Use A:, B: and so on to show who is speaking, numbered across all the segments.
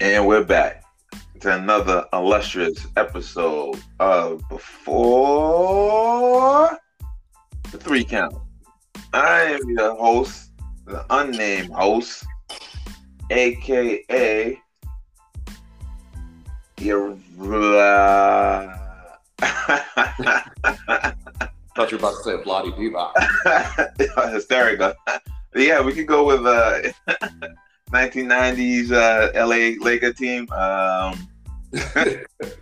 A: And we're back to another illustrious episode of Before the Three Count. I am your host, the unnamed host, aka your.
B: thought you were about to say a bloody bebop.
A: hysterical. yeah, we could go with uh, 1990s uh, LA Laker team. Um,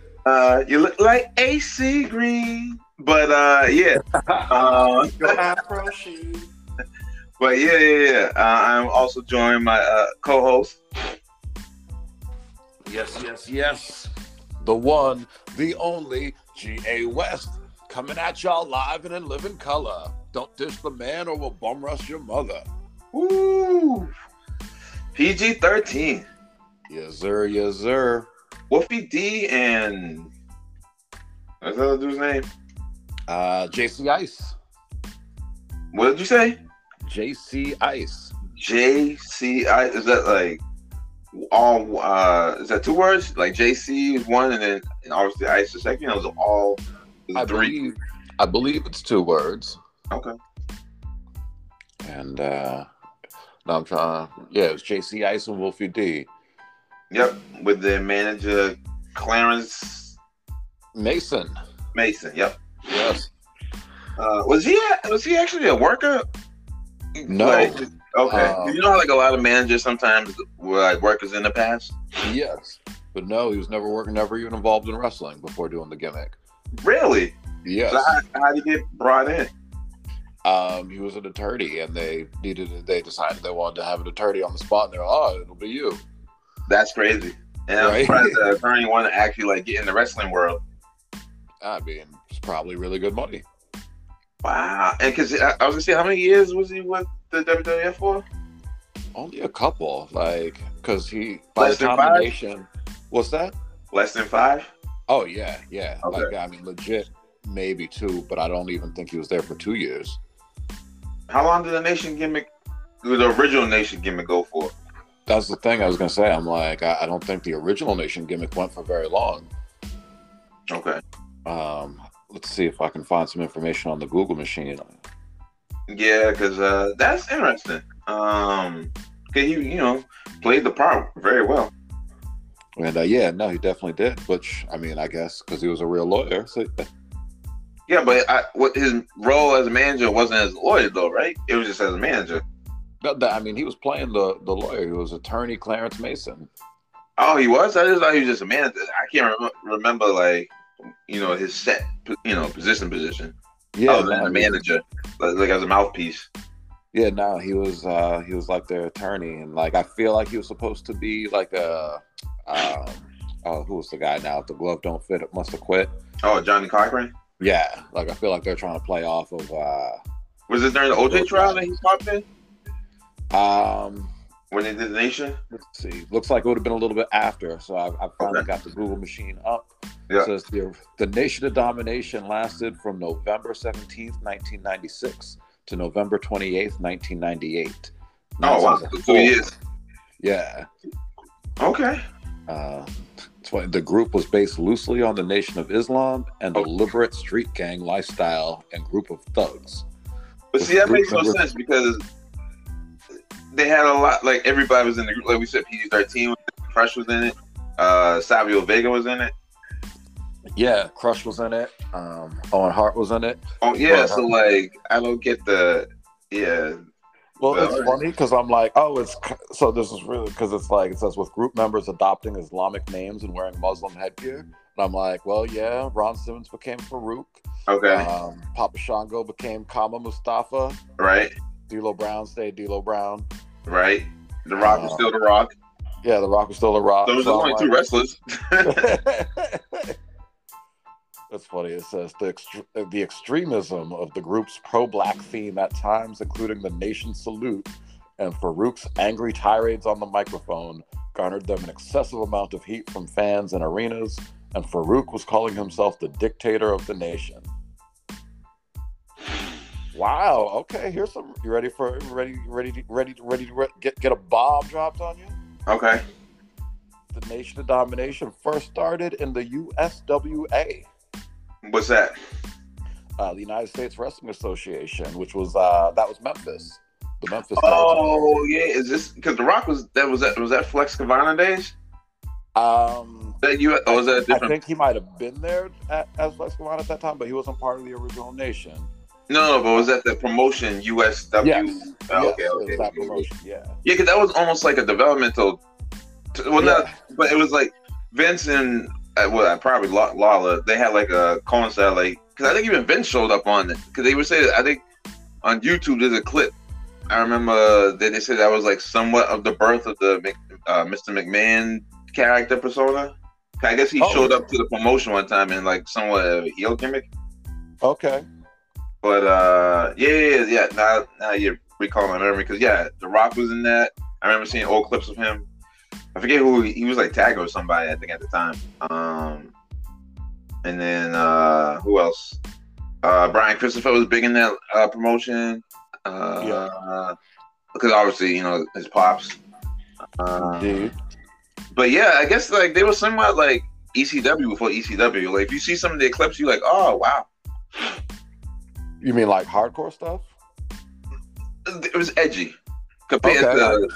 A: uh, you look like AC Green, but uh, yeah, uh,
C: Your afro shoes.
A: but yeah, yeah, yeah. Uh, I'm also joined by my uh, co-host.
B: yes, yes, yes. The one, the only G.A. West coming at y'all live and in living color. Don't dish the man or we'll bum rush your mother.
A: Woo! PG-13,
B: Yes, sir. Yes, sir.
A: Wolfie D, and what's that other dude's name?
B: Uh, JC Ice.
A: What did you say?
B: JC Ice.
A: JCI is that like all uh is that two words like JC is one and then and obviously ice is second. That was all is it
B: I
A: three.
B: believe, I believe it's two words.
A: Okay.
B: And uh, no, I'm trying. Yeah, it was JC Ice and Wolfie D.
A: Yep, with their manager Clarence
B: Mason.
A: Mason. Yep.
B: Yes.
A: Uh, was he a- was he actually a worker?
B: No.
A: Like, okay.
B: Uh,
A: you know how like a lot of managers sometimes were like workers in the past.
B: Yes. But no, he was never working, never even involved in wrestling before doing the gimmick.
A: Really?
B: Yes.
A: So how how did he get brought in?
B: Um, he was an attorney and they needed they decided they wanted to have an attorney on the spot and they're oh, it'll be you.
A: That's crazy. And I'm
B: Right.
A: surprised that attorney wanted to actually like get in the wrestling world.
B: I mean, it's probably really good money.
A: Wow. And because I, I was gonna say, how many years was he with the WWF for?
B: Only a couple, like, because he by
A: Less
B: the
A: than five?
B: combination. What's that?
A: Less than five.
B: Oh yeah, yeah.
A: Okay.
B: Like I mean, legit, maybe two, but I don't even think he was there for two years.
A: How long did the Nation gimmick, the original Nation gimmick, go for?
B: That's the thing I was gonna say. I'm like, I, I don't think the original Nation gimmick went for very long.
A: Okay.
B: Um, let's see if I can find some information on the Google machine.
A: Yeah, because uh, that's interesting. Um, 'cause he, you know, played the part very well.
B: And uh, yeah, no, he definitely did. Which I mean, I guess because he was a real lawyer. So,
A: Yeah, but I, what his role as a manager wasn't as a lawyer though, right? It was just as a manager.
B: but that- I mean, he was playing the the lawyer who was attorney Clarence Mason.
A: Oh, he was. I just thought he was just a manager. I can't rem- remember like, you know, his set, you know, position, position.
B: Yeah,
A: Other than
B: Oh, no,
A: the
B: he-
A: manager, like, like as a mouthpiece.
B: Yeah, no, he was uh he was like their attorney and like I feel like he was supposed to be like a um oh who was the guy now? If the glove don't fit, it must have quit.
A: Oh, Johnny Cochran.
B: Yeah. Like I feel like they're trying to play off of uh
A: Was it during the
B: Oh,
A: OJ trial that he popped in?
B: um
A: When they did the nation?
B: let's see. Looks like it would have been a little bit after. So I, I finally got the Google machine up.
A: Yeah.
B: So it's the, the Nation of Domination lasted from November 17th, 1996 to November 28th, 1998.
A: Oh, wow.
B: That
A: for
B: sounds like
A: Two
B: four.
A: years.
B: Yeah.
A: Okay.
B: Uh, it's funny, the group was based loosely on the Nation of Islam and the liberate street gang lifestyle and group of thugs.
A: But see, that makes no sense because they had a lot, like, everybody was in the group. Like we said, PG 13 was in it, Fresh was in it, uh, Savio Vega was in it.
B: Yeah, Crush was in it. Um, Owen Hart was in it.
A: Oh, yeah.
B: Right.
A: So, like, I don't get the, yeah.
B: Well, it's
A: Right.
B: funny because I'm like, oh, it's so this is really because it's like it says with group members adopting Islamic names and wearing Muslim headgear. And I'm like, well, yeah, Ron Simmons became Farouk.
A: Okay.
B: Um, Papa Shango became Kama Mustafa.
A: right.
B: D'Lo Brown stayed D'Lo Brown.
A: Right. The Rock is
B: Uh,
A: still The Rock.
B: Yeah, The Rock was still a rock.
A: Those are the
B: So I'm
A: only
B: like-
A: two wrestlers.
B: That's funny. It says the extre- uh, the extremism of the group's pro-black theme at times, including the nation salute and Farouk's angry tirades on the microphone, garnered them an excessive amount of heat from fans and arenas. And Farouk was calling himself the dictator of the nation. Wow. Okay. Here's some. You ready for ready ready ready ready to re- get get a bomb dropped on you?
A: Okay.
B: the Nation of Domination first started in the USWA,
A: What's that?
B: uh, the United States Wrestling Association, which was uh, that was Memphis, the Memphis. territory.
A: Oh yeah, is this because The Rock was that was that was that Flex Cavana days?
B: Um,
A: That you or was that a
B: I
A: different?
B: think he might have been there at, as Lex Cavan at that time, but he wasn't part of the original nation.
A: no, no, but was that the promotion USW?
B: Yes.
A: Oh,
B: Yes,
A: okay,
B: it was
A: okay.
B: that promotion. Yeah.
A: Yeah, because that was almost like a developmental. T- well, not,
B: Yeah.
A: but it was like Vince and uh, well, probably L- Lala. They had like a coincide, like because I think even Vince showed up on it because they would say that I think on YouTube there's a clip. I remember that they said that was like somewhat of the birth of the Mc- uh, Mr. McMahon character persona. 'Cause I guess he
B: Oh.
A: showed up to the promotion one time in like somewhat of a heel gimmick.
B: Okay.
A: But uh, yeah, yeah, yeah. Now, now you're recalling my memory because yeah, The Rock was in that. I remember seeing old clips of him. I forget who he he was like Tag or somebody I think at the time. Um, and then uh, who else? Uh, Brian Christopher was big in that uh, promotion. Uh, because obviously you know his pops. Uh,
B: Dude.
A: but yeah, I guess like they were somewhat like ECW before ECW. Like if you see some of the clips, you're like, oh wow,
B: You mean like hardcore stuff?
A: it was edgy compared
B: Okay.
A: to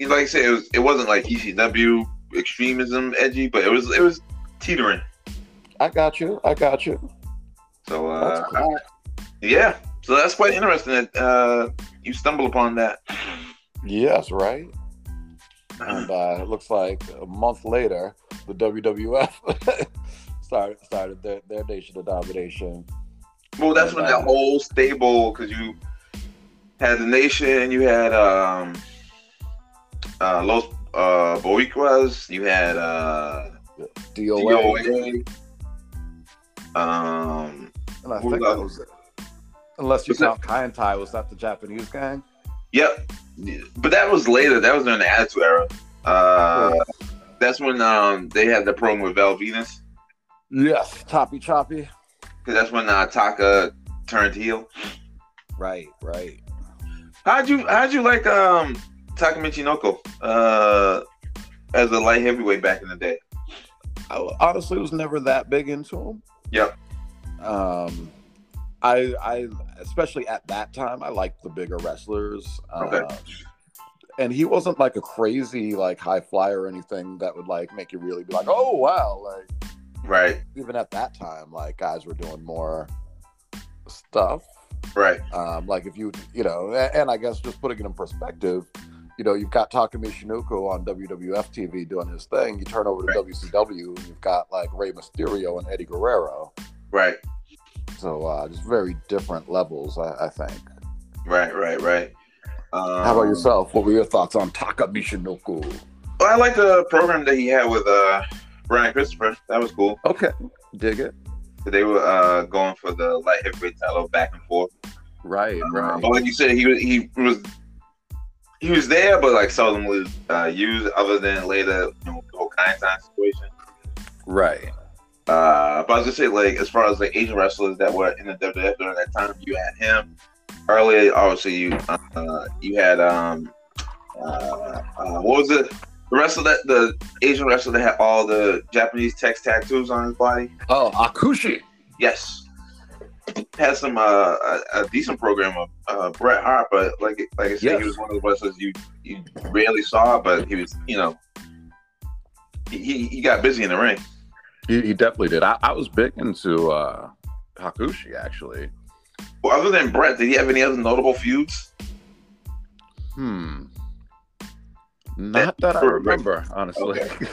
A: you know, like I said, it was it wasn't like ECW extremism edgy, but it was it was teetering.
B: I got you. I got you.
A: So uh,
B: That's cool.
A: yeah, so that's quite interesting that uh, you stumble upon that.
B: Yes, right. And uh, it looks like a month later, the WWF started started their, their Nation of Domination.
A: Well, that's when that
B: Right.
A: whole stable because you had the nation, you had um, uh, Los uh, Boricuas, you had. Uh,
B: DOA.
A: DOA. Um,
B: And I
A: Who
B: think
A: else?
B: that was it. Unless you
A: Was that-
B: count Kai and Tai, was that the Japanese gang?
A: Yep. But that was later. That was during the Attitude Era. Uh, That's when um, they had the program with Val Venus.
B: Yes. Toppy Choppy.
A: 'cause that's when uh, Taka turned heel.
B: Right, right.
A: How'd you How'd you like um, Taka Michinoko uh, as a light heavyweight back in the day?
B: I honestly was never that big into him.
A: Yep.
B: Um, I, I, especially at that time, I liked the bigger wrestlers.
A: Okay.
B: Um, and he wasn't like a crazy, like high flyer or anything that would like make you really be like, oh wow, like
A: Right.
B: even at that time, like guys were doing more stuff.
A: Right.
B: Um, like if you, you know, a- and I guess just putting it in perspective, you know, you've got Takumi Shinoko on WWF TV doing his thing. You turn over to
A: Right.
B: WCW, and you've got like Rey Mysterio and Eddie Guerrero.
A: Right.
B: So uh, just very different levels, I, I think.
A: Right. Right. Right. Um,
B: How about yousself? What were your thoughts on Takumi Shinoko?
A: Well, I like the program that he had with uh, Brian Christopher. That was cool.
B: Okay, dig it.
A: They were uh, going for the light heavyweight title back and forth.
B: Right,
A: Um,
B: right.
A: but like you said, he was he was he was there, but like seldomly uh, used, other than later you know, the whole kind time situation.
B: Right.
A: Uh, but I was gonna say, like as far as like Asian wrestlers that were in the WWF during that time, you had him. Earlier, obviously, you uh, you had um uh, uh, what was it? The wrestler that the Asian wrestler that had all the Japanese text tattoos on his body.
B: Oh, Akushi.
A: Yes. Had some uh, a, a decent program of uh, Bret Hart, but like like I said,
B: Yes.
A: he was one of the wrestlers you you rarely saw, but he was you know he- he, he got busy in the ring.
B: He, he definitely did. I, I was big into uh, Hakushi actually.
A: Well, other than Bret, did he have any other notable feuds?
B: Hmm. Not that I
A: for-
B: remember, honestly.
A: So it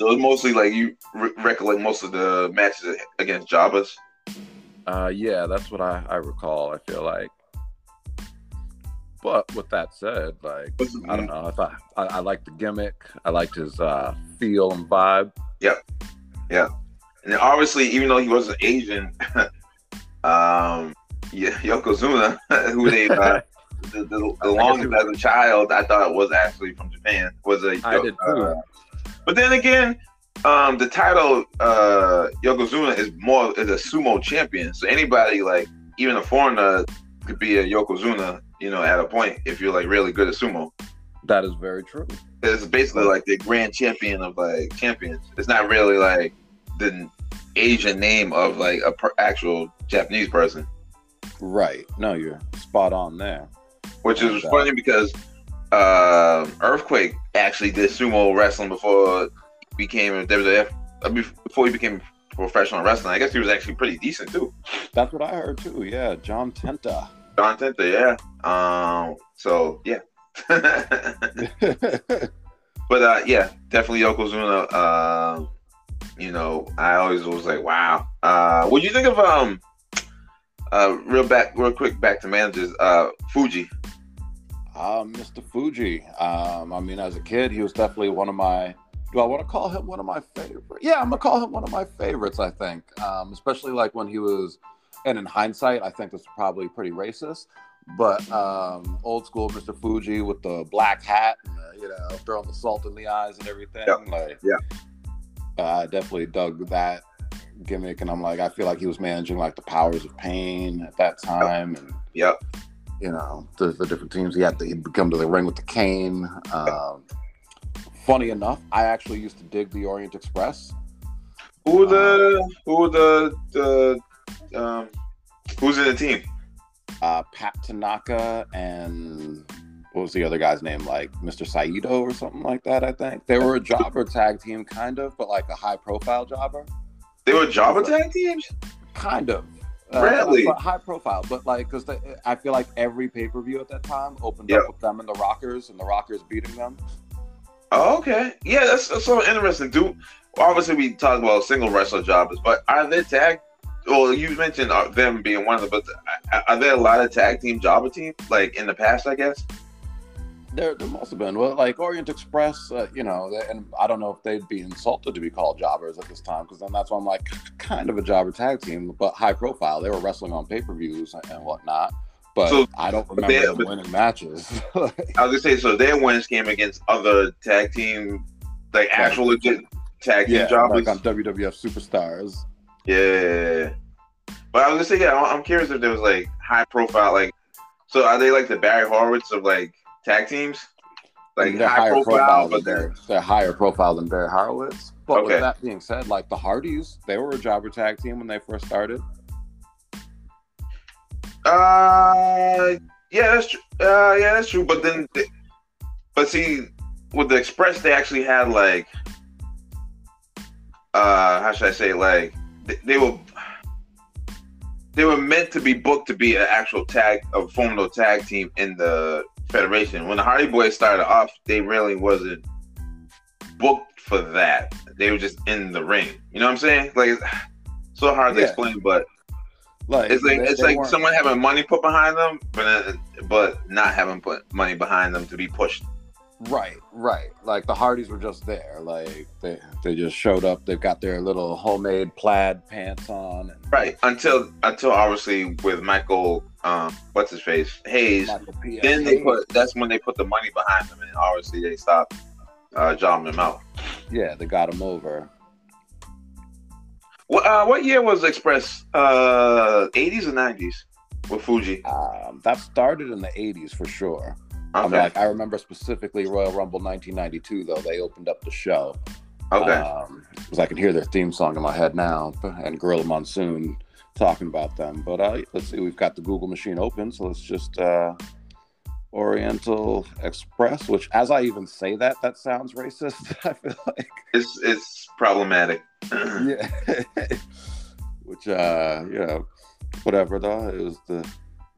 A: was mostly like you re- recollect most of the matches against Jabba's.
B: Uh, yeah, that's what I, I recall. I feel like. But with that said, like I don't know, I thought I, I liked the gimmick. I liked his uh, feel and vibe.
A: And then obviously, even though he wasn't Asian, um, yeah, Yokozuna, who they uh, the, the, the longest as a child, I thought was actually from Japan. Was a
B: I did too.
A: uh, but then again, um, the title uh, Yokozuna is more is a sumo champion. So anybody like even a foreigner could be a Yokozuna, you know, at a point if you're like really good at sumo.
B: That is very true.
A: It's basically like the grand champion of like champions. It's not really like the Asian name of like a per- actual Japanese person,
B: Right. No, you're spot on there.
A: which is
B: Right.
A: funny because um Earthquake actually did sumo wrestling before he became a WWF. I mean, uh, Before he became professional wrestling, I guess he was actually pretty decent too.
B: That's what I heard too. Yeah, John Tenta.
A: John Tenta, yeah. Um, so yeah. but uh yeah, definitely Yokozuna. Um, you know, I always was like, wow. Uh what do you think of um uh real back real quick back to managers, uh Fuji.
B: uh, Mr. Fuji. Um, I mean, as a kid, he was definitely one of my. Do I want to call him one of my favorite? Yeah, I'm gonna call him one of my favorites. I think, um, especially like when he was, and in hindsight, I think this is probably pretty racist. But um, old school Mr. Fuji with the black hat, and, uh, you know, throwing the salt in the eyes and everything.
A: Yeah.
B: Like,
A: Yeah.
B: uh, I definitely dug that gimmick, and I'm like, I feel like he was managing like the powers of pain at that time, and
A: Yep.
B: you know the, the different teams. He had to he'd come to the ring with the cane. Um, funny enough, I actually used to dig the Orient Express.
A: Who the who the the um who's in the team?
B: Uh, Pat Tanaka and what was the other guy's name? Like Mr. Saito or something like that. I think they were a jobber tag team, kind of, but like a high profile jobber,
A: They were Java tag teams?
B: kind of. Uh,
A: Really?
B: but high profile, but like, because I feel like every pay per view at that time opened
A: Yeah.
B: up with them and the Rockers, and the Rockers beating them.
A: Oh, okay. Yeah, that's, that's so interesting, dude. Well, obviously, we talk about single wrestler jobbers, but are there tag? Well, you mentioned uh, them being one of them, but uh, are- are there a lot of tag team jobber teams like in the past? I guess.
B: There, there must have been. Well, like Orient Express, uh, you know, they- and I don't know if they'd be insulted to be called jobbers at this time, because then that's why I'm like, kind of a jobber tag team, but high profile. They were wrestling on pay per views and whatnot, but
A: So-
B: I don't
A: but
B: remember
A: they-
B: them
A: but-
B: winning matches.
A: I was gonna say so. Their wins came against other tag team, like actual legit tag team
B: yeah,
A: jobbers.
B: like on WWF Superstars.
A: Yeah. But I was gonna say, yeah, I'm I'm curious if there was like high profile, like, so are they like the Barry Horowitz of like tag teams, like
B: they're
A: high
B: higher
A: profile,
B: than
A: but they're
B: they're higher profile than Barry Horowitz. But
A: Okay.
B: with that being said, like the Hardys, they were a jobber tag team when they first started.
A: Uh, yeah, that's true. Uh, yeah, that's true. But then, th- but see, with the Express, they actually had like, uh, how should I say? Like, they, they were they were meant to be booked to be an actual tag, a formidable tag team in the federation. When the Hardy Boys started off, they really wasn't booked for that. They were just in the ring. You know what I'm saying? Like, it's so hard to
B: Yeah.
A: explain, but
B: Like
A: it's like
B: they-
A: it's
B: they
A: like
B: weren't-
A: someone having money put behind them, but uh, but not having put money behind them to be pushed.
B: Right, right. Like the Hardys were just there. Like they they just showed up. They've got their little homemade plaid pants on. And
A: Right until until obviously with Michael, um, what's his face Hayes.
B: Michael P.
A: Then they
B: Hayes.
A: put that's when they put the money behind them, and obviously they stopped uh, jobbing them out.
B: Yeah, they got him over.
A: What uh, what year was Express? Uh, 80s or 90s with Fuji?
B: Um, that started in the '80s for sure. I'm
A: Okay,
B: like, I remember specifically Royal Rumble 1992 though. They opened up the show.
A: okay.
B: Um, 'cause I can hear their theme song in my head now, and Gorilla Monsoon talking about them. But uh, let's see, we've got the Google machine open, so let's just uh, Oriental Express. Which, as I even say that, that sounds racist. I feel like,
A: it's it's problematic.
B: yeah. Which, uh, you know, whatever though, it was the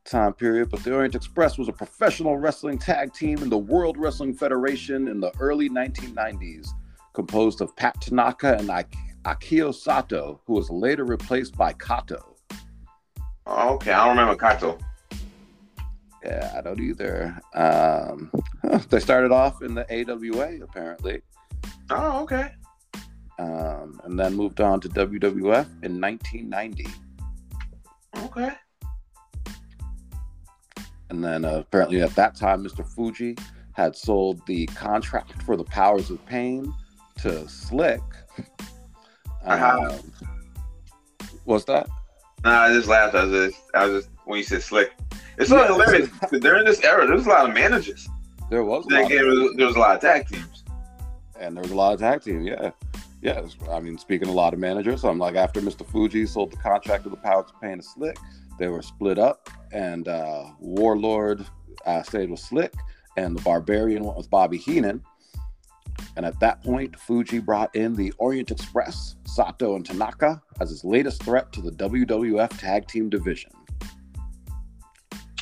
B: time period. But the Orient Express was a professional wrestling tag team in the World Wrestling Federation in the early 1990s, composed of Pat Tanaka and Ak- Akio Sato, who was later replaced by Kato.
A: okay, I don't remember Kato.
B: Yeah, I don't either. Um, they started off in the AWA apparently,
A: Oh, okay.
B: um, and then moved on to WWF in 1990.
A: Okay.
B: And then uh, apparently at that time, Mr. Fuji had sold the contract for the Powers of Pain to Slick.
A: Uh-huh.
B: Um, what's Um, that?
A: Nah, I just laughed. I was just, I was just when you said slick. It's so
B: Yeah.
A: hilarious. 'cause During this era, there's a lot of managers.
B: There was a
A: That
B: lot
A: game,
B: of,
A: was- there was a lot of tag teams.
B: and there was a lot of tag team. Yeah, yeah. I mean, speaking of a lot of managers, I'm like after Mr. Fuji sold the contract to the Power to Pain to Slick, they were split up, and uh, Warlord uh, stayed with Slick, and the Barbarian went with Bobby Heenan. And at that point, Fuji brought in the Orient Express, Sato and Tanaka, as his latest threat to the WWF Tag Team Division.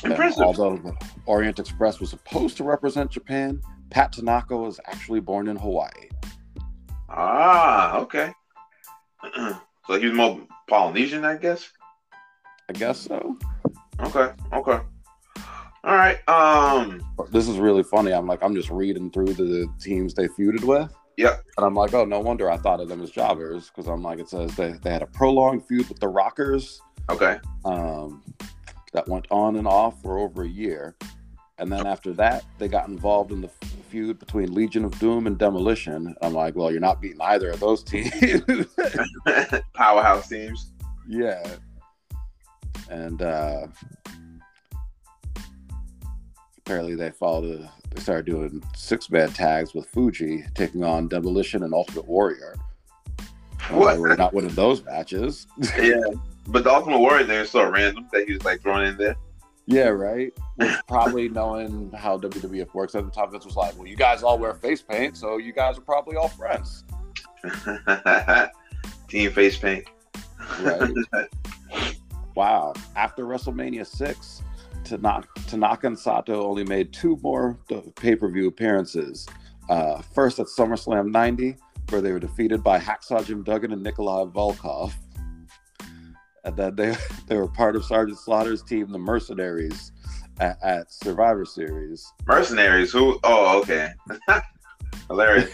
B: And
A: Impressive.
B: although the Orient Express was supposed to represent Japan, Pat Tanaka was actually born in Hawaii.
A: Ah, okay. so he was more Polynesian, I guess.
B: I guess so.
A: Okay, okay. All right. Um,
B: This is really funny. I'm like, I'm just reading through the teams they feuded with.
A: Yep.
B: And I'm like, oh, no wonder I thought of them as jobbers because I'm like, it says they, they had a prolonged feud with the Rockers
A: okay.
B: um, that went on and off for over a year. And then after that, they got involved in the f- feud between Legion of Doom and Demolition. I'm like, well, you're not beating either of those teams.
A: Powerhouse teams.
B: Yeah. And uh apparently they followed a, they started doing six man tags with Fuji taking on Demolition and Ultimate Warrior. And
A: What?
B: They were not winning those matches.
A: Yeah. But the Ultimate Warrior thing is so random that he was like thrown in there.
B: yeah, right. Which probably knowing how WWF works at the time, this was like, well, you guys all wear face paint, so you guys are probably all friends.
A: Team face paint.
B: Right. Wow. After WrestleMania 6, Tanaka, Tanaka and Sato only made two more pay per view appearances. Uh, first at SummerSlam 90, where they were defeated by Hacksaw Jim Duggan and Nikolai Volkov. And then they, they were part of Sergeant Slaughter's team, the Mercenaries, at, at Survivor Series.
A: Mercenaries. Who? Oh, okay. Hilarious.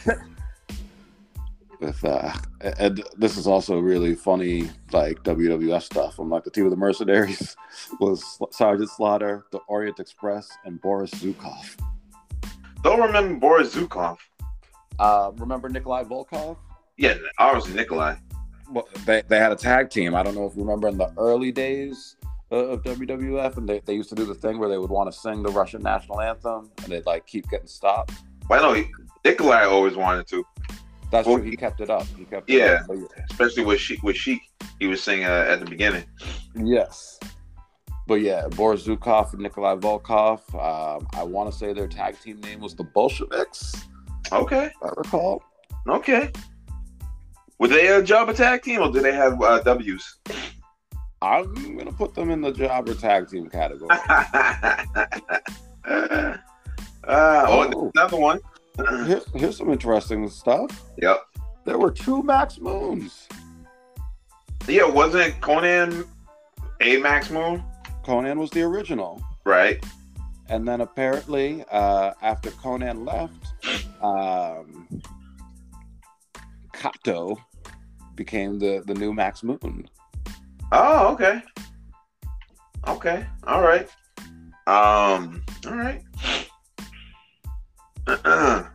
B: with uh and this is also really funny like WWF stuff. I'm like the team of the mercenaries was Sergeant Slaughter, the Orient Express, and Boris Zukov.
A: Don't remember Boris Zukov.
B: Uh, remember Nikolai Volkov?
A: Yeah, obviously Nikolai.
B: Well, they, they had a tag team. I don't know if you remember in the early days of of WWF, and they, they used to do the thing where they would want to sing the Russian national anthem, and they'd like keep getting stopped.
A: Well, I know he, Nikolai always wanted to,
B: That's
A: Well,
B: true. He kept it up. He kept
A: Yeah.
B: It up. So,
A: especially with Sheik. With Sheik, he was singing uh, at the beginning.
B: Yes. But yeah, Boris Zukov and Nikolai Volkov. Um, I want to say their tag team name was the Bolsheviks, if
A: Okay,
B: I recall.
A: okay. Were they a job attack team or did they have uh, W's?
B: I'm going to put them in the jobber tag team category.
A: uh, oh,
B: Oh.
A: another one.
B: Here, here's some interesting stuff.
A: yep.
B: There were two Max Moons.
A: Yeah, wasn't Conan a Max Moon?
B: Conan was the original.
A: Right.
B: And then apparently, uh, after Conan left, um, Kato became the, the new Max Moon.
A: Oh, okay. Okay. All right. Um. All right.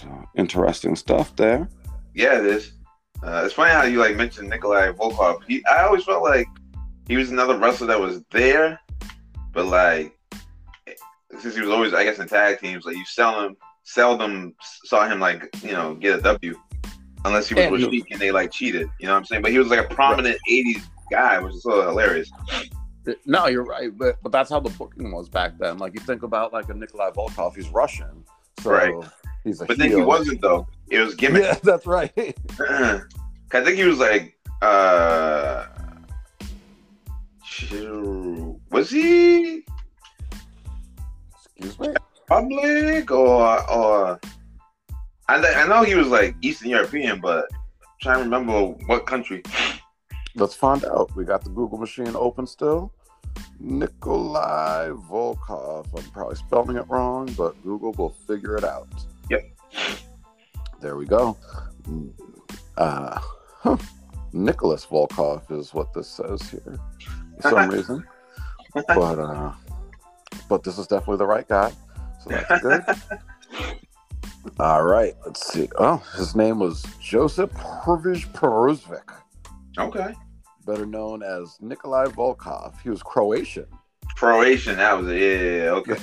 B: So, interesting stuff there.
A: yeah, it is. Uh, it's funny how you like mentioned Nikolai Volkov. He, I always felt like he was another wrestler that was there, but like since he was always, I guess, in tag teams, like you seldom, seldom saw him like you know get a W, unless he was
B: And
A: with
B: you-
A: Sheik and they like cheated. You know what I'm saying? But he was like a prominent '80s guy, which is so hilarious.
B: No, you're right, but but that's how the booking was back then. Like you think about like a Nikolai Volkov, he's Russian, so
A: Right.
B: he's a
A: But then he
B: heel.
A: wasn't though. It was gimmick. Uh-huh.
B: Yeah, that's right.
A: I think he was like, uh, was he
B: Excuse me.
A: public or or? I th- I know he was like Eastern European, but I'm trying to remember what country.
B: Let's find out. We got the Google machine open still. Nikolai Volkov. I'm probably spelling it wrong, but Google will figure it out.
A: Yep.
B: There we go. Mm, Uh, huh. Nicholas Volkov is what this says here for some reason. But uh, but this is definitely the right guy. So that's good. All right, let's see. Oh, his name was Joseph Hervij Perozvik
A: Okay,
B: better known as Nikolai Volkov. He was Croatian.
A: Croatian. That was it. Yeah, yeah, yeah, okay.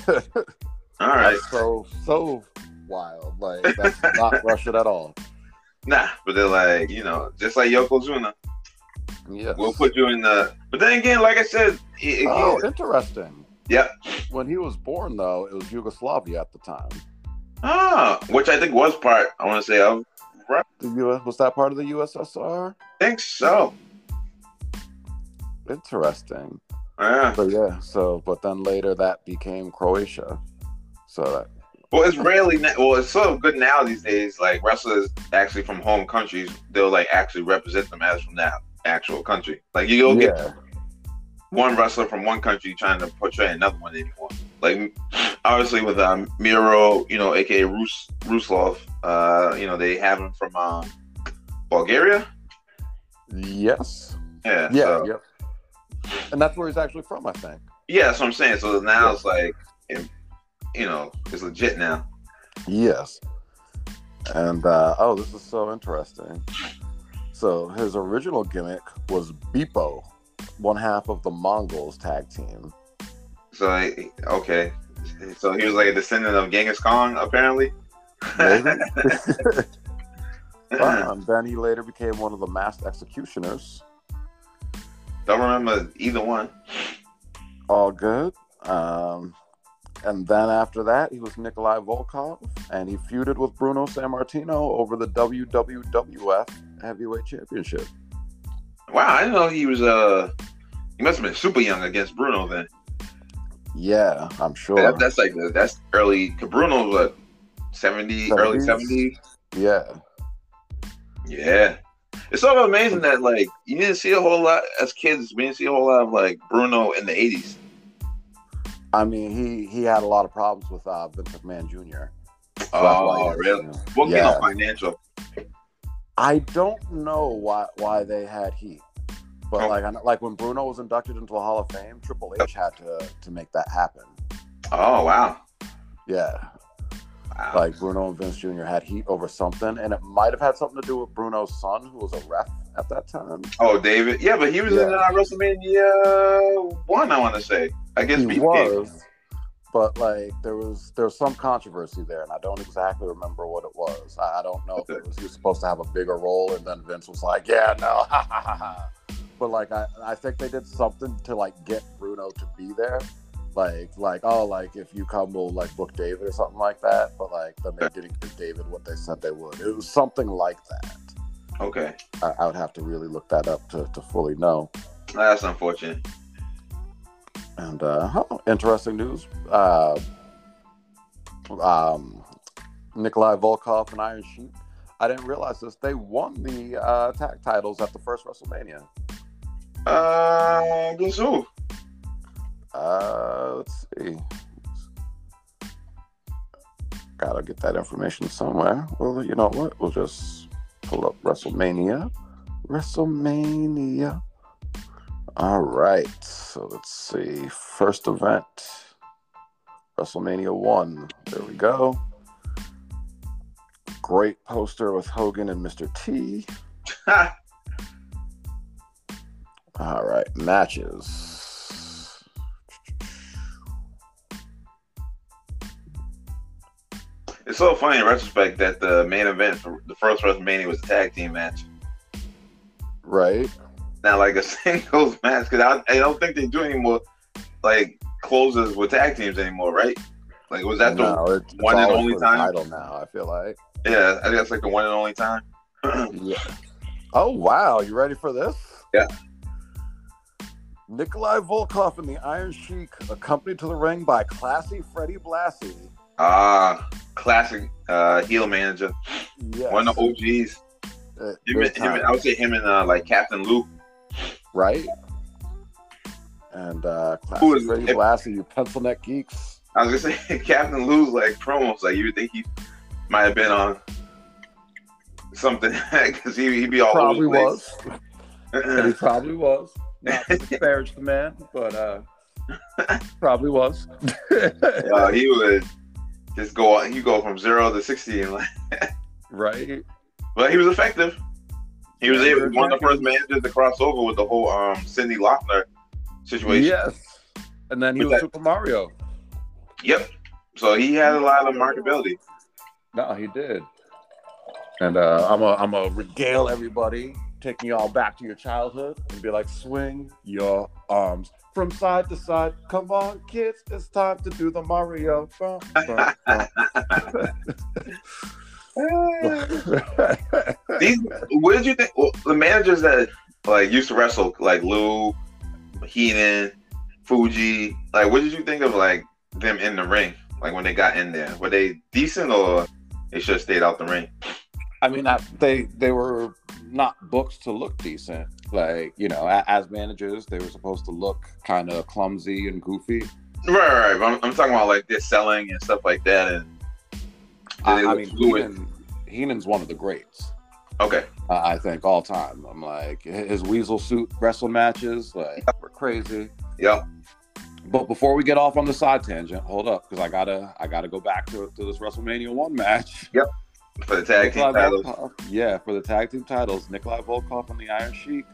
A: All right.
B: That's so so wild. Like that's not Russian at all.
A: Nah, but they're like, you know, just like Yokozuna,
B: Yes.
A: we'll put you in the. But then again, like I said, it, it-
B: oh, interesting.
A: Yep.
B: When he was born, though, it was Yugoslavia at the time.
A: Ah, which I think was part. I want to say of.
B: The U.S. was that part of the USSR?
A: I think so.
B: Interesting.
A: Yeah.
B: But yeah, so but then later that became Croatia. So that
A: Well, it's rarely. na- Well, it's sort of good now these days. Like wrestlers actually from home countries, they'll like actually represent them as from that actual country. Like you'll get
B: yeah,
A: one wrestler from one country trying to portray another one anymore. Like obviously with um, Miro, you know, aka Rus Ruslov, uh, you know, they have him from um, Bulgaria.
B: yes,
A: Yeah.
B: yeah,
A: so-
B: yep. And that's where he's actually from, I think.
A: yeah, that's what I'm saying. So now it's like it- you know, it's legit now.
B: Yes. And uh, oh, this is so interesting. So his original gimmick was Beepo, one half of the Mongols tag team.
A: So like, okay. So he was like a descendant of Genghis Khan, apparently.
B: Maybe. um, then he later became one of the masked executioners.
A: Don't remember either one.
B: all good. Um, and then after that, he was Nikolai Volkov, and he feuded with Bruno Sammartino over the WWWF Heavyweight Championship.
A: Wow, I didn't know he was uh he must have been super young against Bruno then.
B: Yeah, I'm sure.
A: That, that's like the, that's early. Bruno was what, 70, early
B: 70s?
A: seventies.
B: yeah,
A: Yeah, it's sort of amazing that like you didn't see a whole lot as kids. We didn't see a whole lot of like Bruno in the eighties.
B: I mean, he he had a lot of problems with uh, Vince McMahon Jr. So that's why
A: Oh,
B: he-
A: really? What
B: yeah.
A: kind of financial?
B: I don't know why why they had heat, but
A: Oh.
B: like I know- like when Bruno was inducted into the Hall of Fame, Triple H had to to make that happen.
A: Oh wow,
B: Yeah,
A: wow.
B: like Bruno and Vince Jr. had heat over something, and it might have had something to do with Bruno's son, who was a ref at that time.
A: oh David, yeah, but he was in
B: Yeah.
A: uh, WrestleMania one. I want to say against
B: He
A: BK.
B: was, but like there was there was some controversy there, and I don't exactly remember what it was. I, I don't know if it was he was supposed to have a bigger role, and then Vince was like, "Yeah, no." but like I I think they did something to like get Bruno to be there. Like, like, oh, like if you come, we'll like book David or something like that. But like, then they didn't give David what they said they would. It was something like that.
A: Okay,
B: I, I would have to really look that up to, to fully know.
A: that's unfortunate.
B: And uh, huh, interesting news. Uh, um, Nikolai Volkov and Iron Sheik. I didn't realize this. They won the uh, tag titles at the first WrestleMania.
A: Uh, guess who?
B: Uh, let's see. Gotta get that information somewhere. Well, you know what? We'll just pull up WrestleMania. WrestleMania. All right. So let's see. First event WrestleMania 1. There we go. Great poster with Hogan and Mr. T.
A: Ha!
B: All right, matches.
A: It's so funny in retrospect that the main event for the first WrestleMania was a tag team match.
B: Right?
A: not like a singles match because I, I don't think they do anymore like closes with tag teams anymore, right? Like was that
B: no, it's, it's
A: one and
B: always
A: only
B: for the
A: time?
B: title now. I feel like.
A: the yeah? I think that's like the one and only time.
B: Yeah. Oh wow, you ready for this?
A: Yeah.
B: Nikolai Volkov and the Iron Sheik, accompanied to the ring by classy Freddie Blassie.
A: Ah, classic uh, heel manager,
B: Yes.
A: one of the OGs.
B: Uh,
A: Him,
B: big
A: and- him, and-
B: time,
A: I would say him and uh, like Captain Luke.
B: right? And uh, classy
A: Who is-
B: Freddie
A: if-
B: Blassie, you pencil neck geeks.
A: I was gonna say Captain Luke's like promos, like you would think he might have been on something because he would be all over
B: Probably
A: the place.
B: was. he probably was. Not to disparage the man, but uh, probably was.
A: Uh, he would just go on. You go from zero to sixty in like.
B: right?
A: But he was effective. He was
B: Yeah,
A: able,
B: he was
A: one of the first
B: effective.
A: managers to cross over with the whole um Cindy Lochner situation.
B: Yes. And then he
A: With
B: was
A: that-
B: Super Mario.
A: Yep. So he had a lot of marketability.
B: No, he did. And uh, I'm a, I'm a regale everybody, taking y'all back to your childhood, and be like, swing your arms from side to side. Come on, kids, it's time to do the Mario. Bum, bum, bum.
A: These, what did you think? Well, the managers that like used to wrestle, like Lou, Heenan, Fuji, like what did you think of like them in the ring? Like when they got in there, were they decent or they should have stayed out the ring?
B: I mean, I, they they were not booked to look decent. Like you know, a, as managers, they were supposed to look kind of clumsy and goofy.
A: Right, right. right. But I'm, I'm talking about like their selling and stuff like that, and
B: I,
A: they
B: I
A: look
B: mean,
A: fluid.
B: Heenan, Heenan's one of the greats.
A: okay,
B: Uh, I think all time. I'm like his weasel suit wrestle matches like were crazy.
A: yep,
B: But before we get off on the side tangent, hold up because I gotta I gotta go back to, to this WrestleMania one match.
A: for the tag team
B: Nikolai
A: titles.
B: Volkov- yeah, for the tag team titles, Nikolai Volkov and the Iron Sheik,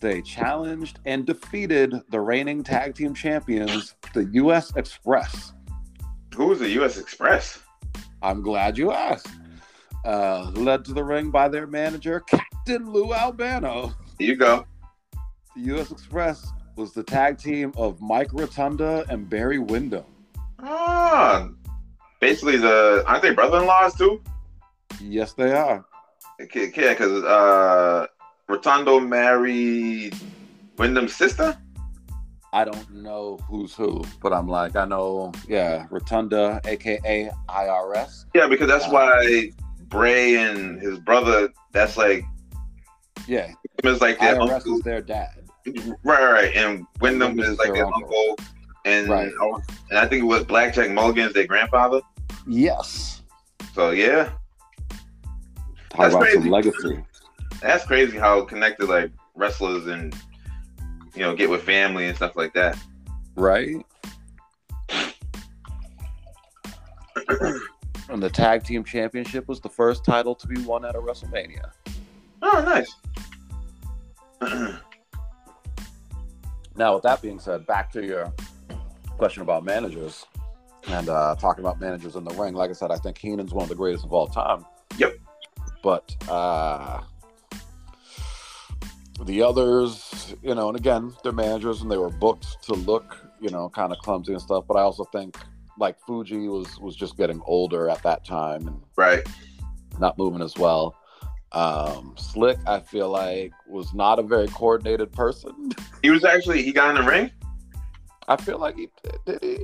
B: they challenged and defeated the reigning tag team champions, the U.S. Express.
A: Who was the U.S. Express?
B: I'm glad you asked. Uh, led to the ring by their manager, Captain Lou Albano.
A: Here you go.
B: The U.S. Express was the tag team of Mike Rotunda and Barry Windham.
A: Ah, basically the aren't they brother-in-laws too?
B: Yes, they are.
A: Okay, Yeah, because uh, Rotundo married Wyndham's sister.
B: I don't know who's who, but I'm like, I know, yeah, Rotunda, aka IRS.
A: Yeah, because that's why Bray and his brother. That's like
B: Yeah,
A: him is like their
B: IRS
A: uncle,
B: is their dad.
A: right, right? right, And Wyndham
B: Wyndham
A: is
B: is
A: like
B: their
A: their
B: uncle.
A: uncle, and
B: Right.
A: and I think it was Blackjack Mulligan is their grandfather.
B: Yes.
A: So yeah,
B: Talk
A: That's
B: about
A: crazy.
B: some legacy.
A: that's crazy how connected like wrestlers and you know get with family and stuff like that.
B: Right? and the tag team championship was the first title to be won at a WrestleMania.
A: Oh, nice.
B: Now, with that being said, back to your question about managers and uh, talking about managers in the ring. Like I said, I think Heenan's one of the greatest of all time.
A: Yep.
B: But uh, the others, you know, and again, they're managers and they were booked to look, you know, kind of clumsy and stuff. But I also think like Fuji was was just getting older at that time and
A: right.
B: not moving as well. Um, Slick, I feel like, was not a very coordinated person.
A: He was actually he got in the ring.
B: I feel like he did he,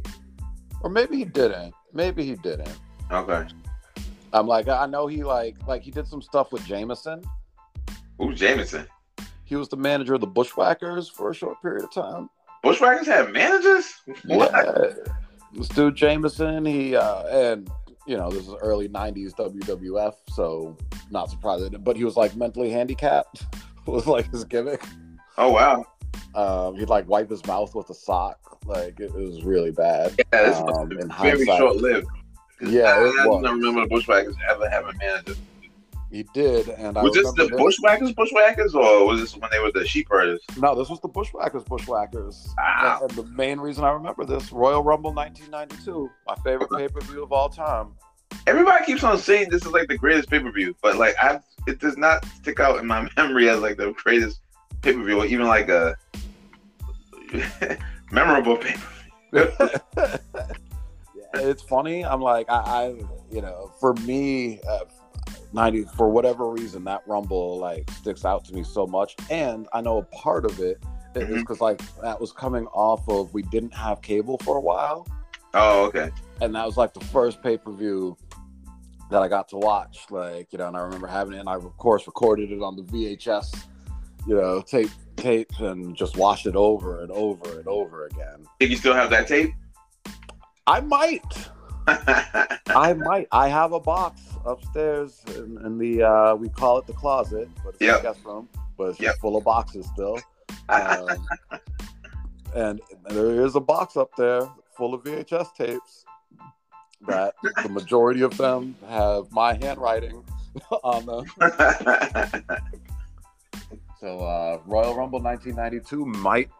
B: or maybe he didn't. Maybe he didn't.
A: Okay.
B: I'm like, I know he like like he did some stuff with Jameson.
A: Who's Jameson?
B: He was the manager of the Bushwhackers for a short period of time.
A: Bushwhackers have managers? What?
B: Yeah. This dude Jameson, he uh and you know, this is early nineties WWF, so not surprising. But he was like mentally handicapped was like his gimmick.
A: Oh wow.
B: Um he'd like wipe his mouth with a sock. Like it, it was really bad.
A: Yeah, this
B: Um,
A: was
B: in
A: very
B: hindsight-
A: short lived.
B: Yeah,
A: I,
B: it
A: I
B: was.
A: don't remember the Bushwhackers ever having managers.
B: He did and I
A: was this the
B: remember this-
A: Bushwhackers Bushwhackers or was this when they were the sheep herders? Ah.
B: No, this was the Bushwhackers. Bushwhackers.
A: Wow.
B: And the main reason I remember this Royal Rumble 1992, my favorite pay per view of all time.
A: Everybody keeps on saying this is like the greatest pay per view, but like I it does not stick out in my memory as like the greatest pay per view or even like a memorable pay
B: Yeah, it's funny. I'm like, I, I you know, for me, uh, 90 for whatever reason, that Rumble like sticks out to me so much, and I know a part of it is
A: Mhm.
B: because like that was coming off of we didn't have cable for a while.
A: Oh, okay.
B: and that was like the first pay per view that I got to watch. Like you know, and I remember having it, and I of course recorded it on the VHS, you know, tape tape, and just watched it over and over and over again.
A: Think you still have that tape?
B: I might, I might, I have a box upstairs in, in the uh, we call it the closet, but it's
A: Yep.
B: a guest room, but it's
A: Yep.
B: just full of boxes still. Um, and there is a box up there full of VHS tapes that the majority of them have my handwriting on them. So uh, Royal Rumble 1992 might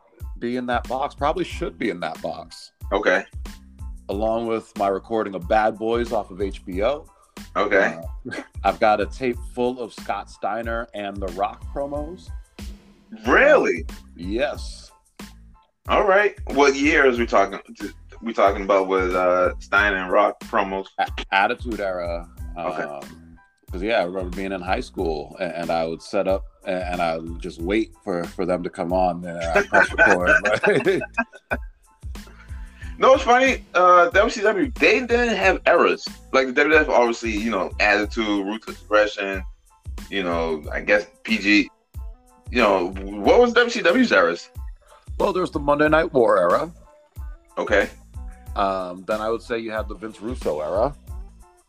B: be in that box, probably should be in that box.
A: okay.
B: along with my recording of Bad Boys off of HBO.
A: Okay.
B: Uh, I've got a tape full of Scott Steiner and The Rock promos.
A: really?
B: Yes.
A: All right. What years we talking? We talking about with uh, Stein and Rock promos?
B: A- Attitude era.
A: Okay.
B: Um, Because yeah, I remember being in high school and, and I would set up a- and, I would just wait for, for them to come on and I press record.
A: No, it's funny. Uh, WCW they didn't have errors. Like the WWF, obviously, you know, attitude, ruthless aggression. You know, I guess PG. You know, what was WCW's errors?
B: well, there's the Monday Night War era.
A: Okay.
B: Um, then I would say you had the Vince Russo era,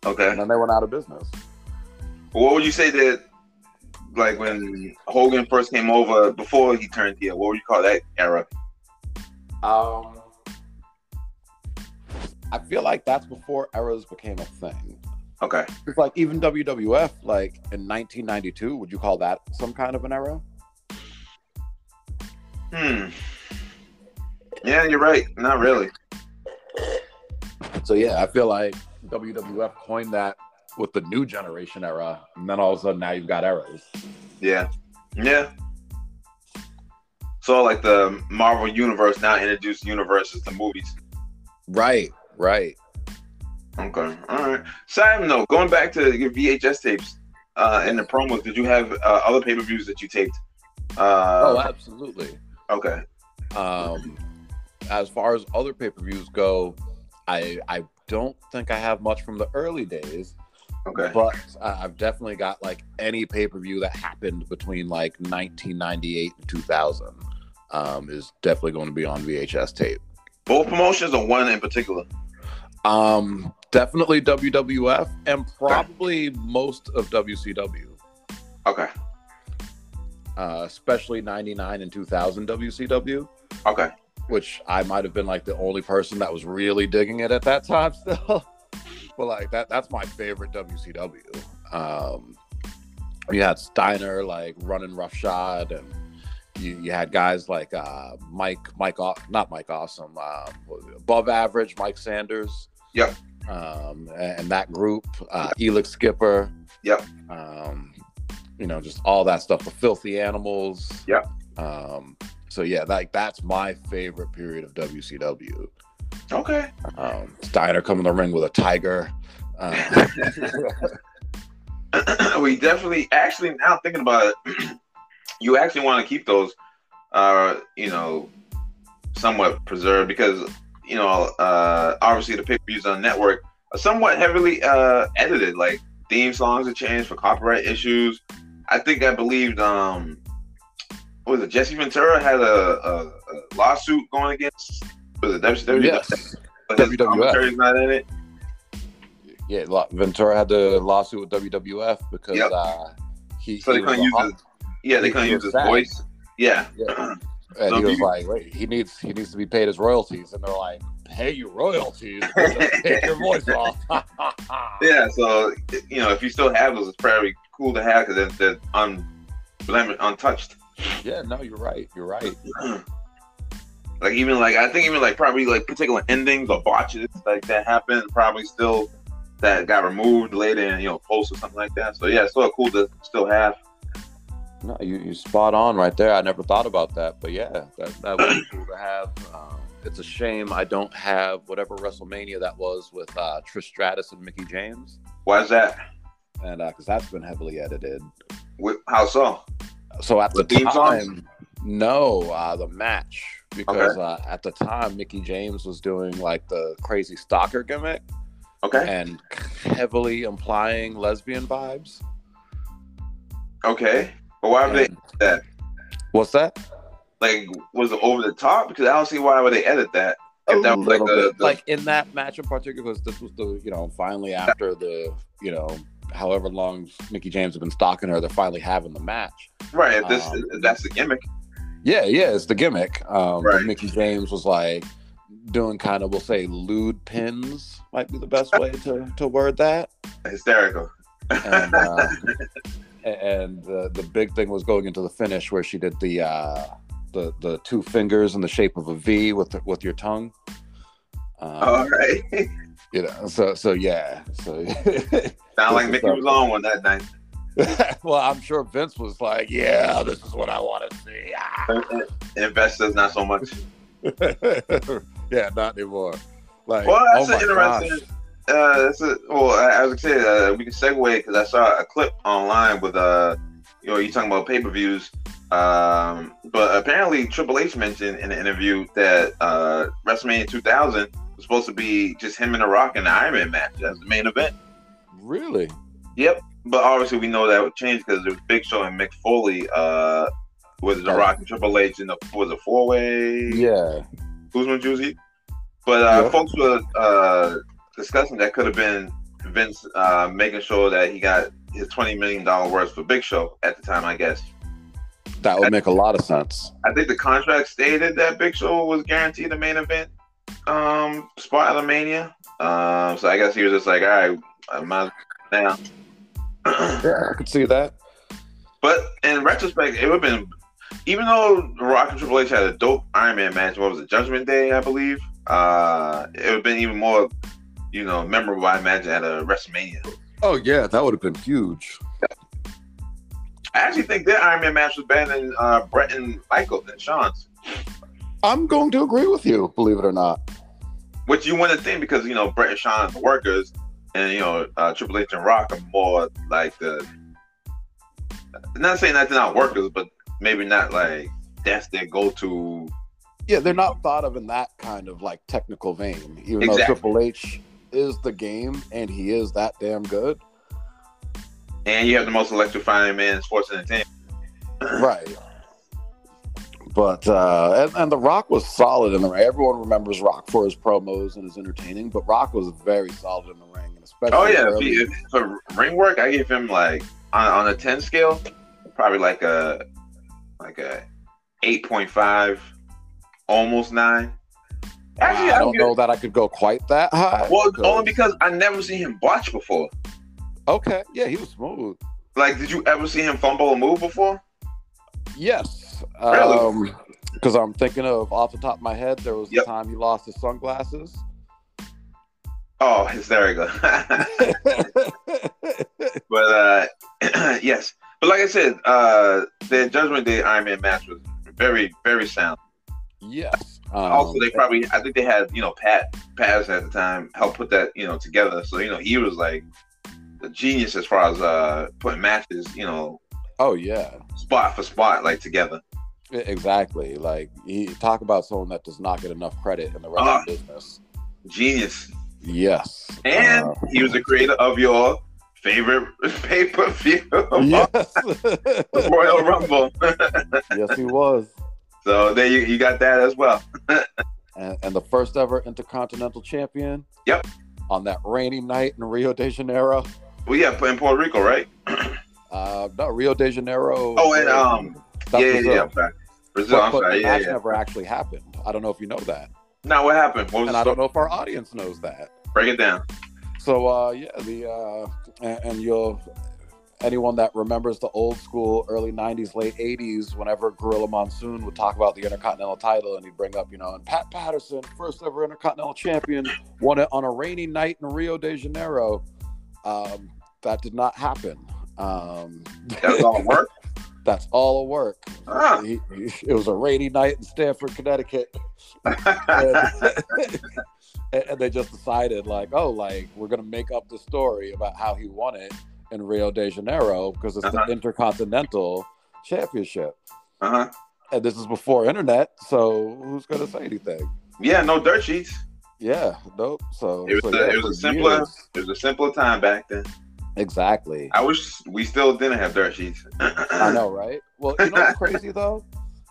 A: Okay.
B: and then they went out of business.
A: What would you say that, like when Hogan first came over before he turned heel? What would you call that era?
B: Um, I feel like that's before eras became a thing.
A: Okay,
B: It's like even WWF, like in 1992, would you call that some kind of an era?
A: hmm. Yeah, you're right. Not really.
B: So yeah, I feel like WWF coined that with the new generation era, and then all of a sudden now you've got eras.
A: Yeah, yeah. So like the Marvel universe now introduced universes to movies.
B: Right, right.
A: Okay, all right. Side note: Going back to your VHS tapes uh, and the promos, did you have uh, other pay per views that you taped?
B: oh,
A: Uh,
B: absolutely.
A: okay.
B: Um, as far as other pay per views go, I I don't think I have much from the early days.
A: Okay.
B: but I- I've definitely got like any pay per view that happened between like 1998 and 2000 um, is definitely going to be on VHS tape.
A: Both promotions or one in particular?
B: Um, definitely WWF and probably most of WCW,
A: Okay.
B: uh, especially 99 and 2000 WCW,
A: Okay.
B: which I might have been like the only person that was really digging it at that time still. but like that, that's my favorite WCW. Um, you had Steiner like running roughshod, and you, you had guys like uh, Mike, Mike, Aw- not Mike Awesome, um, above average Mike Sanders.
A: Yep.
B: Um, and, and that group, uh, Elix Skipper.
A: Yep.
B: Um, you know, just all that stuff, the filthy animals.
A: Yep.
B: Um, so yeah, like that's my favorite period of WCW.
A: Okay.
B: Um, Steiner coming to the ring with a tiger. Uh,
A: we definitely actually now thinking about it you actually want to keep those uh you know somewhat preserved because you know uh obviously the pay-per-views on network are somewhat heavily uh edited like theme songs are changed for copyright issues i think i believed um what was it jesse ventura had a, a, a lawsuit going against was it WCW?
B: yes. E.
A: But his
B: WWF.
A: commentary's not in it
B: Yeah, Lo- Ventura had the lawsuit with WWF because
A: Yep.
B: uh, he,
A: so they
B: he
A: couldn't
B: was a
A: use
B: hom-
A: his yeah they
B: he
A: couldn't
B: was
A: use his
B: fat.
A: voice yeah
B: Yeah. And
A: So
B: he
A: do
B: was
A: you-
B: like, wait, he needs he needs to be paid his royalties, and they're like, pay you royalties, but just take your voice off.
A: Yeah, so you know, if you still have those, it's probably cool to have because they're, they're un, blem- untouched.
B: yeah, no, you're right, you're right.
A: Like even like I think even like probably like particular endings or botches like that happened probably still that got removed later in you know post or something like that. So yeah, it's still cool to still have.
B: No, you you spot on right there. I never thought about that, but yeah, that that would be cool to have. Um, it's a shame I don't have whatever WrestleMania that was with uh, Trish Stratus and Mickey James,
A: Why is that?
B: and because that's been heavily edited.
A: Wh- How so?
B: So at the,
A: The theme songs?
B: time, no, uh, the match because uh, at the time Mickey James was doing like the crazy stalker gimmick
A: Okay,
B: and heavily implying lesbian vibes.
A: okay. But why would
B: And-
A: they that?
B: What's that?
A: Like was it over the top? Because I don't see why would they edit that.
B: Oh,
A: If that was like the, the
B: like in that match in particular, because this was the you know finally after the you know however long Mickey James had been stalking her, they're finally having the match.
A: right. If this
B: um,
A: if that's the gimmick.
B: Yeah, yeah, it's the gimmick. Um, but
A: Right.
B: Mickey James was like doing kind of, we'll say, lewd pins might be the best way to, to word that.
A: Hysterical.
B: And, uh, a- and uh, the big thing was going into the finish where she did the uh, the the two fingers in the shape of a V with with your tongue. Um,
A: All right.
B: You know, so so yeah, so
A: Sound like
B: is
A: Mickey
B: not-
A: was on one that night.
B: well, I'm sure Vince was like, yeah, this is what I want to see. Ah.
A: Investors, not so much.
B: yeah, not anymore. Like,
A: Well, that's
B: oh
A: an
B: my
A: interesting- Uh, that's a, well, I, I was gonna say uh, we can segue because I saw a clip online with uh, you know, you talking about pay per views. Um, but apparently Triple H mentioned in an interview that uh, WrestleMania 2000 was supposed to be just him and The Rock in the Iron Man match as the main event.
B: gosh. really?
A: Yep. But obviously we know that would change because it was Big Show and Mick Foley uh, with The
B: Right.
A: Rock and Triple H in the was a four way.
B: Yeah,
A: Guzman Juicy. But uh,
B: Yeah.
A: folks were uh, discussing that could have been Vince uh, making sure that he got his twenty million dollar worth for Big Show at the time. I guess
B: that would make a lot of sense.
A: I think the contract stated that Big Show was guaranteed a main event um, spot at Mania. Um, so I guess he was just like, all right, I might now.
B: Yeah, I could see that.
A: But in retrospect, it would have been even though The Rock and Triple H had a dope Iron Man match, what was it, Judgment Day, I believe? Uh it would have been even more, you know, memorable, I imagine, at a WrestleMania.
B: Oh yeah, that would have been huge.
A: I actually think their Iron Man match was better than uh Brett and Michael than Sean's.
B: I'm going to agree with you, believe it or not.
A: Which you wouldn't think because, you know, Brett and Sean are the workers and you know, uh, Triple H and Rock are more like the not saying that they're not workers, but maybe not like that's their go to
B: Yeah, they're not thought of in that kind of like technical vein, even though
A: Exactly.
B: Triple H is the game and he is that damn good.
A: and you have the most electrifying man in sports entertainment.
B: right. But uh, and, and the Rock was solid in the ring. Everyone remembers Rock for his promos and his entertaining, but Rock was very solid in the ring, and especially.
A: Oh yeah, if
B: early-
A: he, if, for ring work, I give him like on, on a ten scale, probably like a like a eight point five, almost nine. Actually,
B: I
A: I
B: don't know that I could go quite that high.
A: Well,
B: because-
A: only because I never seen him botch before.
B: okay, yeah, he was smooth.
A: Like, did you ever see him fumble a move before?
B: Yes.
A: Really?
B: Um because I'm thinking of off the top of my head, there was
A: Yep.
B: the time he lost his sunglasses.
A: Oh, hysterical! but uh, yes, but like I said, uh, the Judgment Day Iron Man match was very, very sound.
B: yes. Um,
A: also they probably I think they had you know Pat Patterson at the time help put that you know together. So you know he was like a genius as far as uh putting matches you know
B: oh yeah,
A: spot for spot like together.
B: E- exactly. Like he talk about someone that does not get enough credit in the wrestling
A: Ah.
B: business.
A: Genius,
B: Yes.
A: and
B: Uh,
A: he was the creator of your favorite pay per view
B: Uh, yes.
A: Royal Rumble.
B: yes, he was.
A: so there you, you got that as well.
B: And, and the first ever Intercontinental Champion.
A: Yep.
B: On that rainy night in Rio de Janeiro.
A: Well, yeah, in Puerto Rico, right?
B: Uh, no, Rio de Janeiro.
A: Oh, and, um,
B: That's
A: yeah, yeah,
B: Brazil.
A: yeah. I'm sorry. Brazil,
B: uh, But,
A: I'm
B: but
A: sorry.
B: the
A: Yeah,
B: match
A: yeah.
B: never actually happened. I don't know if you know that,
A: Now what happened? What was
B: and
A: the
B: I don't
A: story?
B: know if our audience knows that.
A: Break it down.
B: So uh, yeah, the uh, and, and you'll anyone that remembers the old school early '90s, late '80s, whenever Gorilla Monsoon would talk about the Intercontinental title, and he'd bring up, you know, and Pat Patterson, first ever Intercontinental champion, won it on a rainy night in Rio de Janeiro. Um, that did not happen. Um,
A: That was all work.
B: that's all a work.
A: Ah.
B: He- he- it was a rainy night in Stamford, Connecticut. and, and they just decided like oh like we're gonna make up the story about how he won it in rio de janeiro because it's
A: Uh-huh.
B: the intercontinental championship
A: uh huh.
B: and this is before internet so who's gonna say anything
A: Yeah, no dirt sheets.
B: yeah nope so
A: It was
B: so,
A: a-
B: yeah,
A: it was
B: for
A: a simpler-
B: years-
A: It was a simpler time back then.
B: exactly
A: I wish we still didn't have dirt sheets.
B: I know, right? Well, you know what's crazy though?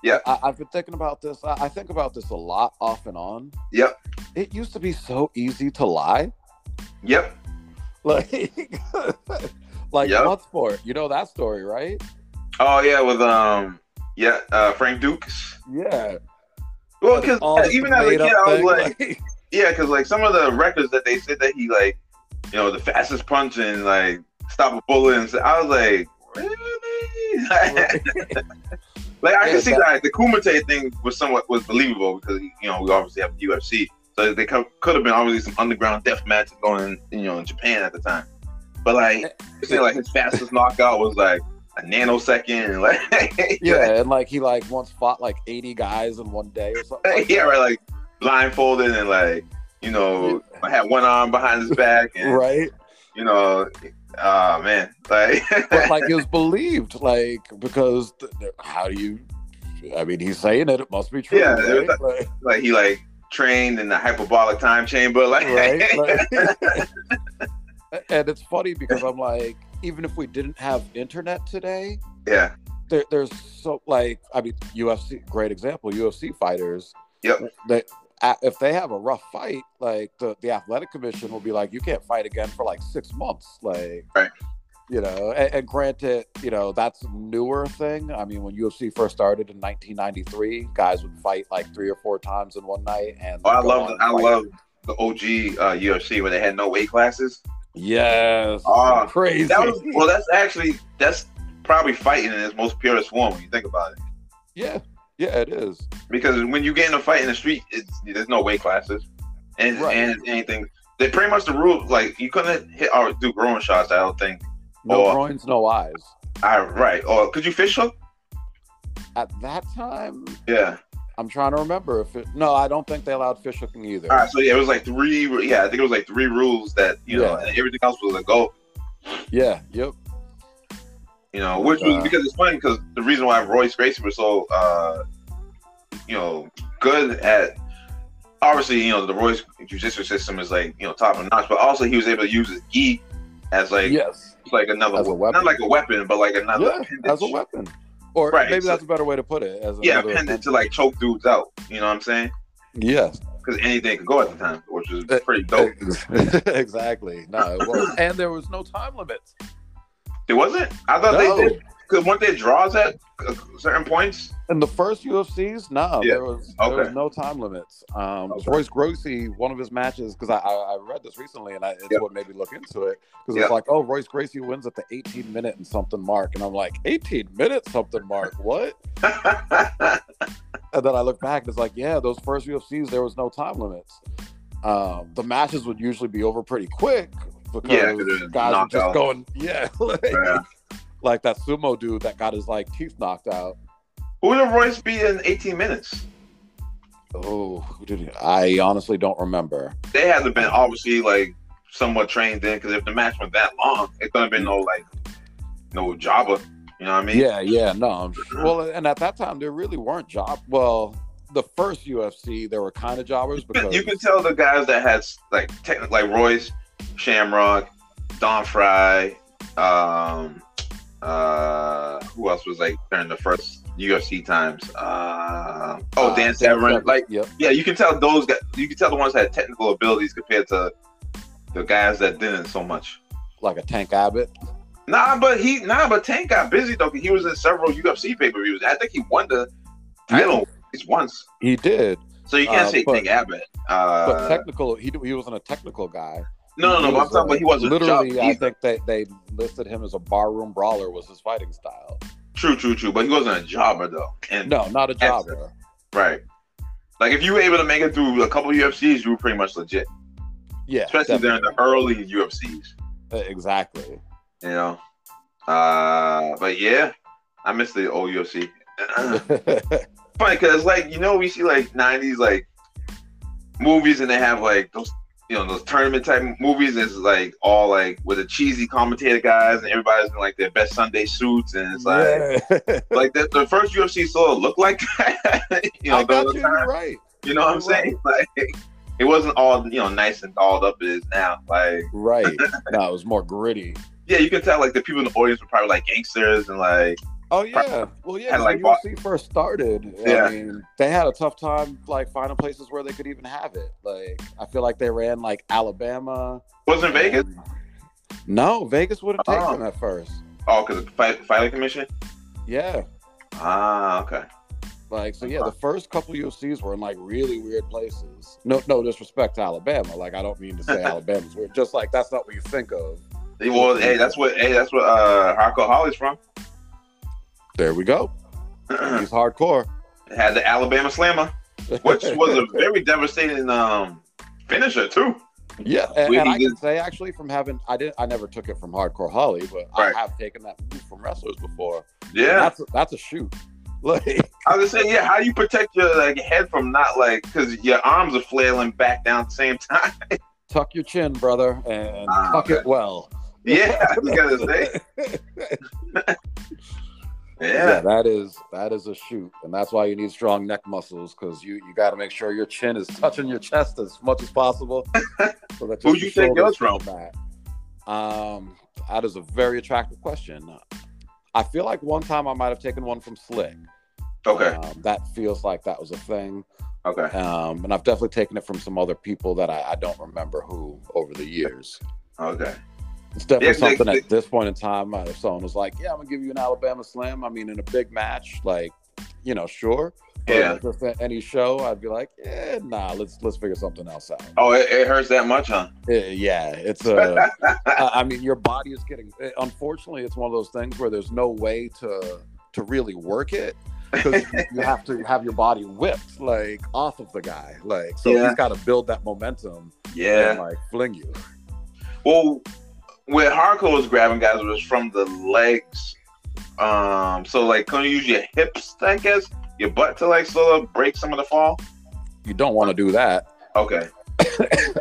A: Yeah.
B: I, I've been thinking about this. I, I think about this a lot off and on.
A: Yep.
B: It used to be so easy to lie.
A: Yep.
B: Like, like
A: Yep.
B: Bloodsport. You know that story, right?
A: Oh yeah, with um, yeah, uh, Frank Dukes.
B: Yeah.
A: Well, because even as a kid, I was like, yeah, because like some of the records that they said that he like, you know, the fastest punch and like stop a bullet, and so, I was like, really? like I
B: Yeah,
A: can see
B: that-
A: that the Kumite thing was somewhat was believable because you know we obviously have the UFC, So they could have been obviously some underground death matches going, you know, in Japan at the time. But
B: Eh,
A: like, you say, like his fastest knockout was like a nanosecond. Like,
B: Yeah, and like he like once fought like eighty guys in one day or something. like
A: yeah,
B: that.
A: right. Like blindfolded and like, you know, I had one arm behind his back and
B: Right,
A: you know, ah man, like,
B: but like it was believed, like because th- th- how do you? I mean, he's saying it; it must be true.
A: Yeah, it was
B: right? Like-
A: like he like trained in the hyperbolic time chamber. Like,
B: right? Like- and it's funny because I'm like, even if we didn't have internet today,
A: yeah,
B: there, there's so like, I mean, UFC, great example, UFC fighters.
A: Yep.
B: That if they have a rough fight, like the, the athletic commission will be like, you can't fight again for like six months, like.
A: Right.
B: You know, and, and granted, you know that's a newer thing. I mean, when UFC first started in 1993, guys would fight like three or four times in one night, and
A: oh, I
B: go
A: love,
B: on
A: the,
B: and
A: I
B: fight
A: love the OG uh, UFC where they had no weight classes.
B: Yes.
A: Ah,
B: crazy.
A: That was well. That's actually that's probably fighting in its most purest form when you think about it.
B: yeah. Yeah, it is.
A: Because when you get in a fight in the street, it's, there's no weight classes, and
B: Right.
A: and it's anything. They pretty much the rule like you couldn't hit or do groin shots. I don't think.
B: No
A: Oh.
B: groins, no eyes.
A: I right or could you fish hook?
B: At that time,
A: Yeah.
B: I'm trying to remember if it. No, I don't think they allowed fish hooking either.
A: All right. So yeah, it was like three. Yeah, I think it was like three rules that you know
B: Yeah.
A: and everything else was a go.
B: Yeah. Yep.
A: You know, which was
B: Wow.
A: because it's funny because the reason why Royce Gracie was so, uh, you know, good at obviously, you know, the Royce judicial system is like you know top of notch, but also he was able to use his gi as like
B: yes.
A: like another
B: As a
A: we- not
B: weapon.
A: like a weapon, but like another
B: Yeah,
A: appendage.
B: as a weapon, or
A: Right,
B: maybe
A: so-
B: that's a better way to put it. As
A: yeah,
B: another-
A: appendage to like choke dudes out. You know what I'm saying?
B: Yes.
A: Because anything could go at the time, which is
B: Uh,
A: pretty dope.
B: exactly. No, it was, and there was no time limits.
A: It wasn't. I thought
B: No.
A: they did because weren't they draws at uh, certain points?
B: In the first UFCs, no,
A: Yeah.
B: there was there
A: Okay.
B: was no time limits. Um,
A: Okay.
B: Royce Gracie, one of his matches, because I, I I read this recently and I, it's
A: Yeah.
B: what made me look into it because
A: Yeah.
B: it's like, oh, Royce Gracie wins at the 18 minute and something mark, and I'm like, 18 minute something mark, what? And then I look back and it's like, yeah, those first UFCs there was no time limits. Um, the matches would usually be over pretty quick because
A: 'cause it was
B: guys were
A: knockout.
B: just going, yeah, like,
A: Yeah.
B: like that sumo dude that got his like teeth knocked out.
A: Who did Royce beat in 18 minutes?
B: Oh, who did he? I honestly don't remember.
A: They had to been obviously like somewhat trained in because if the match went that long, it couldn't have been no like no jobber. You know what I mean?
B: Yeah, yeah, no. I'm sure. Well, and at that time, there really weren't job. Well, the first UFC, there were kind of jobbers
A: You could-
B: because
A: You can tell the guys that had like techni- like Royce, Shamrock, Don Fry, um, uh, who else was like during the first UFC times? Uh, oh,
B: uh,
A: Dan Severn. Like
B: yep,
A: yeah, you can tell those guys. You can tell the ones that had technical abilities compared to the guys that didn't so much.
B: like a Tank Abbott.
A: Nah, but he nah, but Tank got busy though. 'cause He was in several UFC pay per views. I think he won the title at least once.
B: He did,
A: So you can't
B: Uh,
A: say
B: but-
A: Tank Abbott.
B: but
A: Uh,
B: technical. He he wasn't a technical guy.
A: no, no, no.
B: He
A: But I'm
B: was,
A: talking
B: uh,
A: about he wasn't
B: literally.
A: a job.
B: I
A: He,
B: think they they listed him as a barroom brawler was his fighting style.
A: true, true, true. But he wasn't a jobber though. And
B: No, not a
A: Excellent.
B: jobber.
A: right, like if you were able to make it through a couple UFCs, you were pretty much legit.
B: Yeah,
A: Especially
B: definitely.
A: during the early UFCs,
B: Uh, exactly.
A: you know. Uh, but yeah, I miss the old UFC. funny because like you know we see like 90s like movies and they have like those you know those tournament type movies is like all like with the cheesy commentator guys and everybody's in like their best Sunday suits and it's like
B: Yeah.
A: like the, the first UFC sort of looked like that, you know
B: I
A: the
B: got you
A: other
B: you're
A: time,
B: right.
A: you know what I'm saying like it wasn't all you know nice and dolled up it is now like
B: Right. No, it was more gritty.
A: yeah you can tell like the people in the audience were probably like gangsters and like
B: Oh yeah, well yeah.
A: Had,
B: When
A: like,
B: UFC
A: bought-
B: first started,
A: Yeah.
B: I mean, they had a tough time like finding places where they could even have it. Like I feel like they ran like Alabama.
A: wasn't Vegas
B: and- No, Vegas wouldn't take
A: Oh.
B: them at first.
A: oh because the fight, fighting commission
B: Yeah,
A: ah okay
B: like so. Yeah, the first couple UFCs were in like really weird places. No, no disrespect to Alabama. Like I don't mean to say Alabama's weird. Just like that's not what you think of.
A: They well, hey, that's what hey, that's what uh Hardcore Holly's from.
B: There we go. He's hardcore.
A: It had the Alabama Slammer, which was a very devastating um finisher too.
B: Yeah, and,
A: We
B: and I
A: need
B: can say actually from having I didn't I never took it from Hardcore Holly, but
A: Right.
B: I have taken that move from wrestlers before.
A: Yeah,
B: that's a, that's a shoot. Like
A: I was just saying, yeah. How you protect your like head from not like because your arms are flailing back down at the same time.
B: tuck your chin, brother, and
A: Ah,
B: tuck
A: okay.
B: it well.
A: yeah, I was gonna say. yeah,
B: that is that is a shoot, and that's why you need strong neck muscles because you you got to make sure your chin is touching your chest as much as possible. So
A: Who'd
B: that just
A: you
B: your
A: think yours
B: shoulders come back. Um, that is a very attractive question. I feel like one time I might have taken one from Slick.
A: okay,
B: Um, that feels like that was a thing.
A: okay,
B: Um, and I've definitely taken it from some other people that I, I don't remember who over the years.
A: okay.
B: It's definitely
A: Yeah, they-
B: something
A: they-
B: at this point in time. uh, If someone was like, "Yeah, I'm gonna give you an Alabama Slam," I mean, in a big match, like, you know, sure. But
A: Yeah.
B: if it's at any show, I'd be like, "Yeah, nah, let's let's figure something else out."
A: Oh, it, it hurts that much, huh?
B: Uh, yeah, it's a. I I mean, your body is getting. uh, Unfortunately, it's one of those things where there's no way to to really work it because you have to have your body whipped like off of the guy, like so
A: Yeah.
B: he's got to build that momentum and
A: Yeah.
B: like fling you.
A: Well, where Hardcore was grabbing guys it was from the legs. Um, so like, can you use your hips? I guess your butt to like sort of break some of the fall.
B: You don't want to do that.
A: Okay.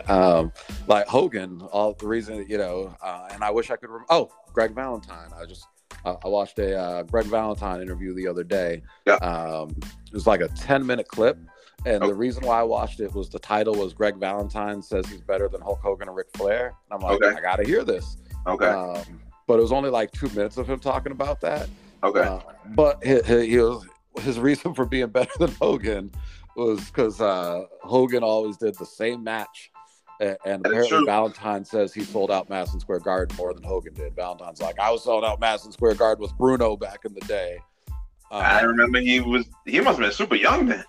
B: um, like Hogan, all the reason you know, uh, and I wish I could. Rem- oh, Greg Valentine. I just uh, I watched a uh, Greg Valentine interview the other day.
A: Yeah. Oh.
B: Um, it was like a ten minute clip, and
A: Okay.
B: the reason why I watched it was the title was Greg Valentine says he's better than Hulk Hogan and Ric Flair, and I'm like,
A: Okay.
B: I gotta hear this.
A: Okay.
B: Um, but it was only like two minutes of him talking about that.
A: okay.
B: Uh, but he, he, he was, his reason for being better than Hogan was because uh, Hogan always did the same match. And, and
A: That is
B: apparently
A: true.
B: Valentine says he sold out Madison Square Garden more than Hogan did. Valentine's like, I was sold out Madison Square Garden with Bruno back in the day.
A: I
B: Uh,
A: remember he was. He must have been super young then.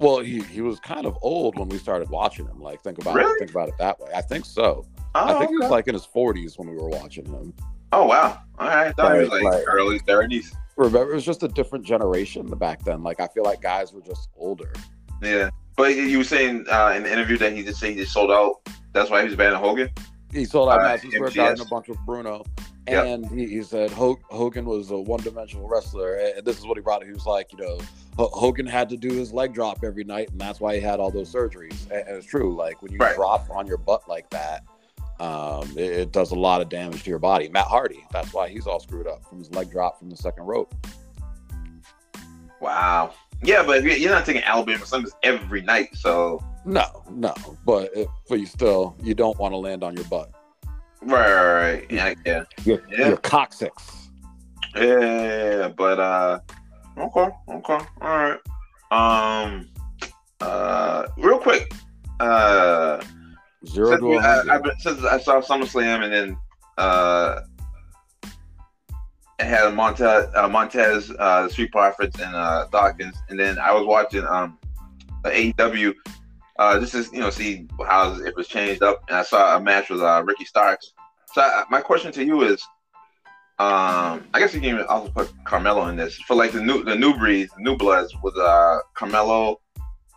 B: well, he, he was kind of old when we started watching him. Like, think about
A: Really?
B: it, think about it that way. I think so.
A: Oh,
B: I think he was
A: okay.
B: like in his 40s when we were watching him.
A: oh wow. All right. I thought he was like,
B: Like- like-
A: early thirties.
B: Remember, it was just a different generation back then. Like, I feel like guys were just older.
A: Yeah. But you- you were saying uh, in the interview that he just said he just sold out. That's why he was better than Hogan.
B: he sold out
A: Uh,
B: Madison Square
A: MGS.
B: Garden a bunch with Bruno,
A: Yep.
B: and he, he said Ho- Hogan was a one-dimensional wrestler, and this is what he brought. He was like, you know, Ho- Hogan had to do his leg drop every night, and that's why he had all those surgeries. And, and it's true, like when you
A: Right.
B: drop on your butt like that, um, it, it does a lot of damage to your body. Matt Hardy, that's why he's all screwed up from his leg drop from the second rope.
A: Wow. Yeah, but you're you're not taking Alabama Summers every night, so
B: No, no, but it, but you still you don't want to land on your butt.
A: right, right, right. Yeah, yeah,
B: Your,
A: Yeah.
B: your coccyx.
A: yeah, yeah, yeah. But uh, okay, okay, all right. Um, uh, real quick, uh,
B: Zero
A: since,
B: to
A: we-
B: a
A: I, I've
B: hundred.
A: been, since I saw SummerSlam and then uh, I had Montez, uh, Montez, uh, Street Profits, and uh, Dawkins, and then I was watching um, AEW. Uh, just to you know, see how if it's changed up, and I saw a match with uh, Ricky Starks. So I, my question to you is, um, I guess you can even also put Carmelo in this for like the new the new breeds, new bloods with uh, Carmelo,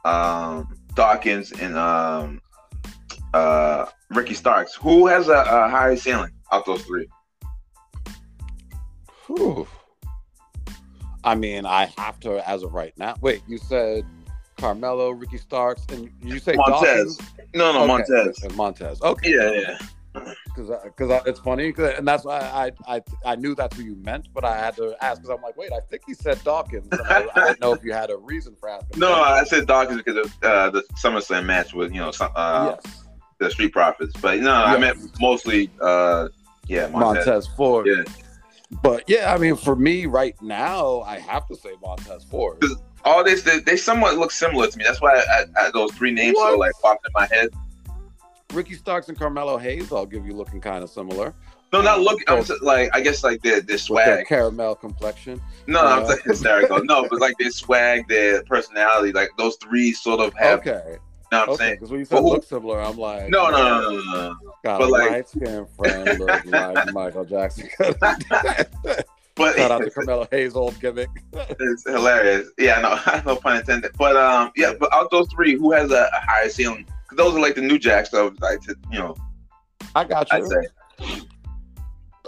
A: um, Dawkins, and um, uh, Ricky Starks. Who has a, a higher ceiling out those three?
B: Whew. I mean, I have to as of right now. Wait, you said Carmelo, Ricky Starks, and you say
A: Montez.
B: Dawkins?
A: No, no,
B: Okay,
A: Montez.
B: and Montez. Okay,
A: Yeah, yeah.
B: because because it's funny, 'cause- and that's why I, I I knew that's who you meant, but I had to ask because I'm like, wait, I think he said Dawkins. and I, I didn't know if you had a reason for asking.
A: No, I said Dawkins because of uh, the SummerSlam match with you know some, uh,
B: yes,
A: the Street Profits, but no, I
B: Yes.
A: meant mostly uh, yeah, Montez.
B: Montez, Ford.
A: Yeah.
B: But yeah, I mean, for me right now, I have to say Montez Ford.
A: All this they, they somewhat look similar to me. That's why I, I, I, those three names sort of
B: What?
A: like popped in my head.
B: Ricky Starks and Carmelo Hayes, I'll give you looking kind of similar.
A: No, not look. I'm
B: Well-
A: just, like I guess like their their
B: with their
A: swag.
B: caramel complexion.
A: No, no, I'm
B: Uh,
A: saying hysterical. No, but like their swag, their personality, like those three sort of have.
B: Okay,
A: You know what I'm
B: okay.
A: saying?
B: Because when you
A: But
B: said
A: who-
B: look similar, I'm like,
A: No, no, no, no, no, no.
B: got
A: but
B: a
A: like-
B: light skin friend, look like Michael Jackson.
A: But
B: Shout out to Carmelo Hayes' old gimmick.
A: It's hilarious. Yeah, no, no pun intended. But um, yeah, but out those three, who has a, a higher ceiling? those are like the new jacks of like to, you know
B: I got
A: I'd
B: you.
A: say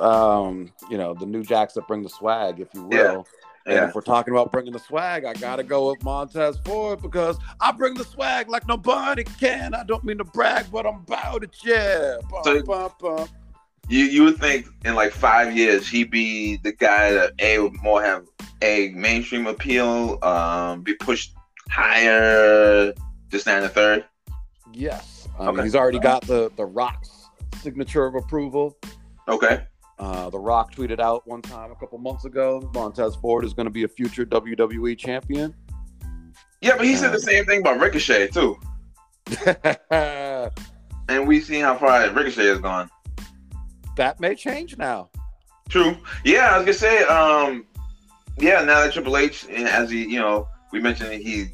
B: Um, you know, the new jacks that bring the swag, if you will.
A: Yeah.
B: And
A: yeah
B: if we're talking about bringing the swag, I gotta go with Montez Ford because I bring the swag like nobody can. I don't mean to brag, but I'm about it. Yeah. Bum,
A: So-
B: bum, bum.
A: you you would think in like five years he'd be the guy that a would more have a mainstream appeal um be pushed higher just that and the third
B: Yes. Um,
A: Okay.
B: He's already got the the Rock's signature of approval.
A: okay
B: Uh, the Rock tweeted out one time a couple months ago, Montez Ford is going to be a future WWE champion.
A: yeah but he said the same thing about ricochet too
B: that
A: and we seen how far ricochet has gone
B: may change now.
A: True. Yeah, I was gonna say, um, yeah, now that Triple H, and as he, you know, we mentioned that he,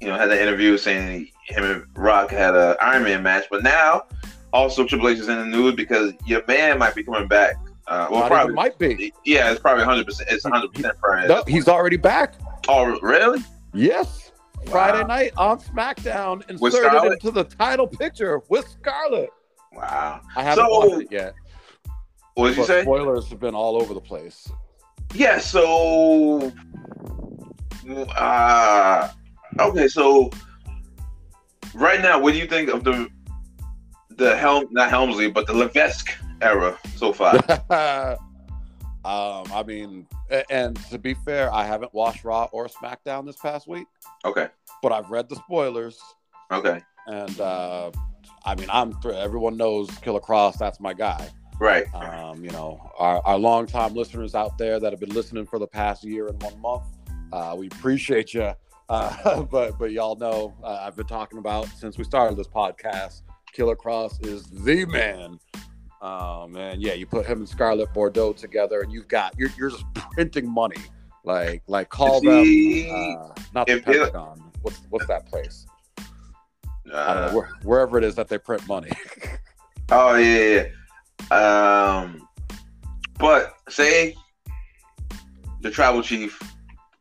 A: you know, had that interview saying him and Rock had a Iron Man match, but now also Triple H is in the news because your man might be coming back. Uh, well,
B: Not even
A: probably.
B: might be.
A: Yeah, it's probably 100. percent It's 100 percent Friday.
B: No, he's already back.
A: Oh, really?
B: Yes.
A: Wow.
B: Friday night on SmackDown,
A: With
B: inserted
A: Scarlett?
B: into the title picture with Scarlett.
A: Wow.
B: I haven't
A: So-
B: watched it yet.
A: What did you
B: but
A: say?
B: spoilers have been all over the place.
A: Yeah, so uh okay, so right now, what do you think of the the Helm not Helmsley, but the Levesque era so far?
B: um, I mean, a- and to be fair, I haven't watched Raw or SmackDown this past week,
A: okay,
B: but I've read the spoilers,
A: okay.
B: and uh, I mean, I'm thr- everyone knows Killer Cross. That's my guy.
A: Right.
B: Um, you know, our, our longtime listeners out there that have been listening for the past year and one month, uh, we appreciate you. Uh, but but y'all know uh, I've been talking about since we started this podcast. Killer Cross is the man. Um, and yeah, you put him and Scarlett Bordeaux together, and you've got you're, you're just printing money. Like like call them
A: See,
B: uh, not the
A: if they-
B: Pentagon. What's what's that place? I don't
A: uh,
B: know, where, wherever it is that they print money.
A: oh yeah, yeah. Um but say the tribal chief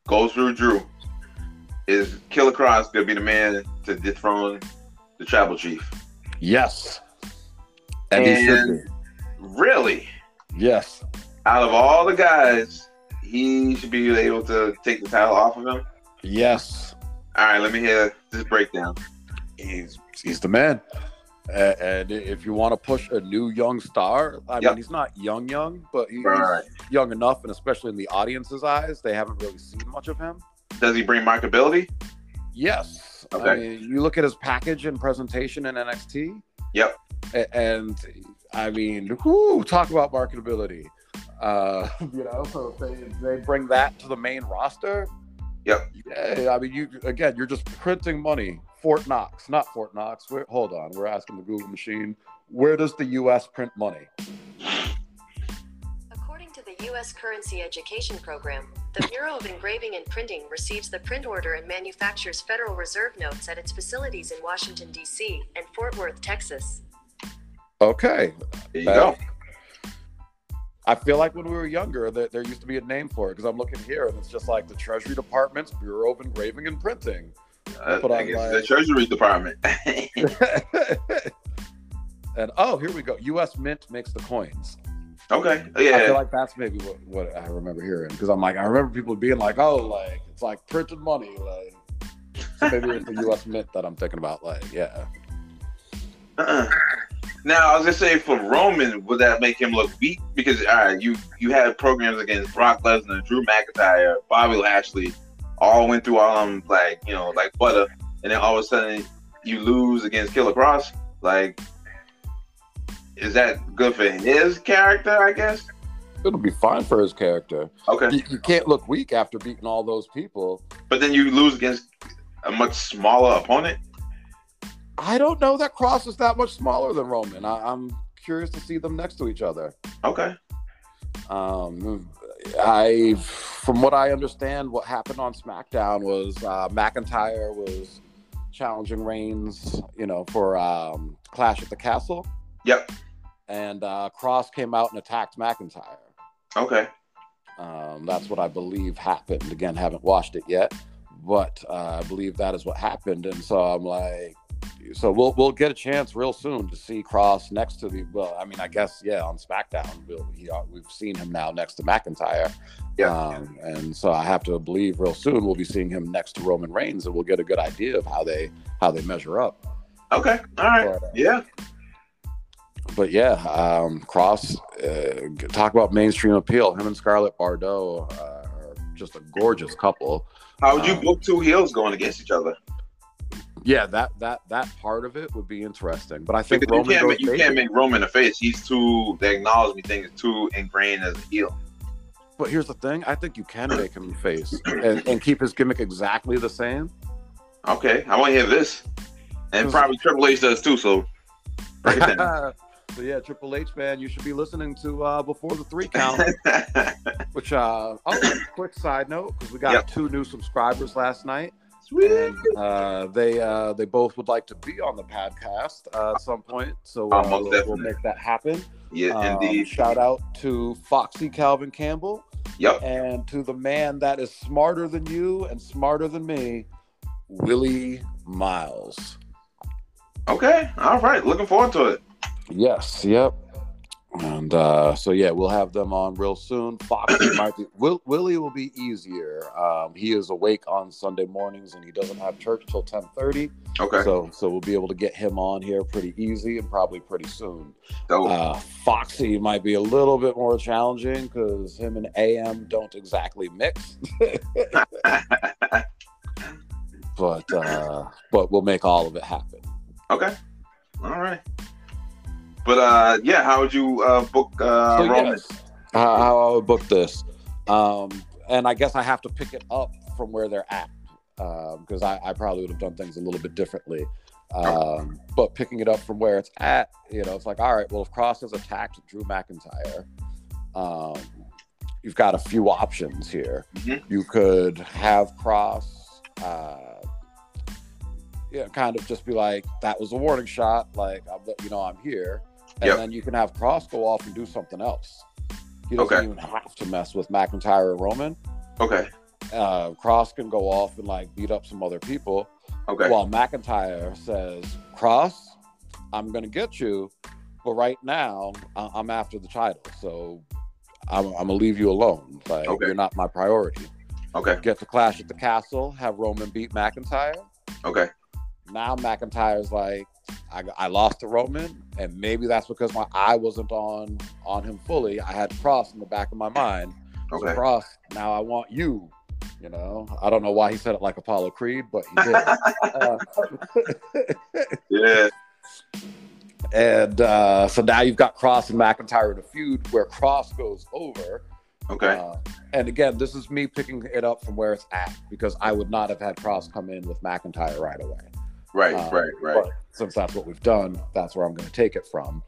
A: goes through Drew. Is Killer Cross gonna be the man to dethrone the tribal chief?
B: yes, and, he should
A: And- Really?
B: be. Yes,
A: out of all the guys, he should be able to take the title off of him.
B: Yes,
A: All right, let me hear this breakdown.
B: he's he's the man. A- And if you want to push a new young star, I
A: Yep.
B: mean, he's not young, young, but he- he's
A: Right.
B: young enough, and especially in the audience's eyes, they haven't really seen much of him.
A: Does he bring marketability?
B: Yes, I
A: Okay.
B: mean, you look at his package and presentation in NXT.
A: Yep.
B: A- and I mean, whoo, talk about marketability. Uh, you know, so if they, if they bring that to the main roster.
A: Yep.
B: Yeah, I mean, you again, you're just printing money. Fort Knox, not Fort Knox. Where, hold on, we're asking the Google machine. Where does the U.S. print money?
C: According to the U.S. Currency Education Program, the Bureau of Engraving and Printing receives the print order and manufactures Federal Reserve notes at its facilities in Washington, D.C. and Fort Worth, Texas.
B: Okay,
A: There you
B: Uh,
A: go.
B: I feel like when we were younger, that there used to be a name for it because I'm looking here and it's just like the Treasury Department's Bureau of Engraving and Printing.
A: Uh,
B: but
A: I
B: I'm
A: guess
B: like-
A: the Treasury Department.
B: and oh, here we go. U.S. Mint makes the coins.
A: okay.
B: I
A: Yeah.
B: feel like that's maybe what, what I remember hearing because I'm like, I remember people being like, oh, like it's like printed money. Like so maybe it's the U.S. Mint that I'm thinking about. Like, yeah.
A: Uh-uh. Now I was gonna say for Roman, would that make him look weak? Because all right, you you had programs against Brock Lesnar, Drew McIntyre, Bobby Lashley, all went through all them like you know like butter, and then all of a sudden you lose against Killer Cross. Like, is that good for his character? I guess.
B: It'll be fine for his character.
A: Okay,
B: You, you can't look weak after beating all those people.
A: but then you lose against a much smaller opponent.
B: I don't know that Cross is that much smaller than Roman. I, I'm curious to see them next to each other.
A: Okay.
B: Um, I, from what I understand, what happened on SmackDown was uh, McIntyre was challenging Reigns, you know, for um, Clash at the Castle,
A: Yep.
B: and uh, Cross came out and attacked McIntyre.
A: Okay.
B: Um, that's what I believe happened. Again, haven't watched it yet, but uh, I believe that is what happened. And so I'm like, so we'll we'll get a chance real soon to see Cross next to the well. I mean, I guess yeah, on SmackDown, we'll, he, uh, we've seen him now next to McIntyre.
A: Yeah.
B: Um, and so I have to believe real soon we'll be seeing him next to Roman Reigns, and we'll get a good idea of how they how they measure up.
A: Okay. All right.
B: But, uh,
A: Yeah.
B: But yeah, um, Cross, uh, g- talk about mainstream appeal. Him and Scarlett Bordeaux uh, are just a gorgeous couple.
A: How would you
B: um,
A: book two heels going against each other?
B: Yeah, that that that part of it would be interesting. But I think
A: Because you
B: Roman
A: can't,
B: goes
A: make, you
B: basic.
A: can't make Roman a face. He's too. The acknowledgement thing is too ingrained as a heel.
B: But here's the thing: I think you can make him face and, and keep his gimmick exactly the same.
A: Okay, I want to hear this, and probably Triple H does too. So break it down.
B: so yeah, Triple H man, you should be listening to uh, before the three count. which uh, oh, quick side note because we got
A: Yep.
B: two new subscribers last night.
A: Sweet.
B: And, uh, they uh, they both would like to be on the podcast uh, at some point, so
A: Oh,
B: uh,
A: most
B: we'll, we'll
A: definitely.
B: make that happen.
A: Yeah,
B: Um,
A: indeed.
B: Shout out to Foxy Calvin Campbell
A: Yep.
B: and to the man that is smarter than you and smarter than me, Willie Miles.
A: Okay. All right. Looking forward to it.
B: Yes, yep. And uh, so yeah, we'll have them on real soon. Foxy might be Will, Willie will be easier. Um, he is awake on Sunday mornings and he doesn't have church till ten thirty.
A: Okay.
B: So so we'll be able to get him on here pretty easy and probably pretty soon.
A: So
B: Uh, Foxy might be a little bit more challenging because him and AM don't exactly mix. but uh, but we'll make all of it happen. uh,
A: okay. All right. But uh, yeah, how would you uh, book uh,
B: So,
A: Roman?
B: yes, how, how I would book this, um, and I guess I have to pick it up from where they're at because I, I probably would have done things a little bit differently. Um, but picking it up from where it's at, you know, it's like all right, well, if Cross has attacked Drew McIntyre, um, you've got a few options here.
A: Mhm.
B: You could have Cross. Uh, yeah, kind of just be like, that was a warning shot. Like, I'm let you know I'm here. And
A: Yep.
B: then you can have Cross go off and do something else. He doesn't
A: Okay.
B: even have to mess with McIntyre or Roman.
A: Okay.
B: Uh, Cross can go off and like beat up some other people
A: Okay.
B: while McIntyre says, Cross, I'm going to get you. But right now, I- I'm after the title. So I'm, I'm going to leave you alone. Like,
A: Okay.
B: you're not my priority.
A: okay.
B: Get the clash at the castle, have Roman beat McIntyre
A: Okay.
B: now McIntyre's like, I, I lost to Roman, and maybe that's because my eye wasn't on on him fully. I had Cross in the back of my mind. So
A: Okay.
B: Cross, now I want you. You know, I don't know why he said it like Apollo Creed, but he did. uh,
A: Yeah.
B: and uh, so now you've got Cross and McIntyre in a feud where Cross goes over.
A: Okay.
B: Uh, and again, this is me picking it up from where it's at because I would not have had Cross come in with McIntyre right away.
A: Right.
B: um,
A: right. Right.
B: But since that's what we've done, that's where I'm going to take it from.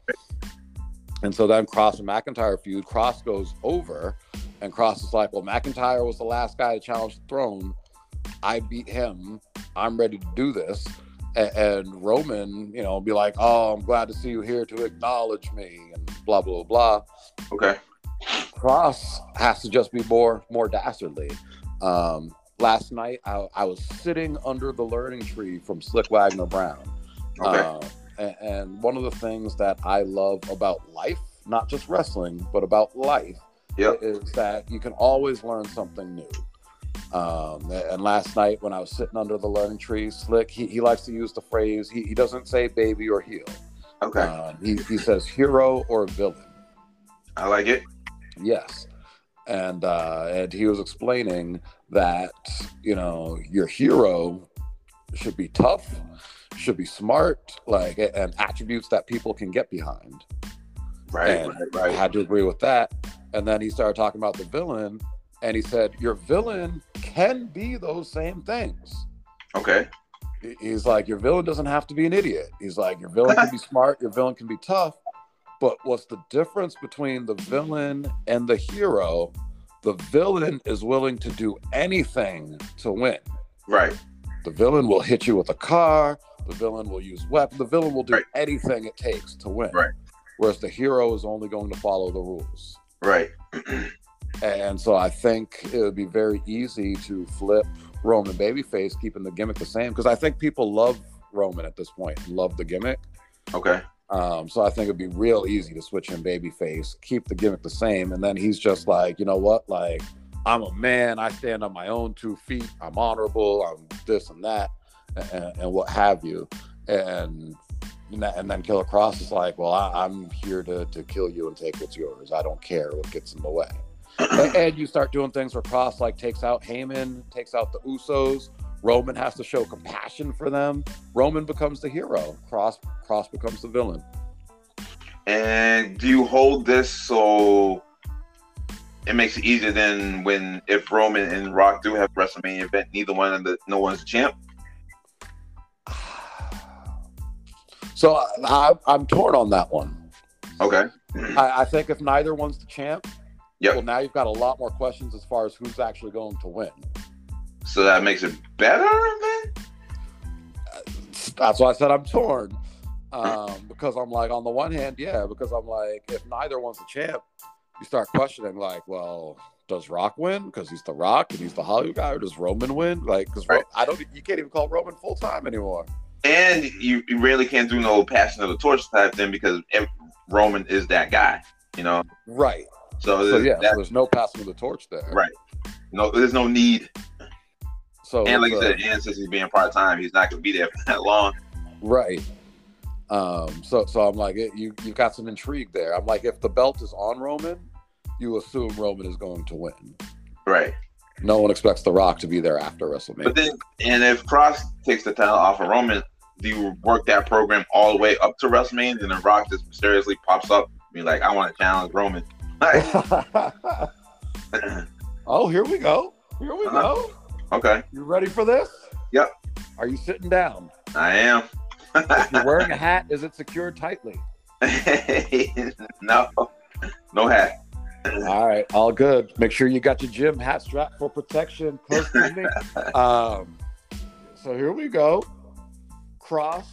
B: And so then Cross and McIntyre feud. Cross goes over, and Cross is like, "Well, McIntyre was the last guy to challenge the throne. I beat him. I'm ready to do this." A- And Roman, you know, be like, "Oh, I'm glad to see you here to acknowledge me," and blah blah blah.
A: Okay.
B: Cross has to just be more more dastardly. Um, last night, I, I was sitting under the learning tree from Slick Wagner Brown.
A: Okay.
B: Uh, a- and one of the things that I love about life, not just wrestling, but about life,
A: Yep.
B: is that you can always learn something new. Um, and last night when I was sitting under the learning tree, Slick, he, he likes to use the phrase, he, he doesn't say baby or heel.
A: okay.
B: Um, he, he says hero or villain.
A: I like it.
B: Yes. And uh, and he was explaining that, you know, your hero should be tough, should be smart, like and attributes that people can get behind.
A: Right.
B: And I
A: right. Right.
B: had to agree with that. And then he started talking about the villain and he said, Your villain can be those same things.
A: Okay.
B: He- He's like, Your villain doesn't have to be an idiot. He's like, Your villain can be smart, your villain can be tough. But what's the difference between the villain and the hero? The villain is willing to do anything to win.
A: Right.
B: The villain will hit you with a car. The villain will use weapons. The villain will do
A: Right.
B: anything it takes to win.
A: Right.
B: Whereas the hero is only going to follow the rules.
A: Right.
B: And so I think it would be very easy to flip Roman babyface, keeping the gimmick the same. Because I think people love Roman at this point and loved the gimmick.
A: Okay.
B: Um, so I think it'd be real easy to switch him babyface, keep the gimmick the same, and then he's just like, you know what? Like, I'm a man. I stand on my own two feet. I'm honorable. I'm this and that, and, and what have you. And and then Killer Cross is like, well, I, I'm here to to kill you and take what's yours. I don't care what gets in the way. and, and you start doing things where Cross like takes out Heyman, takes out the Usos. Roman has to show compassion for them. Roman becomes the hero. Cross Cross becomes the villain.
A: And do you hold this so it makes it easier than when if Roman and Rock do have WrestleMania event, neither one of the no one's champ.
B: So I, am torn on that one.
A: Okay.
B: I, I, think if neither one's the champ,
A: yep.
B: well, now you've got a lot more questions as far as who's actually going to win.
A: So that makes it better, then?
B: That's why I said I'm torn. Um, because I'm like, on the one hand, yeah, because I'm like, if neither one's the champ, you start questioning, like, well, does Rock win because he's the Rock and he's the Hollywood guy, or does Roman win? Like, because right. I don't, you can't even call Roman full time anymore.
A: And you, you really can't do no passing of the torch type thing because Roman is that guy, you know?
B: Right.
A: So,
B: so yeah, so there's no passing of the torch there.
A: Right. No, there's no need.
B: So uh,
A: and like you said, and since he's being part time, he's not gonna be there for that long.
B: Right. Um. So so I'm like, it, you you got some intrigue there. I'm like, if the belt is on Roman, you assume Roman is going to win.
A: Right.
B: No one expects The Rock to be there after WrestleMania.
A: But then, and if Cross takes the title off of Roman, do you work that program all the way up to WrestleMania, and then Rock just mysteriously pops up, be like, "I want to challenge Roman."
B: oh, here we go. Here we uh-huh. go.
A: Okay.
B: You ready for this?
A: Yep.
B: Are you sitting down?
A: I am.
B: if you're wearing a hat, is it secured tightly?
A: no. No hat.
B: All right, all good. Make sure you got your gym hat strap for protection. Close to me. Um, so here we go. Cross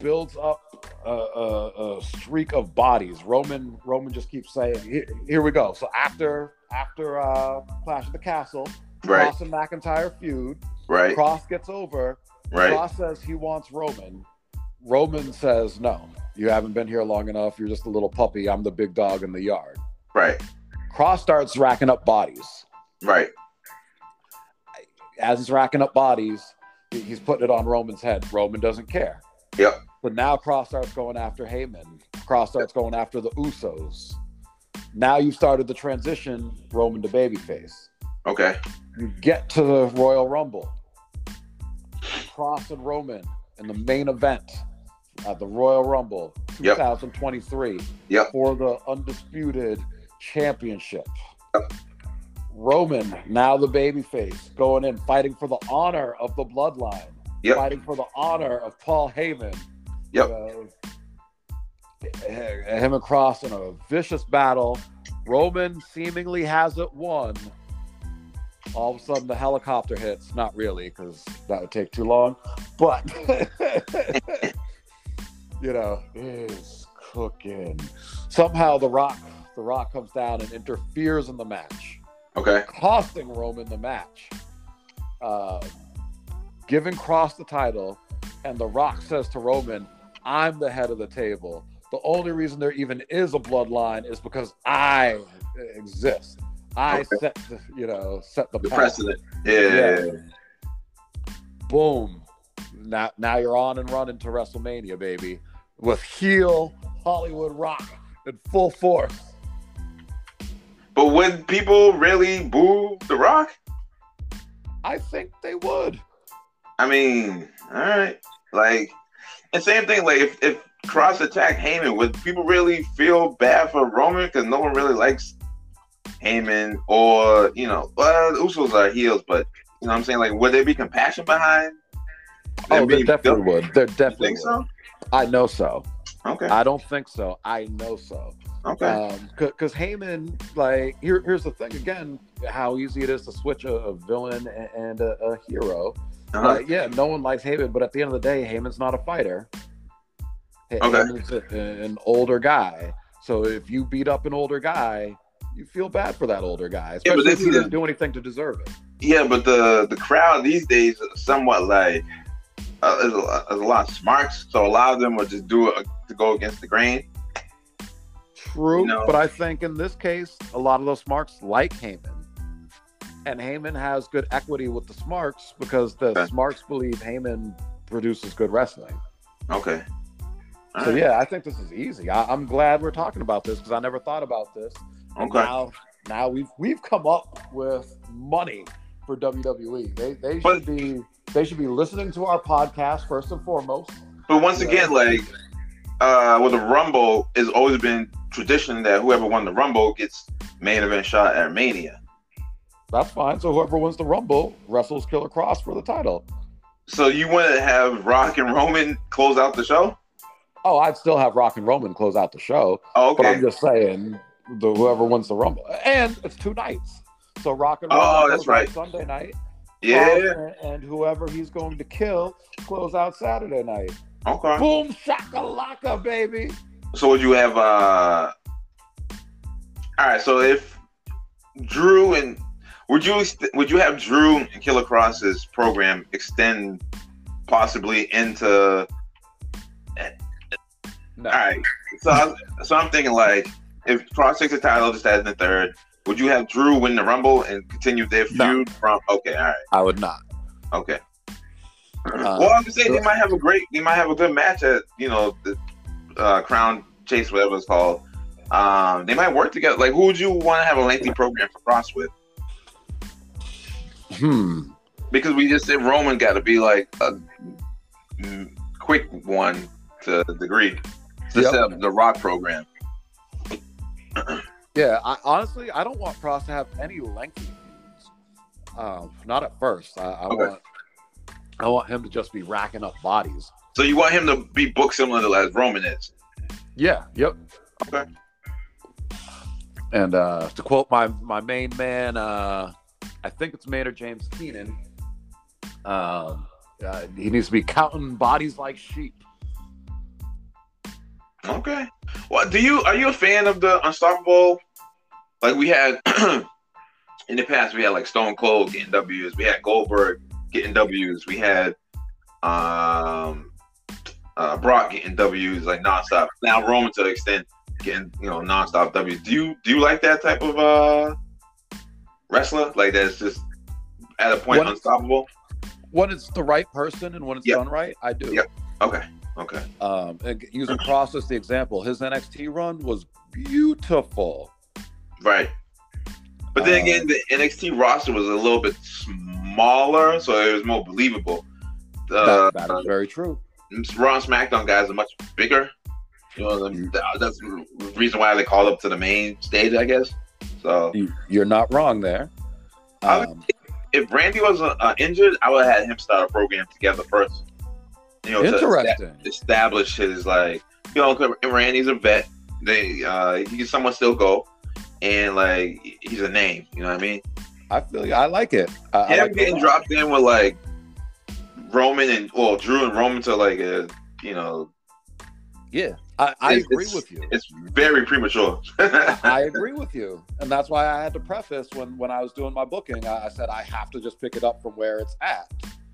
B: builds up a, a, a, streak of bodies. Roman Roman just keeps saying, "Here, here we go." So after after uh, Clash of the Castle,
A: right.
B: Cross and McIntyre feud.
A: Right.
B: Cross gets over.
A: Right.
B: Cross says he wants Roman. Roman says no you haven't been here long enough. You're just a little puppy. I'm the big dog in the yard.
A: Right.
B: Cross starts racking up bodies.
A: Right.
B: As he's racking up bodies, he's putting it on Roman's head. Roman doesn't care.
A: Yep.
B: But now Cross starts going after Heyman. Cross starts going after the Usos. Now you've started the transition Roman to babyface.
A: Okay.
B: You get to the Royal Rumble. Cross and Roman in the main event at the Royal Rumble 2023
A: yep. Yep.
B: for the undisputed championship.
A: Yep.
B: Roman, now the babyface, going in fighting for the honor of the bloodline, fighting for the honor of Paul Heyman.
A: Yep.
B: Uh, him and Cross in a vicious battle. Roman seemingly has it won. All of a sudden, the helicopter hits. Not really, because that would take too long. But you know, is cooking. Somehow the rock the rock comes down and interferes in the match.
A: Okay.
B: Costing Roman the match. Uh, giving Cross the title, and The Rock says to Roman, I'm the head of the table. The only reason there even is a bloodline is because I exist. I okay. set the, you know, set the,
A: the precedent. Yeah. yeah.
B: Boom. Now now you're on and running to WrestleMania, baby with heel Hollywood rock in full force.
A: But would people really boo The Rock?
B: I think they would.
A: I mean, all right. Like, and same thing, like, if, if Cross attacked Heyman, would people really feel bad for Roman? Because no one really likes Heyman or, you know, well, the Usos are heels, but, you know what I'm saying? Like, would there be compassion behind?
B: Oh, there definitely built? would. There definitely
A: think so?
B: I know so.
A: Okay.
B: I don't think so. I know so.
A: Okay.
B: Uh,
A: Um,
B: because Heyman, like, here, here's the thing again: how easy it is to switch a, a villain and, and a, a, hero. Uh-huh. Uh, yeah, no one likes Heyman, but at the end of the day, Heyman's not a fighter. Hey,
A: okay.
B: Heyman's a, an older guy, so if you beat up an older guy, you feel bad for that older guy, especially yeah, if he didn't do anything to deserve it.
A: Yeah, but the the crowd these days somewhat like uh, there's, a lot, there's a lot of smarts, so a lot of them will just do it to go against the grain.
B: True,
A: No.
B: but I think in this case, a lot of those smarks like Heyman. And Heyman has good equity with the smarks because the
A: Okay.
B: smarks believe Heyman produces good wrestling.
A: Okay. All
B: so,
A: right.
B: yeah, I think this is easy. I, I'm glad we're talking about this because I never thought about this. And
A: Okay.
B: Now, now we've we've come up with money for WWE. They they should
A: But-
B: be they should be listening to our podcast first and foremost.
A: But once
B: Yeah.
A: again, like uh with the Rumble, it's always been tradition that whoever won the Rumble gets main event shot at Mania.
B: That's fine. So whoever wins the Rumble wrestles Killer Cross for the title.
A: So you want to have Rock and Roman close out the show?
B: Oh, I'd still have Rock and Roman close out the show,
A: Oh,
B: but I'm
A: okay.
B: just saying the whoever wins the Rumble, and it's two nights. So Rock and
A: Oh,
B: Roman.
A: that's
B: close out
A: right.
B: Sunday night.
A: Yeah.
B: Cross and- And whoever he's going to kill close out Saturday night.
A: Okay.
B: Boom shakalaka, baby.
A: So would you have? uh All right. So if Drew and would you ext- would you have Drew and Killer Cross's program extend possibly into
B: No.
A: All right. So, I- so I'm thinking like, if Cross takes the title, just as in the third, would you have Drew win the Rumble and continue their
B: No.
A: feud from? Okay, all right,
B: I would not.
A: okay.
B: Uh,
A: well, I'm just saying they might have a great, they might have a good match at you know the uh, Crown Chase, whatever it's called. Um, they might work together. Like, who would you want to have a lengthy program for Cross with?
B: Hmm.
A: Because we just said Roman got to be like a mm, quick one to a degree to
B: Yep.
A: set up the Rock program.
B: Yeah, I, honestly, I don't want Cross to have any lengthy feuds. Um, not at first. I, I
A: Okay.
B: want I want him to just be racking up bodies.
A: So you want him to be booked similar to as Roman is.
B: Yeah. Yep.
A: Okay.
B: And uh, to quote my my main man, uh, I think it's Maynard James Keenan. Um, uh, he needs to be counting bodies like sheep.
A: Okay. Well, do you are you a fan of the Unstoppable? Like we had in the past, we had like Stone Cold getting W's. We had Goldberg getting W's. We had um, uh, Brock getting W's like nonstop. Now Roman to the extent getting you know nonstop W's. Do you do you like that type of uh wrestler? Like that's just at a point
B: What-
A: unstoppable.
B: When it's the right person and when it's
A: Yeah.
B: done right, I do.
A: Yeah. Okay. Okay.
B: Um, and using Cross as the example, his NXT run was beautiful.
A: Right. But then
B: Uh,
A: again, the NXT roster was a little bit smaller, so it was more believable. The Uh,
B: That- that is very true.
A: Raw and SmackDown guys are much bigger. You know,
B: Mm.
A: the- the- that's the reason why they call up to the main stage, I guess. So
B: You, you're not wrong there.
A: I would-
B: Um,
A: if Randy was uh, injured, I would have had him start a program together first. You know, to
B: interesting.
A: establish his like you know 'cause Randy's a vet. They uh, he can somewhat still go, and like he's a name. You know what I mean?
B: I feel you. I like it. I, I
A: him
B: like it a
A: getting
B: lot.
A: dropped in with like Roman and well Drew and Roman to like a you know
B: Yeah, I, I
A: It's-
B: agree
A: it's-
B: with you.
A: it's very premature.
B: I I agree with you, and that's why I had to preface when when I was doing my booking. I, I said I have to just pick it up from where it's at.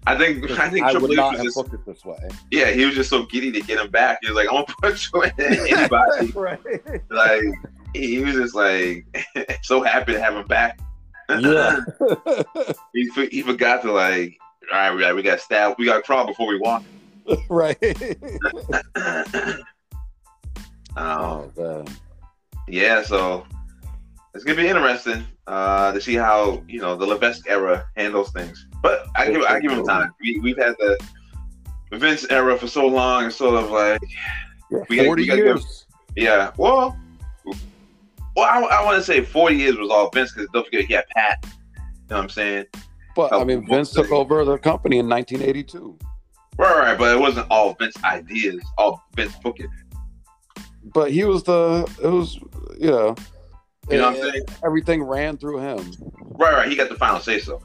A: I think
B: 'Cause
A: I think
B: I
A: Triple
B: would
A: H
B: not
A: was
B: have
A: just
B: booked it this way.
A: yeah he was just so giddy to get him back. He was like I'm gonna put you in anybody.
B: right.
A: like he was just like so happy to have him back.
B: Yeah.
A: he for- he forgot to like all right we got we got stab we got to crawl before we walk.
B: right.
A: um,
B: Oh, man.
A: yeah, so it's gonna be interesting uh, to see how you know the Levesque era handles things. But I give I give him time. We, we've had the Vince era for so long, and sort of like We gotta-
B: Forty
A: we gotta go-
B: years.
A: yeah, well, well, I, I want to say forty years was all Vince because don't forget, yeah, Pat. You know what I'm saying?
B: But
A: Oh,
B: I mean, Vince took over the company in 1982.
A: Right, right, but it wasn't all Vince ideas, all Vince booking.
B: But he was the it was you know,
A: You know what
B: it-
A: I'm saying?
B: everything ran through him.
A: Right, right. He got the final say so.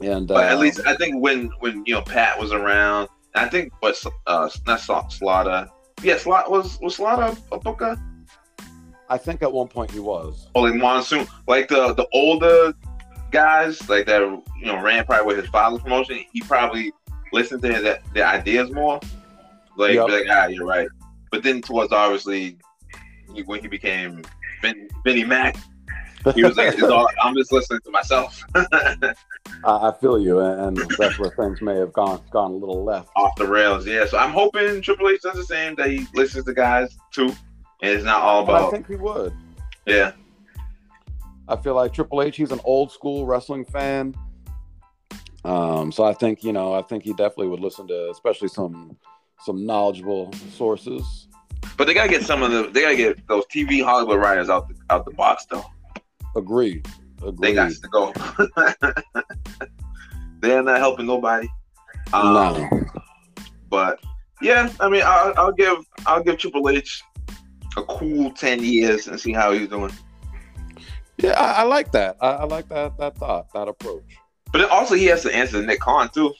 B: And
A: But
B: uh,
A: at least I think when when you know Pat was around, and I think what uh not Sla- Slaughter, yeah, Slaughter was was Slaughter a booker?
B: I think at one point he was.
A: Or like Monsoon, like the the older guys, like that, you know, ran probably with his father's promotion, he probably listened to his, their ideas more. Like,
B: Yep.
A: be like, ah, you're right. But then towards obviously he, when he became Vin, Vinnie Mac, he was like, it's all, I'm just listening to myself
B: I, I feel you, and and that's where things may have gone gone a little left.
A: off the rails. Yeah, so I'm hoping Triple H does the same that he listens to guys too, and it's not all
B: But I
A: about
B: think he would.
A: yeah.
B: I feel like Triple H, he's an old school wrestling fan. Um, so I think you know, I think he definitely would listen to, especially some some knowledgeable sources.
A: But they gotta get some of the they gotta get those TV Hollywood writers out the out the box though.
B: Agreed. Agreed.
A: They got to go. They're not helping nobody. Um,
B: no.
A: But yeah, I mean, I'll, I'll give I'll give Triple H a cool ten years and see how he's doing.
B: Yeah, I, I like that. I, I like that that thought, that approach.
A: But then also, he has to answer Nick Khan too.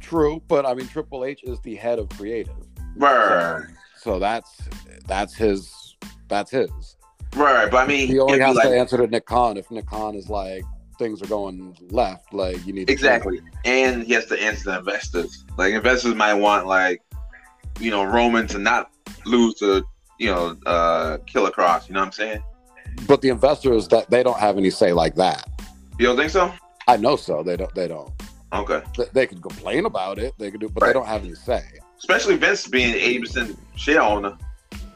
B: True, but I mean, Triple H is the head of creative,
A: Right,
B: so that's that's his that's his.
A: right. But I mean,
B: He only
A: it'd be
B: has
A: like-
B: to answer to Nick Khan if Nick Khan is like things are going left, like you need to change.
A: Exactly. And he has to answer the investors. Like investors might want like, you know, Roman to not lose to, you know, uh Killer Cross, you know what I'm saying?
B: But the investors that they don't have any say like that.
A: You don't think so?
B: I know so. They don't. They don't.
A: Okay.
B: They, they can complain about it. They can do, but they
A: Right.
B: don't have any say.
A: Especially Vince being eighty percent share owner.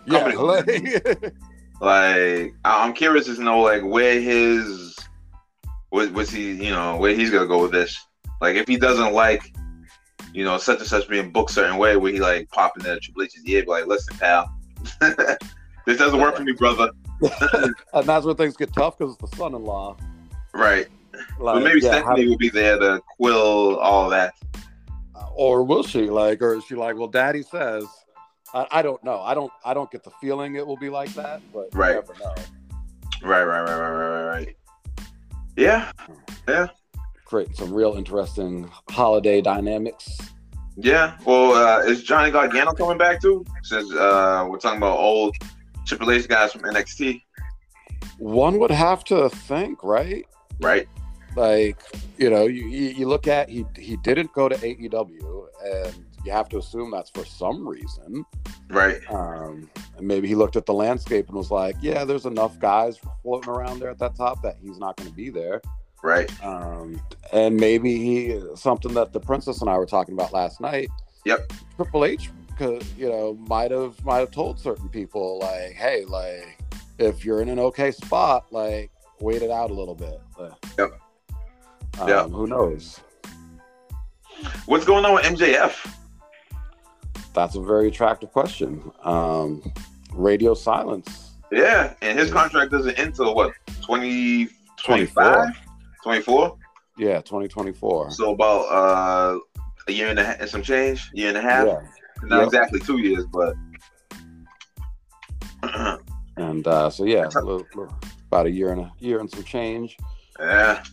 B: Yeah,
A: Company.
B: like-
A: Like I- I'm curious to know like where his what was he, you know, where he's gonna go with this. Like if he doesn't like you know, such and such being booked certain way, where he like popping that Triple H's ear, be like, listen, pal, this doesn't work for me, brother.
B: and that's where things get tough because it's the son-in-law.
A: Right.
B: Like,
A: but maybe
B: yeah, how-
A: Stephanie will be there to quill all that.
B: or will she like or is she like well daddy says I, I don't know i don't i don't get the feeling it will be like that but you
A: Right.
B: never know
A: Right, right, right, right, right, right, right. Yeah,
B: creating some real interesting holiday dynamics
A: yeah. Well, uh, is Johnny Gargano coming back too? Since uh, we're talking about old Triple H guys from NXT,
B: one would have to think right
A: right?
B: like you know you, you you look at he he didn't go to aew and you have to assume that's for some reason
A: Right.
B: um and maybe he looked at the landscape and was like yeah there's enough guys floating around there at that top that he's not going to be there
A: Right.
B: um, and maybe he something that the princess and I were talking about last night.
A: Yep.
B: Triple H, could, you know, might have might have told certain people like, hey, like if you're in an okay spot, like wait it out a little bit.
A: Yep.
B: Um,
A: Yeah.
B: Who knows?
A: What's going on with MJF?
B: That's a very attractive question. Um, radio silence.
A: Yeah, and his contract doesn't end till what 20, 25? 24?
B: Yeah, 2024.
A: So about uh, a year and a half and some change, year and a half.
B: Yeah.
A: Not
B: Yep.
A: exactly two years, but.
B: And uh, so yeah, a little- little- about a year and a year and some change.
A: Yeah.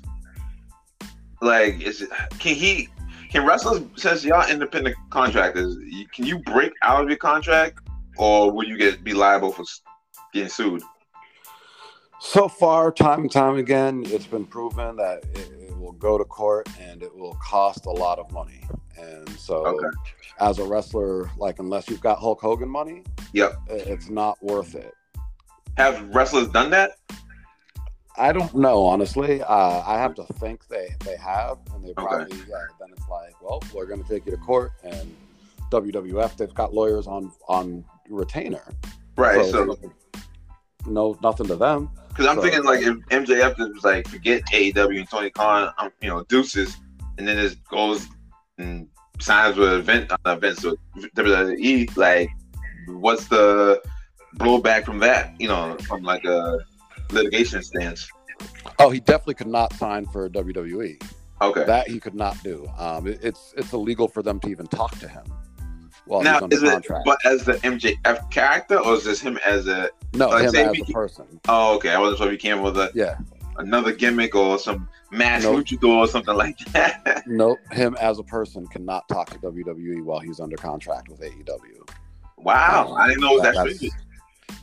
A: Like, is it, can he? Can wrestlers, since y'all independent contractors, you, can you break out of your contract, or will you get be liable for s- getting sued?
B: So far, time and time again, it's been proven that it, it will go to court and it will cost a lot of money. And so,
A: Okay.
B: as a wrestler, like unless you've got Hulk Hogan money,
A: Yep.
B: i- it's not worth it.
A: Have wrestlers done that?
B: I don't know, honestly. Uh, I have to think they they have, and they
A: Okay.
B: probably yeah. Then it's like, well, we're going to take you to court, and WWF they've got lawyers on on retainer,
A: Right.
B: So-
A: So,
B: no nothing to them.
A: because I'm
B: so-
A: thinking like if MJF just was like forget AEW and Tony Khan, um, you know, deuces, and then just goes and signs with event uh, events with WWE, like what's the blowback from that? You know, from like a litigation stance.
B: Oh, he definitely could not sign for E. WWE.
A: Okay.
B: That he could not do. Um, it- it's it's illegal for them to even talk to him while he's
A: now,
B: under
A: is it
B: contract.
A: but as the MJF character, or is this him as a?
B: no,
A: like,
B: him
A: say
B: as
A: we-
B: a person.
A: Oh, okay. I wasn't sure if he came with a
B: Yeah.
A: another gimmick or some mass
B: Nope.
A: luchador or something like that.
B: Nope, him as a person cannot talk to E WWE while he's under contract with AEW.
A: wow,
B: Um,
A: I didn't know Oh, it was
B: that-
A: that
B: that's-
A: stringent.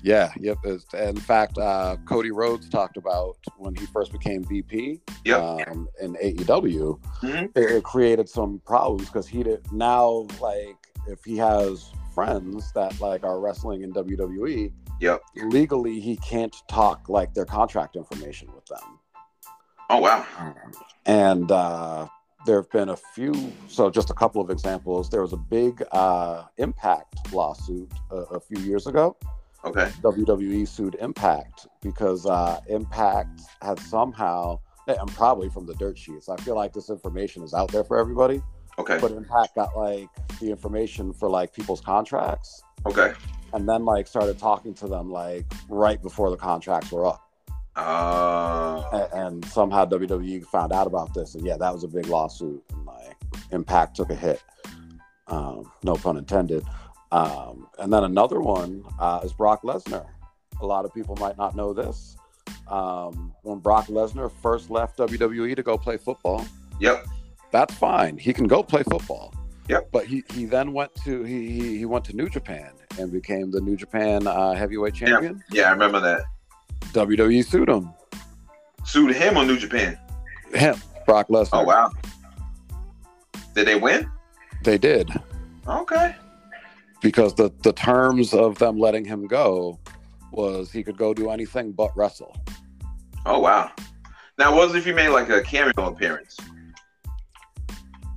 B: Yeah, yep. it's- In fact, uh, Cody Rhodes talked about when he first became VP
A: Yep.
B: um, in AEW,
A: Mhm.
B: it, it created some problems because he did now like if he has friends that like are wrestling in WWE,
A: Yep.
B: legally he can't talk like their contract information with them.
A: Oh wow.
B: And uh, there have been a few, so just a couple of examples. There was a big uh, Impact lawsuit a, a few years ago.
A: Okay.
B: WWE E sued Impact because uh, Impact had somehow, and probably from the dirt sheets, I feel like this information is out there for everybody,
A: Okay.
B: but Impact got like the information for like people's contracts
A: Okay.
B: and then like started talking to them like right before the contracts were up.
A: Uh,
B: A- and somehow WWE found out about this, and yeah, that was a big lawsuit, and like Impact took a hit. Um, no pun intended. Um, and then another one uh, is Brock Lesnar. A lot of people might not know this. Um, when Brock Lesnar first left WWE to go play football,
A: yep.
B: that's fine. He can go play football.
A: Yep.
B: But he, he then went to he, he he went to New Japan and became the New Japan uh, heavyweight champion.
A: Yeah, I remember that.
B: WWE sued him.
A: Sued him on New Japan.
B: Him, Brock Lesnar.
A: Oh wow. Did they win?
B: They did.
A: Okay.
B: because the the terms of them letting him go was he could go do anything but wrestle.
A: Oh wow. Now, what if you made like a cameo appearance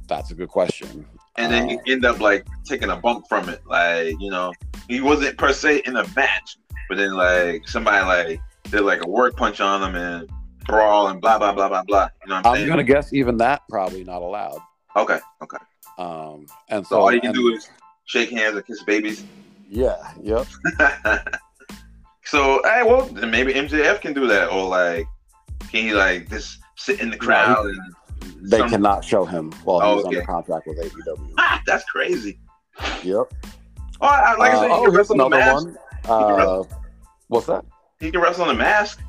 B: That's a good question.
A: and then you end up like taking a bump from it? Like, you know, he wasn't per se in a match, but then like somebody like did like a work punch on him and brawl and blah blah blah blah blah. You know what I'm,
B: I'm
A: saying?
B: gonna guess even that probably not allowed.
A: Okay. Okay.
B: Um, and so,
A: So all you can
B: and-
A: do is shake hands and kiss babies.
B: yeah, yep,
A: so, hey, well, then maybe MJF can do that, or like, can he like just sit in the crowd? And
B: they
A: some-
B: cannot show him while
A: Oh,
B: he's
A: okay.
B: under contract with E AEW.
A: Ah, that's crazy.
B: Yep.
A: Oh, I, like I
B: Uh,
A: said, he
B: oh,
A: can
B: here's
A: wrestle in a
B: another
A: mask.
B: one.
A: can
B: Uh, what's that?
A: He can wrestle in a mask.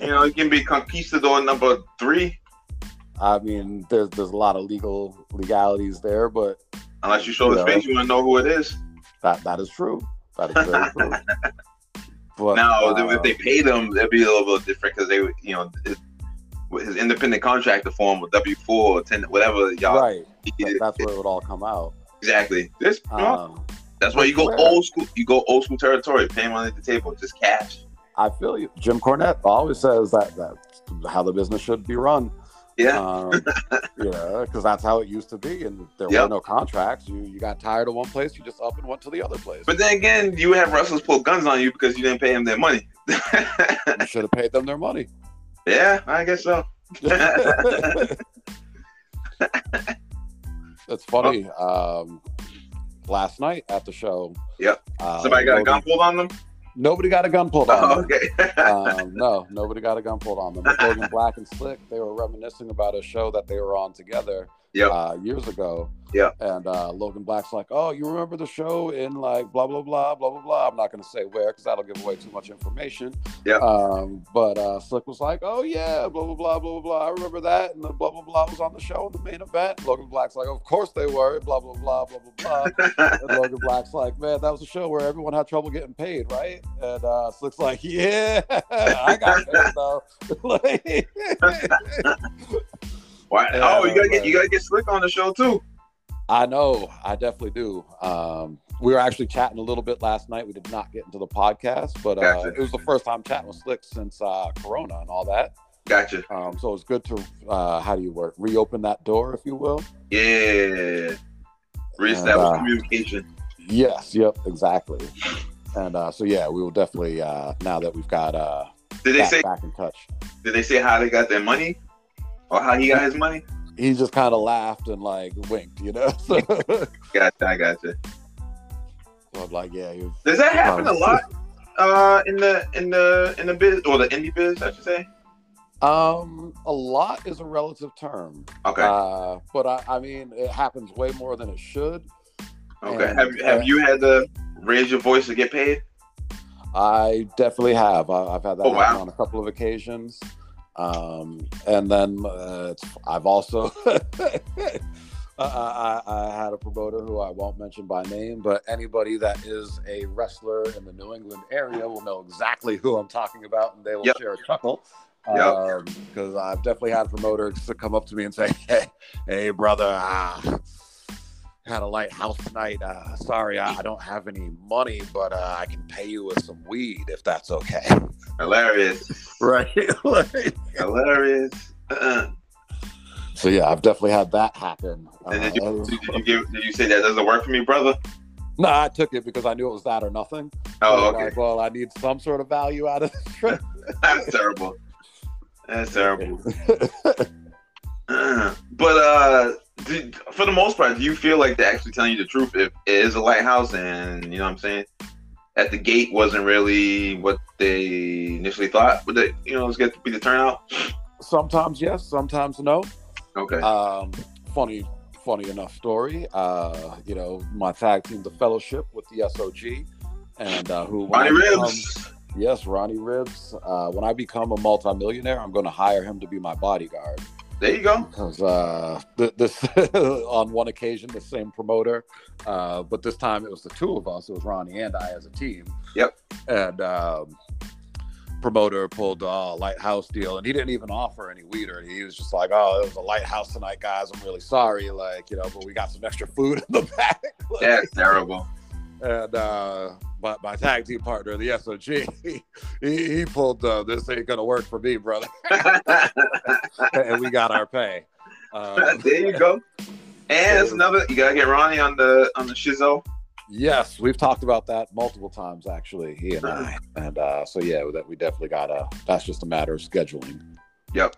A: You know, he can be conquistador number three,
B: I mean, there's there's a lot of legal legalities there, but
A: unless you show his
B: Yeah.
A: face. You want to know who it is.
B: that that is true. That is very true. But
A: Now,
B: uh,
A: if they paid him, that'd be a little bit different because they, would, you know, his, with his independent contractor form with W four or ten, whatever y'all all
B: right, that- that's where it would all come out.
A: exactly. This
B: Um,
A: That's why you go
B: Where?
A: old school. You go old school territory. Pay money at the table, just cash.
B: I feel you. Jim Cornette always says that that's how the business should be run.
A: Yeah,
B: Um, yeah, because that's how it used to be, and there
A: Yep.
B: were no contracts. You you got tired of one place, you just up and went to the other place.
A: but then again, you have wrestlers pull guns on you because you didn't pay them their money.
B: you should have paid them their money.
A: yeah, I guess so.
B: it's funny. Um, last night at the show,
A: Yep.
B: uh,
A: Somebody got a gun
B: nobody-
A: pulled on them.
B: Nobody got a gun pulled on.
A: Oh,
B: them.
A: okay.
B: um, no, nobody got a gun pulled on them. But Logan Black and Slick, they were reminiscing about a show that they were on together
A: Yep.
B: uh, years ago.
A: Yep.
B: And uh, Logan Black's like, "Oh, you remember the show in like blah blah blah blah blah blah." I'm not going to say where because that'll give away too much information.
A: Yep.
B: Um, but uh, Slick was like, "Oh yeah, blah blah blah blah blah. I remember that." And the blah blah blah was on the show in the main event. Logan Black's like, "Of course they were." Blah blah blah blah blah blah. And Logan Black's like, man, that was a show where everyone had trouble getting paid, right? And uh, Slick's like, yeah, I got paid though. like,
A: Why?
B: Yeah,
A: oh, you gotta get
B: right.
A: you gotta get slick on the show too.
B: I know, I definitely do. Um, we were actually chatting a little bit last night. We did not get into the podcast, but uh,
A: Gotcha.
B: it was the first time chatting with Slick since uh, Corona and all that.
A: Gotcha.
B: Um, so it was good to, uh, how do you work, reopen that door, if you will.
A: Yeah. Reestablish
B: And, uh,
A: communication.
B: Yes, yep, exactly. And uh, so, yeah, we will definitely, uh, now that we've got uh,
A: Did they
B: back,
A: say?
B: back in touch.
A: Did they say how they got their money, or how he got his money?
B: he just kind of laughed and like winked, you know. So, so
A: Gotcha. I gotcha.
B: I'm like, yeah, he was,
A: Does that happen a lot uh, in the in the in the biz or the indie biz? I should say.
B: um, a lot is a relative term,
A: Okay.
B: uh, but I, I mean, it happens way more than it should.
A: Okay.
B: And,
A: have have
B: uh,
A: you had to raise your voice to get paid?
B: I definitely have. I, I've had that
A: Oh, wow.
B: happen on a couple of occasions, um, and then uh, it's, I've also. I, I, I had a promoter who I won't mention by name, but anybody that is a wrestler in the New England area will know exactly who I'm talking about, and they will
A: Yep.
B: share a chuckle.
A: Yep.
B: Because I've definitely had promoters come up to me and say, "Hey, hey brother, uh, had a light house night. Uh, sorry, I, I don't have any money, but uh, I can pay you with some weed if that's okay."
A: Hilarious.
B: Right.
A: Hilarious. Uh-uh.
B: so yeah, I've definitely had that happen.
A: And did
B: Uh,
A: you, did you give, did you say that doesn't work for me, brother?
B: No, I took it because I knew it was that or nothing.
A: Oh,
B: So,
A: okay.
B: like, well, I need some sort of value out of this trip.
A: That's terrible. That's terrible. Uh, but uh, do, for the most part, do you feel like they're actually telling you the truth? If it is a lighthouse, and you know what I'm saying, at the gate wasn't really what they initially thought. Would they, you know, let's get to be the turnout?
B: sometimes yes, sometimes no.
A: Okay.
B: Um, funny, funny enough story. Uh, you know, my tag team, the Fellowship, with the SOG, and uh, who when I
A: Ronnie
B: become-
A: Ribs.
B: yes, Ronnie Ribs. Uh, when I become a multimillionaire, I'm going to hire him to be my bodyguard.
A: There you go.
B: because uh, th- this on one occasion the same promoter, uh, but this time it was the two of us. It was Ronnie and I as a team.
A: Yep.
B: And um, promoter pulled a lighthouse deal, and he didn't even offer any weed or anything. He was just like, "Oh, it was a lighthouse tonight, guys. I'm really sorry, like you know, but we got some extra food in the back."
A: That's terrible.
B: and uh, my, my tag team partner, the SOG, he, he pulled uh, this ain't gonna work for me, brother,
A: there
B: and we got our pay. Um,
A: you go. And it's another. You gotta get Ronnie on the on the Shizzo.
B: Yes, we've talked about that multiple times actually, he and I. And uh, so yeah, that we definitely gotta that's just a matter of scheduling.
A: Yeah.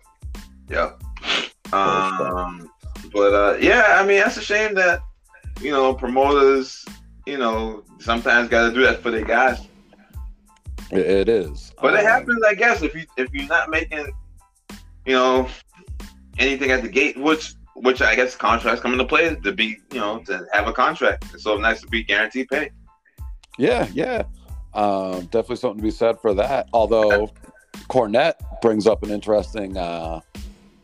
A: Um, but uh, yeah, I mean, that's a shame that you know promoters, you know, sometimes got to do that for their guys.
B: It, it is.
A: But it
B: Um,
A: happens, I guess, if you if you're not making, you know, anything at the gate, which which I guess contracts come into play to be, you know, to have a contract. It's so nice to be guaranteed pay.
B: Yeah, yeah. Um, definitely something to be said for that. Although Cornette brings up an interesting uh,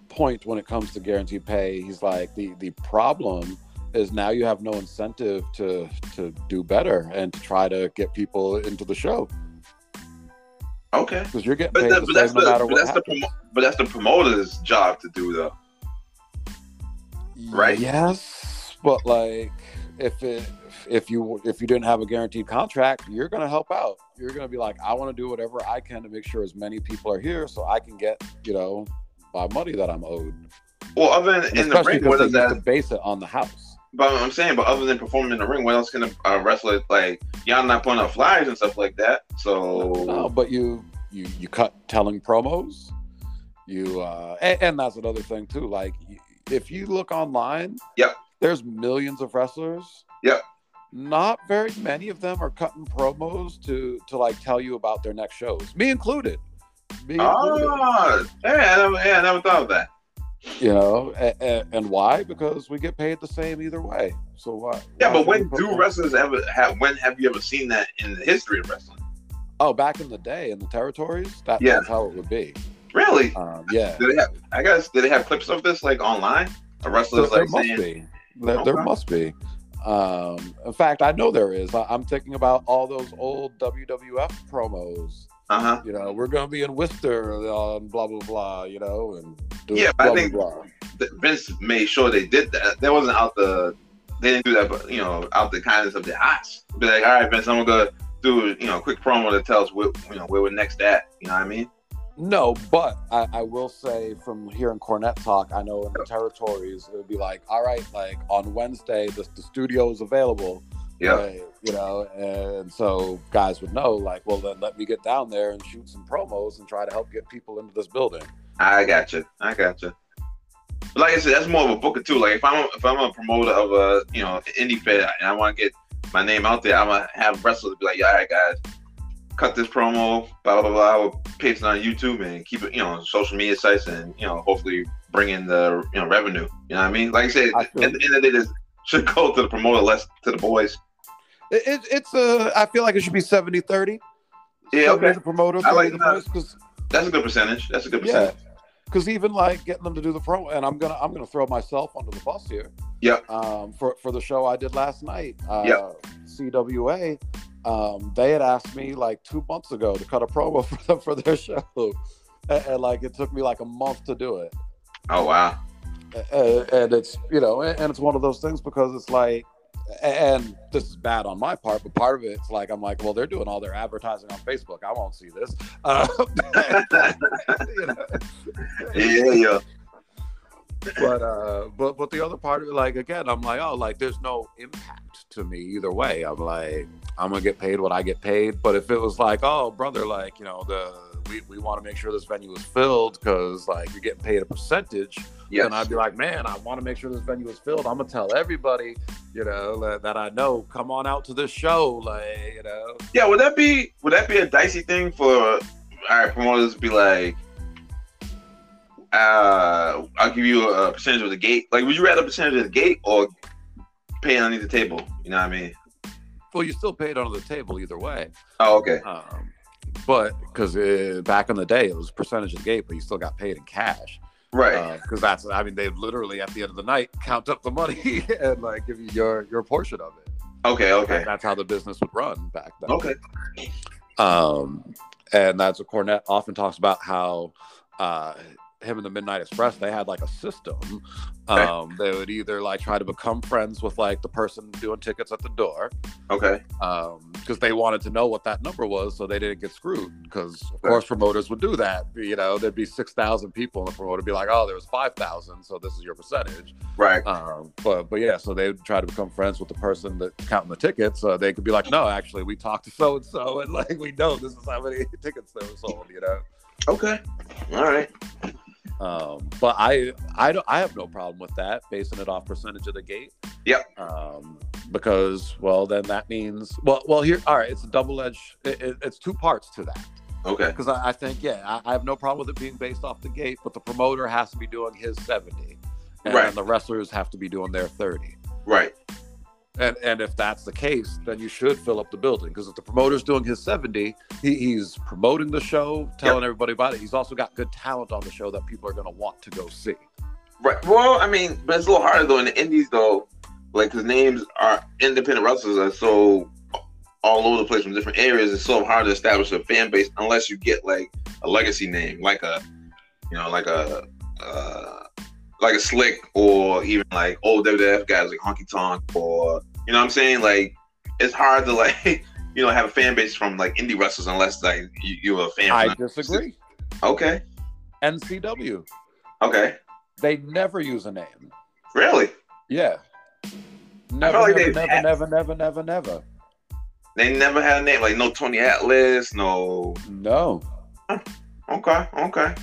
B: point when it comes to guaranteed pay. He's like the the problem is now you have no incentive to to do better and to try to get people into the show
A: Okay,
B: because you're getting
A: but,
B: paid
A: that,
B: the
A: but
B: same
A: that's
B: no
A: the
B: matter
A: but
B: what.
A: that's the
B: happens.
A: promo- but that's the promoter's job to do though. right?
B: Yes, but like if it if you if you didn't have a guaranteed contract, you're gonna help out. You're gonna be like, I want to do whatever I can to make sure as many people are here, so I can get you know my money that I'm owed.
A: Well, other than
B: And
A: in the
B: especially
A: ring, what does
B: because they used
A: that?
B: to base it on the house.
A: But I'm saying, but other than performing in the ring, what else can a, a wrestler like? Y'all not putting up flyers and stuff like that. So
B: No, but you you you cut telling promos. You uh, and, and that's another thing too. Like y- if you look online,
A: Yep.
B: there's millions of wrestlers.
A: Yep.
B: Not very many of them are cutting promos to to like tell you about their next shows, me included. Me included.
A: ah, yeah, I never, yeah, I never thought of that.
B: You know, and, and, why? Because we get paid the same either way. So why?
A: Yeah,
B: why
A: but
B: should
A: when
B: we put
A: do
B: them-
A: wrestlers ever have? When have you ever seen that in the history of wrestling?
B: Oh, back in the day in the territories, that,
A: Yeah.
B: that's how it would be.
A: Really?
B: Um, yeah.
A: Do they have? I guess do they have clips of this like online? A
B: there,
A: wrestler's
B: there
A: like
B: must
A: saying,
B: be. There, there
A: Okay.
B: must be. Um, in fact, I know there is. I, I'm thinking about all those old WWF promos.
A: "Uh huh."
B: You know, we're gonna be in Worcester on blah blah blah. You know, and do
A: Yeah, but I
B: blah,
A: think-
B: blah, blah.
A: Vince made sure they did that. That wasn't out the. They didn't do that, but you know, out the kindness of their hearts. Be like, all right, Vince, I'm gonna do you know a quick promo to tell us where you know where we're next at. You know what I mean?
B: No, but I, I will say from hearing Cornette talk, I know in the territories it would be like, all right, like on Wednesday, the, the studio is available.
A: Yeah.
B: Right, you know, and so guys would know, like, well, then let me get down there and shoot some promos and try to help get people into this building.
A: I gotcha. I gotcha. But like I said, that's more of a booker too. Like if I'm if I'm a promoter of a you know indie fair and I want to get my name out there, I'm gonna have wrestlers be like, yeah, all right, guys, cut this promo, blah blah blah. We'll paste it on YouTube and keep it, you know, on social media sites, and you know, hopefully bring in the you know revenue. You know what I mean? Like I said,
B: I
A: at the end of the day, this should go to the promoter, less to the boys.
B: It, it, it's a. I feel like it should be 70 30.
A: Yeah, okay,
B: The promoter,
A: I like
B: 30 the
A: that.
B: voice, 'cause-
A: that's a good percentage. That's a good
B: yeah.
A: percentage.
B: because even like getting them to do the pro, and I'm gonna I'm gonna throw myself under the bus here.
A: Yeah.
B: Um, for for the show I did last night. Uh,
A: Yeah.
B: CWA. Um, they had asked me like two months ago to cut a promo for them for their show, and, and like it took me like a month to do it.
A: Oh wow.
B: Uh, and it's you know and, and it's one of those things because it's like and this is bad on my part but part of it's like i'm like well they're doing all their advertising on facebook i won't see this uh, you know.
A: Yeah, yeah.
B: but uh but but the other part of it like again i'm like oh like there's no impact to me either way i'm like i'm gonna get paid what i get paid but if it was like oh brother like you know the we, we want to make sure this venue is filled because like you're getting paid a percentage
A: Yes.
B: and I'd be like, man, I want to make sure this venue is filled. I'm gonna tell everybody, you know, that, that I know, come on out to this show, like, you know.
A: Yeah, would that be would that be a dicey thing for all right promoters to be like, uh, I'll give you a percentage of the gate. Like, would you rather a percentage of the gate or pay underneath the table? You know what I mean?
B: Well, you still paid under the table either way,
A: Oh, okay.
B: um, but because back in the day it was percentage of the gate, but you still got paid in cash.
A: Right.
B: because that's I mean they literally at the end of the night count up the money and like give you your your portion of it.
A: okay. Okay. Oh,
B: And that's how the business would run back then.
A: Okay.
B: Um, and that's what Cornette often talks about how uh, him and the Midnight Express they had like a system.
A: Okay.
B: Um, they would either like try to become friends with like the person doing tickets at the door
A: Okay.
B: because they wanted to know what that number was so they didn't get screwed. Because of
A: Right.
B: course promoters would do that. You know, there'd be six thousand people and the promoter would be like, "Oh, there was five thousand, so this is your percentage."
A: Right.
B: Um, but but yeah, so they would try to become friends with the person that counting the tickets. So they could be like, no, actually, we talked to so and so, and like we know this is how many tickets that were sold. You know.
A: Okay. All right.
B: Um, but I I don't I have no problem with that basing it off percentage of the gate.
A: Yep.
B: Um, because well then that means well well here all right it's a double edged it, it- it's two parts to that
A: Okay.
B: because I, I think yeah I, I have no problem with it being based off the gate but the promoter has to be doing his seventy and
A: Right.
B: the wrestlers have to be doing their thirty.
A: Right.
B: And and if that's the case, then you should fill up the building because if the promoter's doing his 70, he, he's promoting the show, telling everybody about it. He's also got good talent on the show that people are going to want to go see.
A: Right. Well, I mean, but it's a little harder though in the indies though, like because names are independent wrestlers are so all over the place from different areas. It's so hard to establish a fan base unless you get like a legacy name, like a you know, like a uh, like a slick or even like old WWF guys like Honky Tonk or you know what I'm saying. Like it's hard to like you know have a fan base from like indie wrestlers unless like you, you're a fan.
B: I disagree.
A: okay.
B: NCW,
A: Okay.
B: they never use a name.
A: Really.
B: Yeah. Never,
A: like
B: never,
A: they've
B: never,
A: had-
B: never, never, never, never.
A: They never had a name like no Tony Atlas, no
B: No.
A: Okay, okay.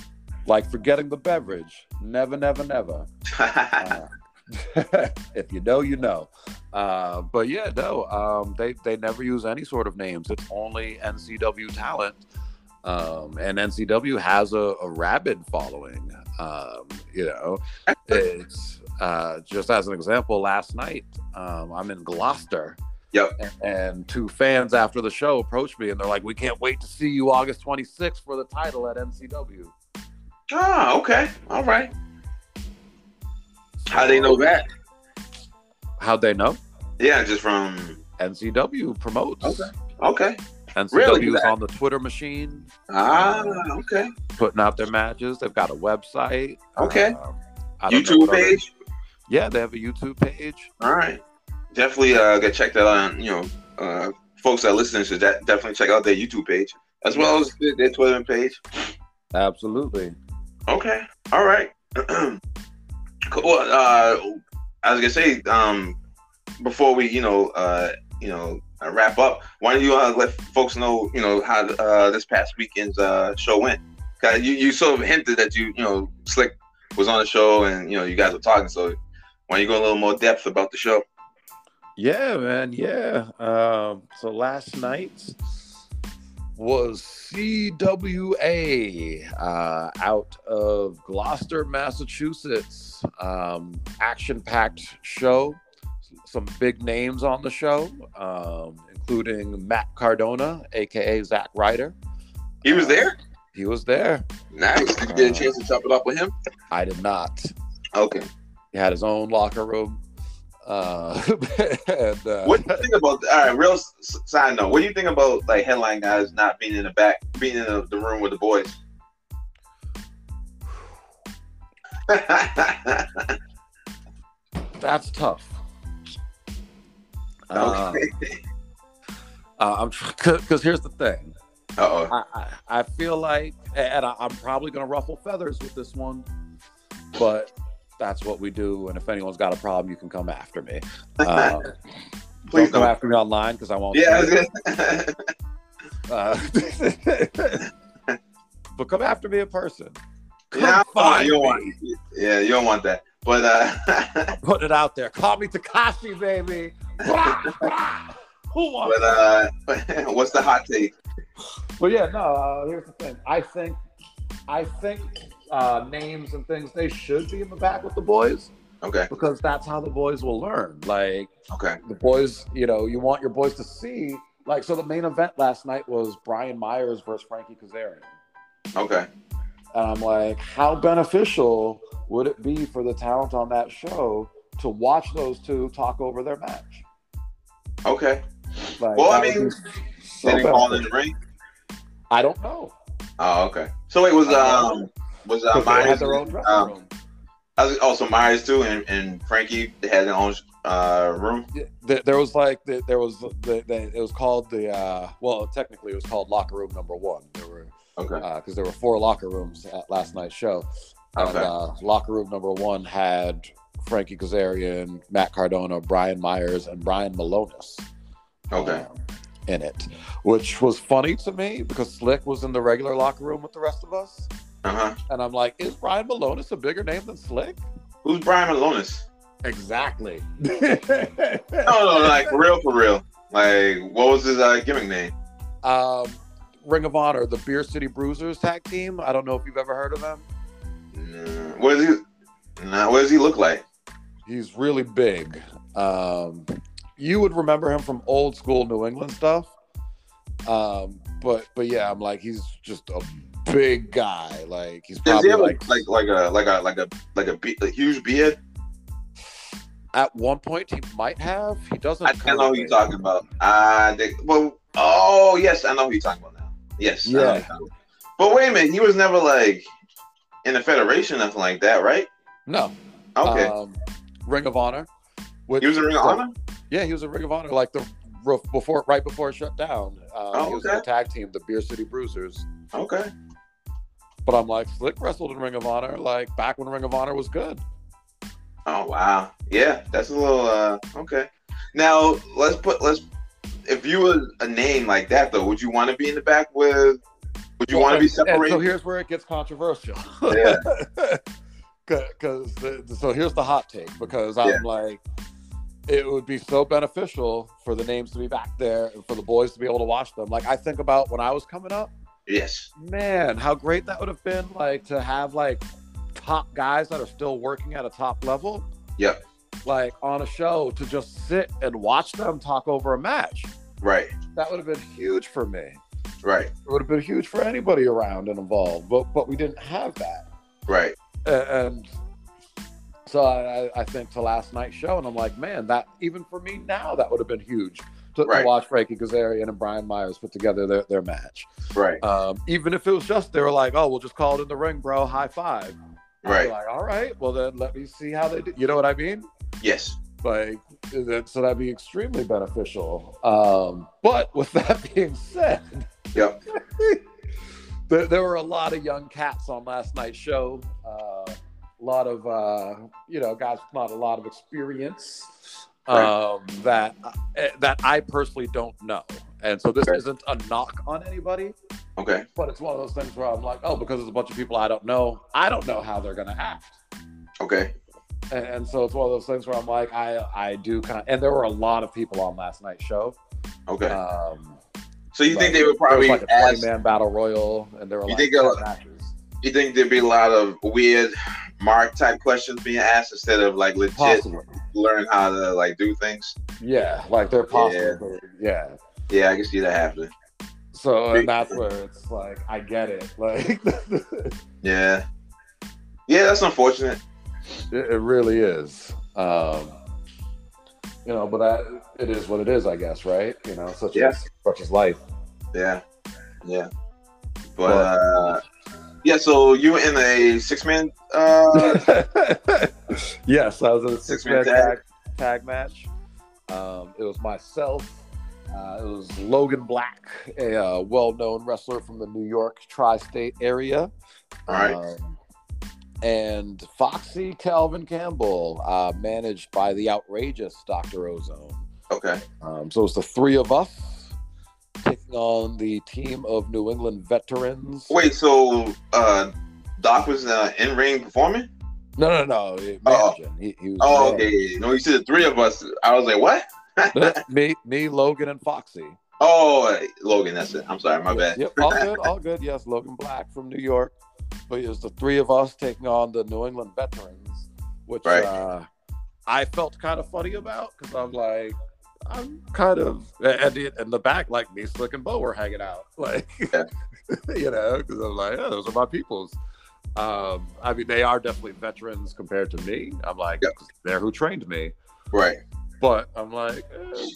B: Like forgetting the beverage. Never, never, never. Uh, if you know, you know. Uh, but yeah, no, um, they they never use any sort of names. It's only NCW talent, um, and NCW has a, a rabid following. Um, you know, it's uh, just as an example. Last night, um, I'm in Gloucester.
A: Yep.
B: And, and two fans after the show approached me, and they're like, "We can't wait to see you August 26th for the title at NCW."
A: oh, okay. All right. How they know that?
B: How'd they know?
A: Yeah, just from
B: NCW promotes.
A: Okay. okay.
B: NCW
A: Really?
B: is on the Twitter machine,
A: Ah, okay.
B: putting out their matches. They've got a website.
A: Okay.
B: Um, I don't know
A: YouTube
B: what other-
A: page.
B: yeah, they have a YouTube page.
A: All right. Definitely uh go check that out. You know, uh folks that listen should de- definitely check out their YouTube page as well as their, their Twitter page.
B: Absolutely.
A: Okay. All right. cool. Uh, I was gonna say um, before we, you know, uh, you know, uh, wrap up. Why don't you uh, let folks know, you know, how uh, this past weekend's uh, show went? 'Cause you you sort of hinted that you, you know, Slick was on the show and you know you guys were talking. So why don't you go a little more depth about the show?
B: Yeah, man. Yeah. Um, so last night was CWA uh, out of Gloucester, Massachusetts. Um, Action packed show. Some big names on the show, um, including Matt Cardona, aka Zack Ryder.
A: He was there.
B: He was there.
A: Nice. Did you get a chance to chop it up with him?
B: I did not.
A: Okay.
B: He had his own locker room. Uh, and, uh,
A: What do you think about? All right, real s- s- side note. What do you think about like headline guys not being in the back, being in the, the room with the boys?
B: Uh, That's tough. Uh,
A: okay.
B: uh, I'm because here's the thing.
A: Uh oh.
B: I, I, I feel like, and I, I'm probably going to ruffle feathers with this one, but that's what we do. And if anyone's got a problem, you can come after me. Uh,
A: Please
B: don't come
A: don't.
B: after me online because I won't.
A: Yeah. I
B: tweet.
A: was gonna-
B: Uh, but come after me in person. Come
A: yeah, I don't want-
B: find
A: you don't
B: me.
A: want. Yeah, you don't want that. But uh,
B: I'm putting it out there. Call me Takashi, baby. Rah, rah. Who wants
A: but uh, what's the hot take?
B: But yeah, no. Uh, here's the thing. I think, I think uh, names and things they should be in the back with the boys
A: Okay.
B: because that's how the boys will learn. Like
A: Okay.
B: the boys, you know, you want your boys to see. Like so, the main event last night was Brian Myers versus Frankie Kazarian,
A: Okay.
B: and I'm like, how beneficial would it be for the talent on that show to watch those two talk over their match?
A: Okay.
B: Like,
A: Well, I
B: that would
A: mean,
B: be so
A: They didn't call in
B: beneficial.
A: the ring.
B: I don't know.
A: Oh, okay. So it was
B: Uh,
A: um was uh,
B: 'cause they had
A: Myers.
B: their own dressing
A: um,
B: room.
A: I was also Myers too, and, and Frankie they had their own uh room.
B: there, there was like the, there was the, the it was called the uh, well technically it was called locker room number one there were
A: Okay.
B: because there were four locker rooms at last night's show and
A: Okay.
B: uh, locker room number one had Frankie Kazarian, Matt Cardona, Brian Myers, and Brian Malonis
A: Okay.
B: um, in it, which was funny to me because Slick was in the regular locker room with the rest of us,
A: Uh huh.
B: and I'm like, is Brian Malonis a bigger name than Slick?
A: Who's Brian Malonis?
B: Exactly.
A: No, no, like for real, for real. Like, what was his uh, gimmick name?
B: um, Ring of Honor, the Beer City Bruisers tag team. I don't know if you've ever heard of them.
A: Mm, What is he? Nah, what does he look like?
B: He's really big. Um, you would remember him from old school New England stuff. Um, but but yeah, I'm like he's just a big guy. Like he's
A: Does he
B: probably
A: have
B: like,
A: like, like a like a like a like a, be- a huge beard?
B: at one point he might have. He doesn't.
A: I think I know who
B: currently.
A: you're talking about. I think. Well, oh yes, I know who you're talking about now. Yes. I know who
B: Yeah.
A: you're talking about. But wait a minute, he was never like in the federation, nothing like that, right?
B: No.
A: Okay.
B: Um, Ring of Honor. Which,
A: he was in Ring of
B: so-
A: Honor.
B: Yeah, he was a Ring of Honor, like the roof before, right before it shut down. Uh,
A: Oh,
B: He was
A: okay.
B: in the tag team, the Beer City Bruisers.
A: Okay.
B: But I'm like, Slick wrestled in Ring of Honor, like back when Ring of Honor was good.
A: Oh wow. Yeah, that's a little uh okay. Now let's put let's if you were a name like that though, would you want to be in the back with would you want to be
B: And- and So
A: separated?
B: here's where it gets controversial.
A: yeah.
B: Because so here's the hot take. Because I'm
A: Yeah.
B: like, it would be so beneficial for the names to be back there and for the boys to be able to watch them. Like I think about when I was coming up,
A: Yes.
B: man, how great that would have been. Like to have like top guys that are still working at a top level.
A: Yep.
B: Like on a show to just sit and watch them talk over a match.
A: Right.
B: That would have been huge for me.
A: Right.
B: it would have been huge for anybody around and involved but but we didn't have that
A: Right.
B: A- and so I, I- I think to last night's show and i'm like man that even for me now that would have been huge to, to
A: Right.
B: watch frankie kazarian and brian myers put together their, their match
A: Right.
B: um, even if it was just they were like oh we'll just call it in the ring bro high five I'd be
A: Right.
B: like all right well then let me see how they do you know what i mean
A: Yes.
B: like that, so that'd be extremely beneficial um but with that being said
A: Yep.
B: there, there were a lot of young cats on last night's show uh, a lot of uh you know guys with not a lot of experience
A: Right.
B: um that eh, that i personally don't know and so this
A: Right.
B: isn't a knock on anybody
A: Okay.
B: but it's one of those things where i'm like oh because it's a bunch of people i don't know i don't know how they're gonna act
A: Okay.
B: and, and so it's one of those things where I'm like, I I do kind of, and there were a lot of people on last night's show.
A: Okay.
B: Um,
A: so you
B: like,
A: think they would
B: there was
A: probably
B: like a
A: ask?
B: man battle royal, and there were
A: You
B: like
A: think they'll-
B: 10 matches.
A: You think there'd be a lot of weird mark type questions being asked instead of like legit
B: Possibly,
A: learn how to like do things?
B: yeah, like they're possible, yeah.
A: Yeah, I can see that happening.
B: So and that's where it's like I get it. Like it,
A: Yeah. Yeah, that's unfortunate.
B: it really is. Um, you know, but I, it is what it is, I guess, right? You know, such
A: Yeah.
B: as such as life.
A: Yeah. Yeah. But
B: But-
A: uh, yeah, so you were in a six man uh
B: yes, I was in a six
A: Six-man
B: man tag, tag match. Um, it was myself. Uh, it was Logan Black, a uh, well known wrestler from the New York tri state area.
A: All right.
B: Um, and Foxy Calvin Campbell, uh, managed by the outrageous Dr. Ozone.
A: Okay.
B: Um, so it was the three of us taking on the team of New England veterans.
A: Wait, so uh Doc was uh, in ring performing?
B: No, no, no. Managing.
A: Oh.
B: He, he was
A: Oh,
B: managing.
A: okay. No, you said the three of us. I was like, what?
B: me, me, Logan, and Foxy.
A: Oh, Logan, that's it. I'm sorry, my bad.
B: Yep, all good, all good. Yes, Logan Black from New York, but it was the three of us taking on the New England veterans, which
A: Right.
B: uh, I felt kind of funny about because I'm like, I'm kind of and in in the back like me, Slick and Bo were hanging out, like
A: Yeah.
B: you know, because I'm like, oh, those are my peoples. Um, I mean, they are definitely veterans compared to me. I'm like,
A: Yeah.
B: they're who trained me.
A: Right.
B: but I'm like, eh.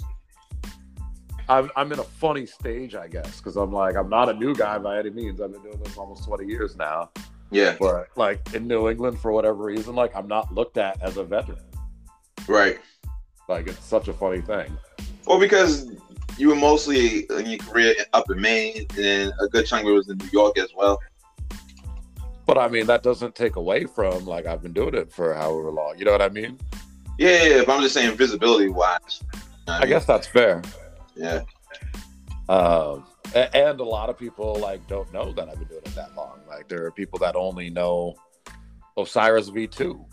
B: I'm, I'm in a funny stage, I guess, because I'm like, I'm not a new guy by any means. I've been doing this almost 20 years now,
A: Yeah.
B: but like in New England, for whatever reason, like I'm not looked at as a veteran.
A: Right.
B: Like it's such a funny thing.
A: Well, because you were mostly in your career up in Maine, and then a good chunk of it was in New York as well.
B: But I mean, that doesn't take away from like I've been doing it for however long. You know what I mean?
A: Yeah, yeah, yeah, but I'm just saying visibility wise.
B: I guess that's fair.
A: Yeah.
B: Um, a- and a lot of people like don't know that I've been doing it that long. Like there are people that only know Osiris V two,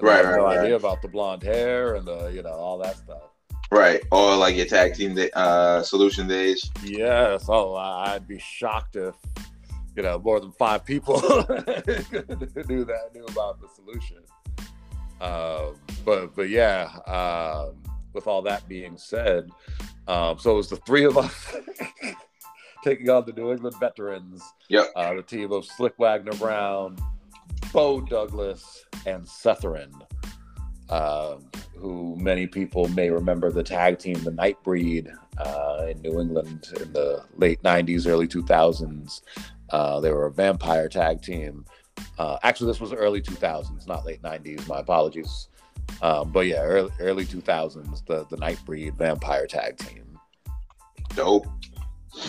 A: Right,
B: Have
A: right,
B: no
A: right.
B: idea about the blonde hair and the you know all that stuff.
A: Right. Or like your tag team day, uh, solution days.
B: Yes, oh, I- I'd be shocked if you know more than five people knew that knew about the solution. Um, but but yeah, um, with all that being said, um, so it was the three of us taking on the New England veterans.
A: Yep.
B: Uh, the team of Slick Wagner Brown, Bo Douglas, and Setherin, um, who many people may remember the tag team, the Nightbreed, uh, in New England in the late 90s, early 2000s. Uh, they were a vampire tag team. Uh, actually, this was early 2000s, not late 90s. My apologies. Um, but yeah, early, early 2000s, the, the Nightbreed vampire tag team
A: Dope.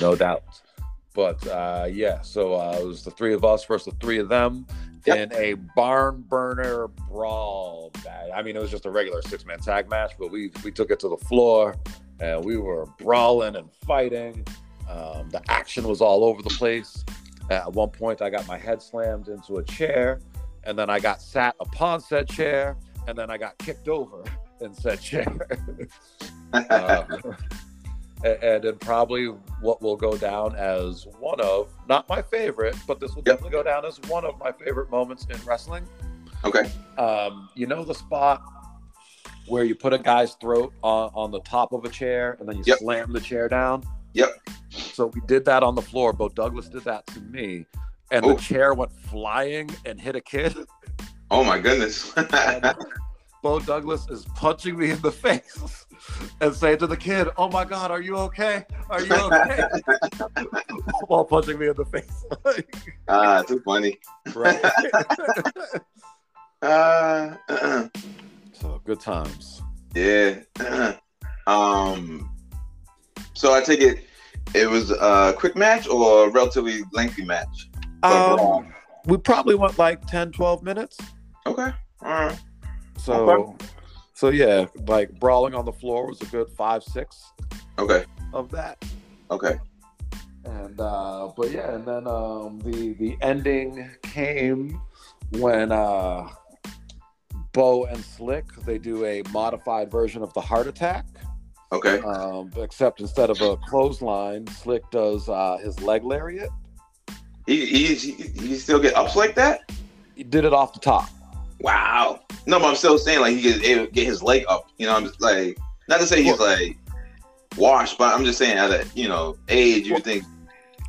B: no doubt. But uh, yeah, so uh, it was the three of us versus the three of them
A: Yep.
B: in a barn burner brawl. I mean, it was just a regular six man tag match, but we we took it to the floor and we were brawling and fighting. Um, the action was all over the place. At one point, I got my head slammed into a chair, and then I got sat upon said chair, and then I got kicked over in said chair. Um, a- and then probably what will go down as one of not my favorite, but this will
A: Yep.
B: definitely go down as one of my favorite moments in wrestling.
A: okay.
B: Um, you know the spot where you put a guy's throat on, on the top of a chair and then you
A: Yep.
B: slam the chair down.
A: Yep.
B: So we did that on the floor. Bo Douglas did that to me, and
A: Oh.
B: the chair went flying and hit a kid.
A: Oh my goodness.
B: and Bo Douglas is punching me in the face and saying to the kid, "Oh my God, are you okay? Are you okay?" While punching me in the face,
A: ah, too funny.
B: right?
A: Uh,
B: so good times.
A: yeah. um. So I take it it was a quick match or a relatively lengthy match.
B: Um, we probably went like 10, 12 minutes.
A: okay. All right.
B: So, so yeah, like brawling on the floor was a good five, six
A: Okay.
B: of that.
A: Okay.
B: and uh, but yeah, and then um, the the ending came when uh, Bo and Slick they do a modified version of the heart attack,
A: Okay.
B: um, except instead of a clothesline, Slick does uh, his leg lariat.
A: He he, he he still get ups like that?
B: He did it off the top.
A: Wow. No, but I'm still saying like he get able to get his leg up. You know, I'm just, like not to say he's like washed, but I'm just saying at a you know age you would think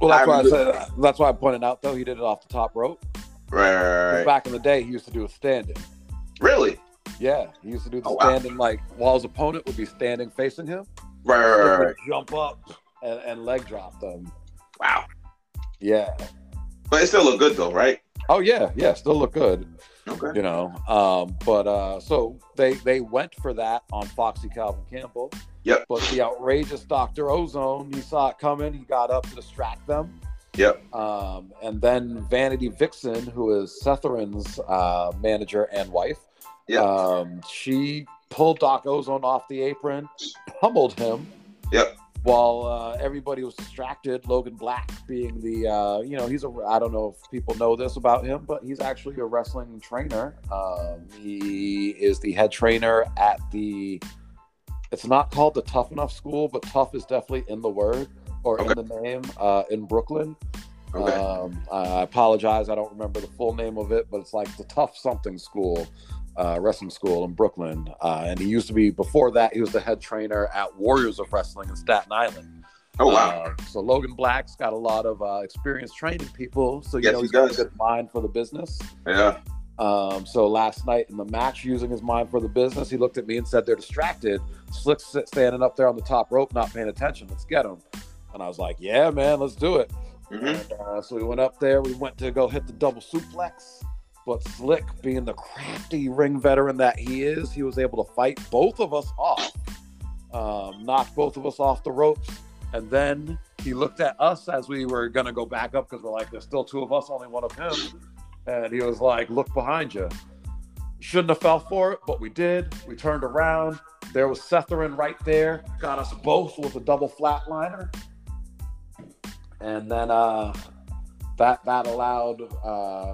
B: Well, that's
A: I
B: why I
A: remember-
B: said. uh, That's why I pointed out though he did it off the top rope.
A: Right, right,
B: 'Cause
A: right, right.
B: Back in the day, he used to do a standing.
A: Really?
B: Yeah, he used to do the
A: Oh, wow.
B: standing like while his opponent would be standing facing him,
A: Right, right,
B: he
A: right,
B: would
A: right.
B: jump up and, and leg drop them.
A: Wow.
B: Yeah.
A: But it still looked good though, right?
B: Oh yeah, yeah. Still look good.
A: Okay.
B: you know um but uh so they they went for that on foxy calvin campbell
A: Yep.
B: but the outrageous dr ozone he saw it coming he got up to distract them
A: Yep.
B: um and then vanity vixen who is setherin's uh manager and wife
A: Yep.
B: um she pulled doc ozone off the apron pummeled him
A: Yep.
B: while uh, everybody was distracted, Logan Black being the, uh, you know, he's a, I don't know if people know this about him, but he's actually a wrestling trainer. Um, he is the head trainer at the, it's not called the Tough Enough School, but tough is definitely in the word or in the name uh, in Brooklyn.
A: Okay.
B: Um, I apologize, I don't remember the full name of it, but it's like the Tough Something School, uh, wrestling school in Brooklyn. Uh, and he used to be before that, he was the head trainer at Warriors of Wrestling in Staten Island.
A: oh wow.
B: Uh, so Logan Black's got a lot of uh, experience training people, so you
A: Yes,
B: know
A: he
B: he's got a
A: does.
B: good mind for the business.
A: yeah.
B: Um, so last night in the match, using his mind for the business, he looked at me and said, "They're distracted." Slick's sit- standing up there on the top rope, not paying attention. Let's get him. And I was like, "Yeah, man, let's do it."
A: Mm-hmm.
B: And, uh, so we went up there. We went to go hit the double suplex, but Slick, being the crafty ring veteran that he is, he was able to fight both of us off, um, knock both of us off the ropes, and then he looked at us as we were gonna go back up because we're like, there's still two of us, only one of him, and he was like, look behind you. Shouldn't have fell for it, but we did. We turned around. There was Setherin right there, got us both with a double flatliner and then uh, that that allowed uh,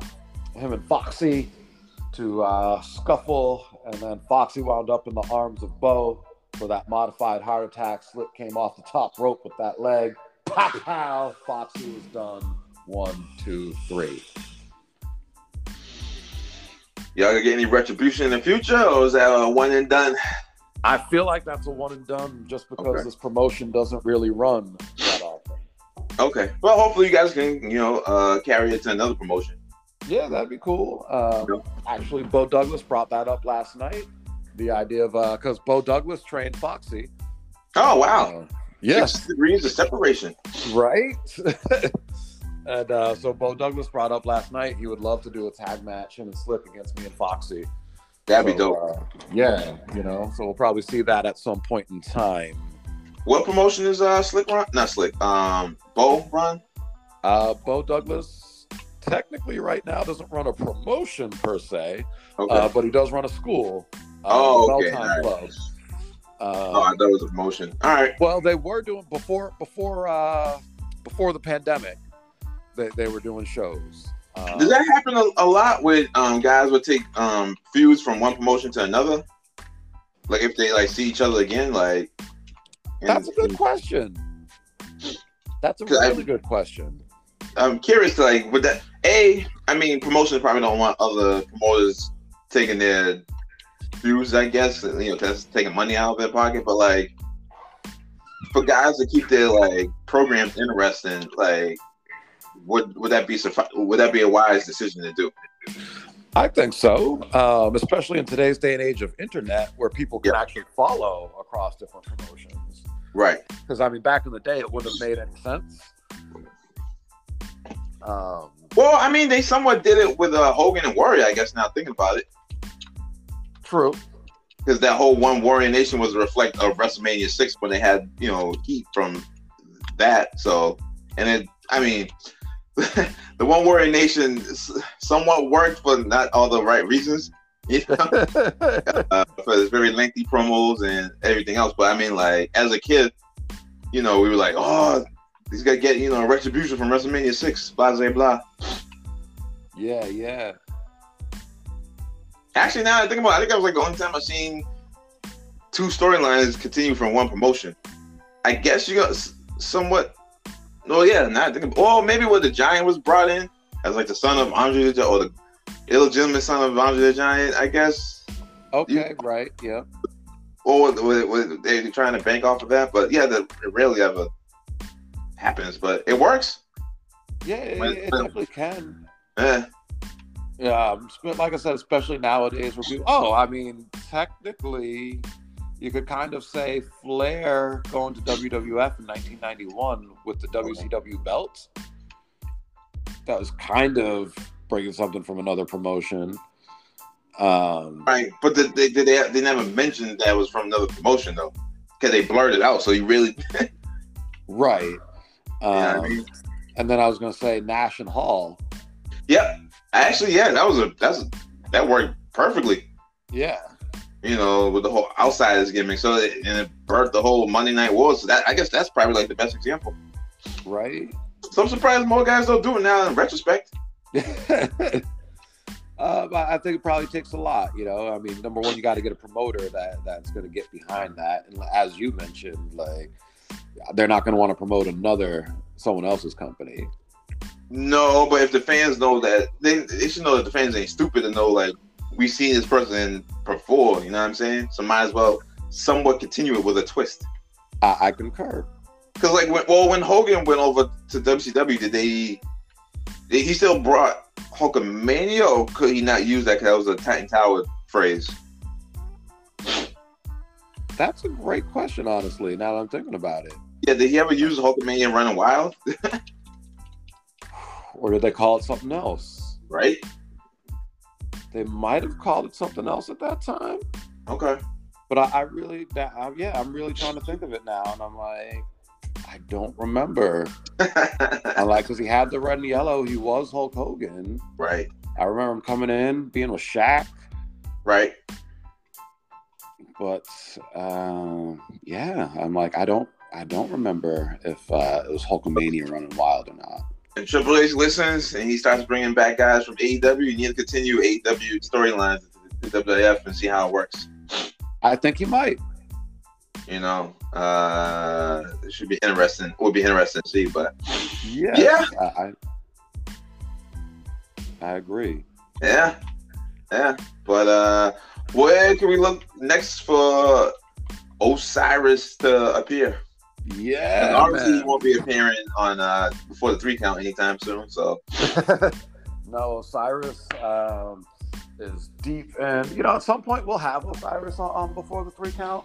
B: him and Foxy to uh, scuffle, and then Foxy wound up in the arms of Bo for that modified heart attack. Slip came off the top rope with that leg. Pow pow! Foxy was done. One, two, three.
A: Y'all gonna get any retribution in the future, or is that a one and done?
B: I feel like that's a one and done, just because
A: Okay.
B: this promotion doesn't really run that often.
A: Okay. Well, hopefully you guys can, you know, uh, carry it to another promotion.
B: Yeah, that'd be cool. Um, actually, Bo Douglas brought that up last night. The idea of because Bo Douglas trained Foxy.
A: Oh wow.
B: Uh, yes,
A: Six degrees of separation.
B: right. and uh, so Bo Douglas brought up last night he would love to do a tag match him and Slick against me and Foxy.
A: That'd be
B: So,
A: dope.
B: uh, yeah, you know. So we'll probably see that at some point in time.
A: What promotion is uh Slick Run? Not Slick. Um, Bo Run.
B: Uh, Bo Douglas technically right now doesn't run a promotion per se,
A: Okay.
B: uh, but he does run a school. Uh,
A: oh,
B: Bell
A: okay.
B: Time
A: all right.
B: Club.
A: Oh, I
B: Um,
A: thought it was a promotion. All right.
B: well, they were doing before before uh, before the pandemic. They, they were doing shows. Um,
A: Does that happen a, a lot with um guys would take um feuds from one promotion to another? Like if they like see each other again, like and-
B: That's a good question. That's a
A: 'Cause I-
B: really good question.
A: I'm curious, like, would that a? I mean, promotions probably don't want other promoters taking their dues, I guess. You know, 'cause that's taking money out of their pocket. But like, for guys to keep their like programs interesting, like, would would that be suffi- Would that be a wise decision to do?
B: I think so, um, especially in today's day and age of internet, where people can actually follow across different promotions.
A: Right.
B: Because I mean, back in the day, it wouldn't have made any sense. Um,
A: Well, I mean, they somewhat did it with uh, Hogan and Warrior, I guess. Now thinking about it,
B: true.
A: because that whole one Warrior Nation was a reflect of WrestleMania six when they had you know heat from that. So, and it, I mean, the one Warrior Nation s- somewhat worked for not all the right reasons, you know, uh, for its very lengthy promos and everything else. But I mean, like as a kid, you know, we were like, oh, he's gonna get you know retribution from WrestleMania six, blah blah blah.
B: yeah, yeah.
A: Actually, now that I think about it, I think I was like the only time I've seen two storylines continue from one promotion. I guess you got s- somewhat. No, yeah, now I think. Of, oh, maybe when the Giant was brought in as like the son of Andre the Giant, or the illegitimate son of Andre the Giant, I guess.
B: Okay, right. Yeah.
A: Or was, was they trying to bank off of that? But yeah, that it rarely ever happens. But it works.
B: Yeah, it,
A: Might as
B: it
A: well.
B: definitely can.
A: Eh,
B: Yeah, um, sp- like I said, especially nowadays, where people, oh, I mean, technically, you could kind of say Flair going to WWF in 1991 with the WCW belt. That was kind of bringing something from another promotion. Um,
A: right. But the, they, they they they never mentioned that was from another promotion though, because they blurred it out. So you really,
B: Right. Um,
A: you know what I mean?
B: And then I was going to say Nash and Hall.
A: Yep. Actually, yeah, that was a that's that worked perfectly.
B: Yeah.
A: You know, with the whole outsiders gimmick, so it, and it birthed the whole Monday Night War. So that I guess that's probably like the best example.
B: Right.
A: So I'm surprised more guys don't do it now. In retrospect,
B: Uh, but I think it probably takes a lot, you know. I mean, number one, you got to get a promoter that that's going to get behind that, and as you mentioned, like they're not going to want to promote another someone else's company,
A: no. But if the fans know that, they they should know that the fans ain't stupid to know like we seen this person before. You know what I'm saying? So might as well somewhat continue it with a twist.
B: I, I concur.
A: Because like, when, well, when Hogan went over to WCW, did they? Did he still brought Hulkamania, or could he not use that? Because that was a Titan Tower phrase.
B: That's a great question, honestly. Now that I'm thinking about it,
A: Yeah, did he ever use Hulkamania running wild?
B: or did they call it something else?
A: Right.
B: They might have called it something else at that time.
A: Okay.
B: But I, I really, that, I, yeah, I'm really trying to think of it now, and I'm like, I don't remember. I like because he had the red and yellow. He was Hulk Hogan.
A: right.
B: I remember him coming in, being with Shaq.
A: Right.
B: But um, yeah, I'm like, I don't, I don't remember if uh, it was Hulkamania running wild or not.
A: And Triple H listens, and he starts bringing back guys from AEW. You need to continue AEW storylines to the WWF and see how it works.
B: I think he might.
A: You know, uh, it should be interesting. Would be interesting to see, but
B: Yeah.
A: Yeah.
B: I, I, I agree.
A: Yeah, yeah. But uh where can we look next for Osiris to appear? And
B: Yeah.
A: obviously, he won't be appearing on uh before the three count anytime soon. So
B: no, Osiris um, is deep, and you know, at some point we'll have Osiris on, on before the three count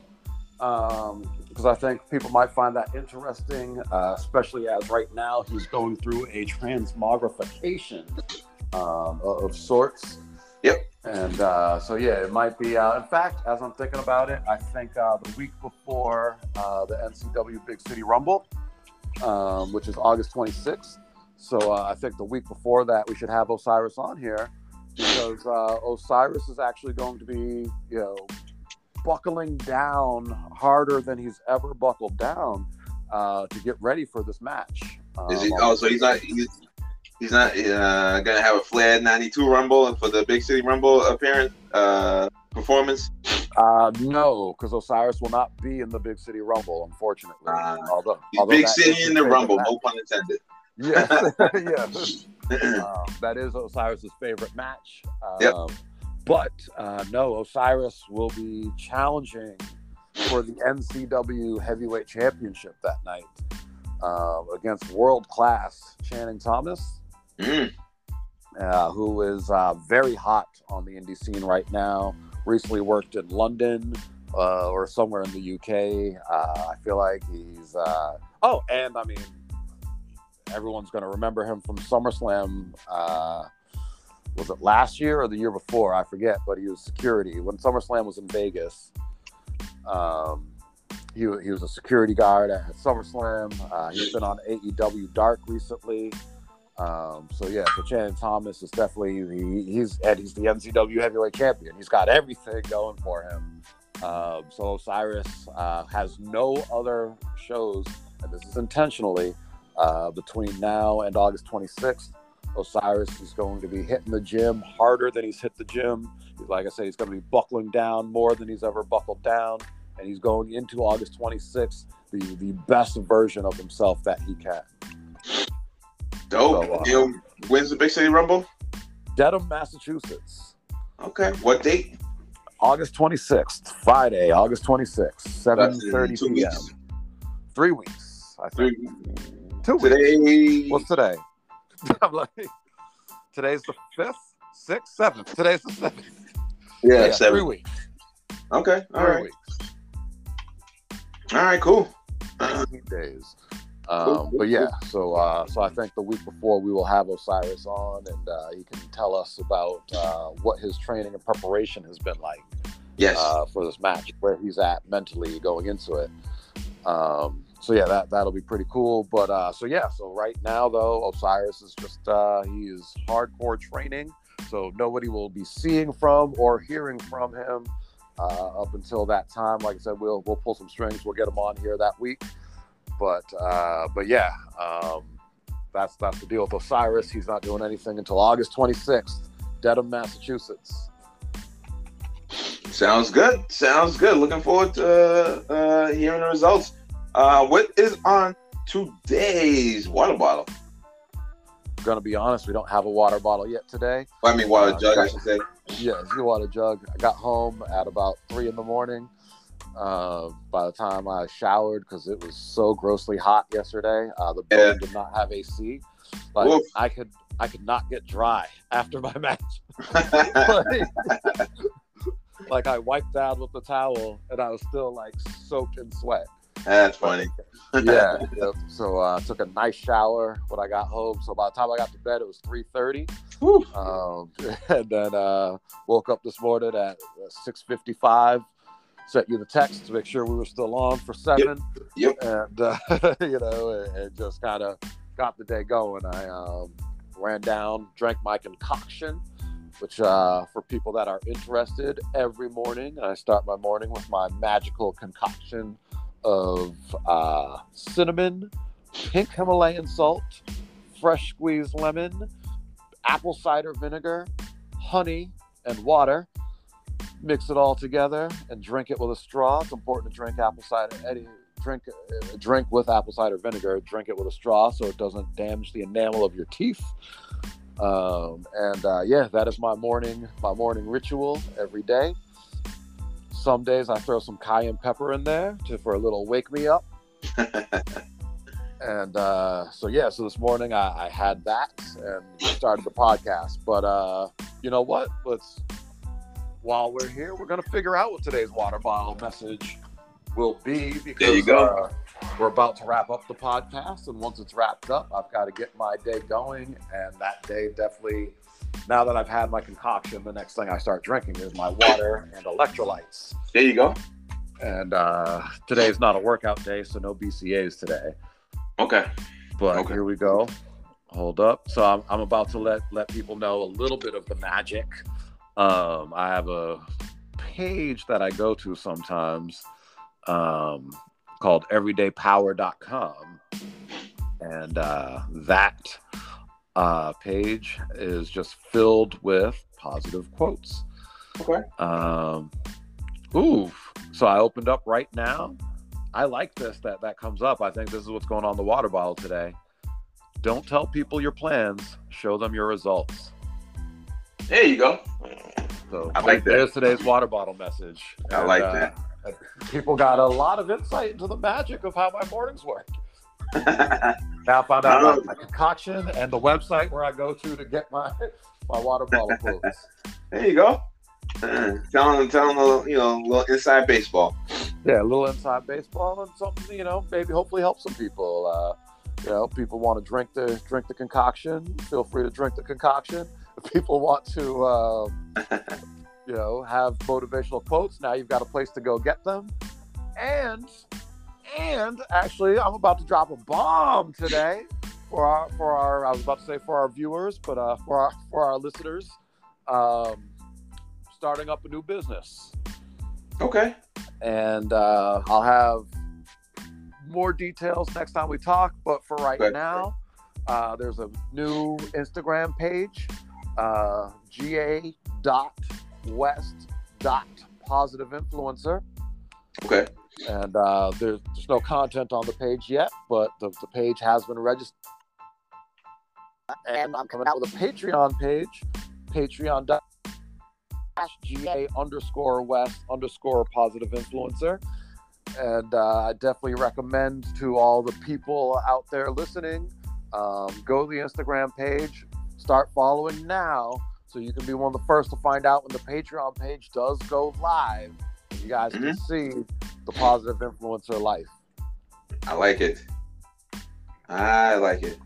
B: because I think people might find that interesting, uh, especially as right now he's going through a transmogrification um, of, of sorts.
A: Yep.
B: And uh, so, yeah, it might be. Uh, in fact, as I'm thinking about it, I think uh, the week before uh, the NCW Big City Rumble, um, which is August 26th. So uh, I think the week before that, we should have Osiris on here because uh, Osiris is actually going to be, you know, buckling down harder than he's ever buckled down uh, to get ready for this match. Um,
A: is he? Oh, so he's not. He's, he's not uh, gonna have a Flair '92 Rumble for the Big City Rumble appearance uh, performance.
B: Uh, no, because Osiris will not be in the Big City Rumble, unfortunately.
A: Ah.
B: although,
A: He's
B: although
A: Big
B: that
A: City
B: is
A: in the
B: favorite
A: Rumble,
B: match.
A: no pun intended.
B: Yes, yes. um, that is Osiris's favorite match. Um,
A: Yep.
B: But uh, no, Osiris will be challenging for the NCW Heavyweight Championship that night um, against world class Channing Thomas,
A: Mm,
B: uh, who is uh, very hot on the indie scene right now. Recently worked in London uh, or somewhere in the UK. Uh, I feel like he's. Uh, oh, and I mean, everyone's going to remember him from SummerSlam. Uh, was it last year or the year before? I forget, but he was security when SummerSlam was in Vegas. Um, he, wa- he was a security guard at SummerSlam. Uh, he's been on AEW Dark recently. Um, so yeah, so Channing Thomas is definitely he, he's and he's the NCW heavyweight champion. He's got everything going for him. Um, so Osiris uh, has no other shows, and this is intentionally uh, between now and August 26th. Osiris is going to be hitting the gym harder than he's hit the gym. Like I said, he's going to be buckling down more than he's ever buckled down, and he's going into August 26th the the best version of himself that he can.
A: dope.
B: So, uh,
A: You know, wins the Big City Rumble.
B: Dedham, Massachusetts.
A: Okay. What date?
B: August 26th, Friday, August 26th,
A: That's in
B: 7.30
A: two
B: p.m.
A: weeks.
B: Three weeks, I think.
A: Three-
B: Two weeks.
A: Today.
B: What's today? I'm like, today's the fifth, sixth, seventh. Today's the seventh.
A: Yeah,
B: three
A: seven.
B: weeks.
A: Okay, all
B: Three
A: right,
B: weeks.
A: all right, cool. Uh,
B: 19 days. Um, but yeah, so uh, so I think the week before we will have Osiris on, and uh, he can tell us about uh, what his training and preparation has been like
A: Yes.
B: uh, for this match, where he's at mentally going into it. Um, so yeah, that that'll be pretty cool. But uh, so yeah, so right now though, Osiris is just uh, he is hardcore training, so nobody will be seeing from or hearing from him uh, up until that time. Like I said, we'll we'll pull some strings, we'll get him on here that week. But uh, but yeah, um, that's that's the deal with Osiris. He's not doing anything until August 26th, Dedham, Massachusetts.
A: Sounds good. Sounds good. Looking forward to uh, uh, hearing the results. Uh, what is on today's water bottle?
B: Gonna be honest, we don't have a water bottle yet today.
A: I mean, water
B: Uh,
A: jug, I
B: gotcha.
A: should say.
B: Yeah, you water jug. I got home at about three in the morning. Uh, by the time I showered, because it was so grossly hot yesterday, uh, the building did not have AC. Like
A: Woof.
B: I could, I could not get dry after my match. like, like, I wiped down with the towel, and I was still like soaked in sweat.
A: That's funny.
B: Yeah. yep. So uh, I took a nice shower when I got home. So by the time I got to bed, it was three thirty.
A: Whew.
B: Um, and then uh, woke up this morning at uh, six fifty five. Sent you the text to make sure we were still on for seven.
A: Yep.
B: And uh, you know, and, and just kind of got the day going. I um, ran down, drank my concoction, which uh, for people that are interested, every morning I start my morning with my magical concoction of uh, cinnamon, pink Himalayan salt, fresh squeezed lemon, apple cider vinegar, honey, and water. Mix it all together and drink it with a straw. It's important to drink apple cider. Any, drink uh, drink with apple cider vinegar. Drink it with a straw so it doesn't damage the enamel of your teeth. Um, and uh, yeah, that is my morning my morning ritual every day. Some days I throw some cayenne pepper in there to, for a little wake me up. and uh, so yeah, so this morning I, I had that and started the podcast. But uh, you know what? Let's while we're here, we're gonna figure out what today's water bottle message will be because
A: There you go.
B: Uh, we're about to wrap up the podcast, and once it's wrapped up, I've got to get my day going, and that day definitely. Now that I've had my concoction, the next thing I start drinking is my water and electrolytes.
A: There you go.
B: And uh, today's not a workout day, so no BCAs today.
A: Okay.
B: But
A: Okay.
B: here we go. Hold up. So I'm, I'm about to let let people know a little bit of the magic. Um, I have a page that I go to sometimes um, called everydaypower.com. And uh, that uh, page is just filled with positive quotes.
A: Okay.
B: Um, ooh. So I opened up right now. I like this that that comes up. I think this is what's going on the water bottle today. Don't tell people your plans. Show them your results.
A: There you go.
B: So
A: I like that.
B: There's today's water bottle message. uh,
A: I like that.
B: People got a lot of insight into the magic of how my mornings work. Now I found out
A: Oh.
B: about my concoction and the website where I go to to get my my water bottle quotes.
A: there you go. Uh, tell them, tell them, a little, you know, a little inside baseball.
B: yeah, a little inside baseball and something you know maybe hopefully help some people. Uh, you know, people want to drink the drink the concoction. Feel free to drink the concoction. If people want to, um, you know, have motivational quotes, now you've got a place to go get them. And and actually, I'm about to drop a bomb today for our for our I was about to say for our viewers, but uh, for our for our listeners, um, starting up a new business
A: Okay.
B: and uh, I'll have more details next time we talk. But for right
A: Okay.
B: now, uh, there's a new Instagram page, uh, ga dot west dot positive influencer,
A: Okay.
B: and uh, there's just no content on the page yet, but the, the page has been registered. And I'm coming out with a Patreon page, Patreon dot slash ga underscore west underscore positive influencer and uh, I definitely recommend to all the people out there listening Um, go to the Instagram page, start following now, so you can be one of the first to find out when the Patreon page does go live. You guys can see the positive influencer life.
A: I like it. I like it.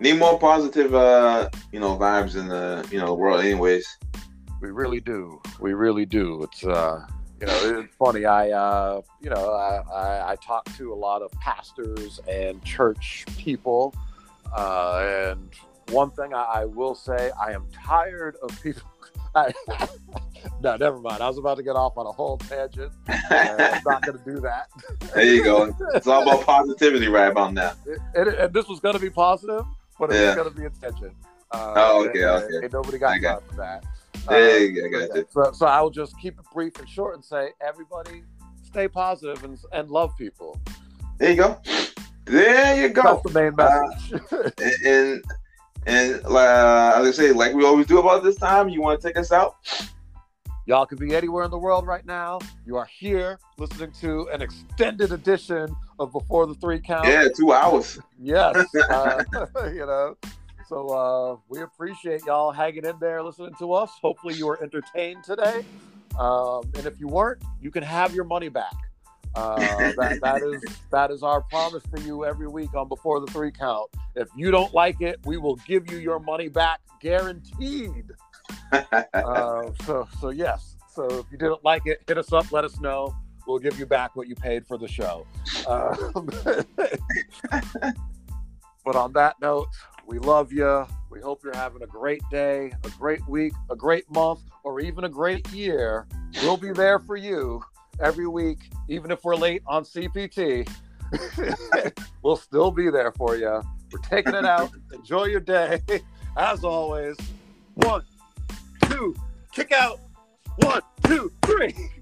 A: Need more positive, uh, you know, vibes in the you know world, anyways.
B: We really do. We really do. It's uh, you know, it's funny. I uh, you know, I, I, I talk to a lot of pastors and church people, uh, and one thing I, I will say, I am tired of people. I, no, never mind. I was about to get off on a whole tangent. Uh, I'm not going to do that.
A: There you go. It's all about positivity right about now.
B: and, and this was going to be positive, but it
A: Yeah.
B: was going to be attention. Uh,
A: Oh, okay,
B: and-
A: okay.
B: and nobody got
A: I got
B: time for that. Uh,
A: There you go, I got
B: yeah.
A: you.
B: So, so I will just keep it brief and short and say, everybody, stay positive and, and love people.
A: There you go. There you go.
B: That's the main message.
A: And and, and uh, as I say, like we always do about this time, you want to take us out?
B: Y'all could be anywhere in the world right now. You are here listening to an extended edition of Before the Three Count.
A: Yeah, two hours.
B: Yes. Uh, you know, so uh, we appreciate y'all hanging in there listening to us. Hopefully, you were entertained today. Um, and if you weren't, you can have your money back. Uh, that, that is that is our promise to you every week on Before the Three Count. If you don't like it, we will give you your money back, guaranteed. Uh, so so yes. So if you didn't like it, hit us up. Let us know. We'll give you back what you paid for the show. Um, but on that note, we love you. We hope you're having a great day, a great week, a great month, or even a great year. We'll be there for you every week, even if we're late on CPT. we'll still be there for you. We're taking it out. Enjoy your day. As always, one, two, kick out. One, two, three.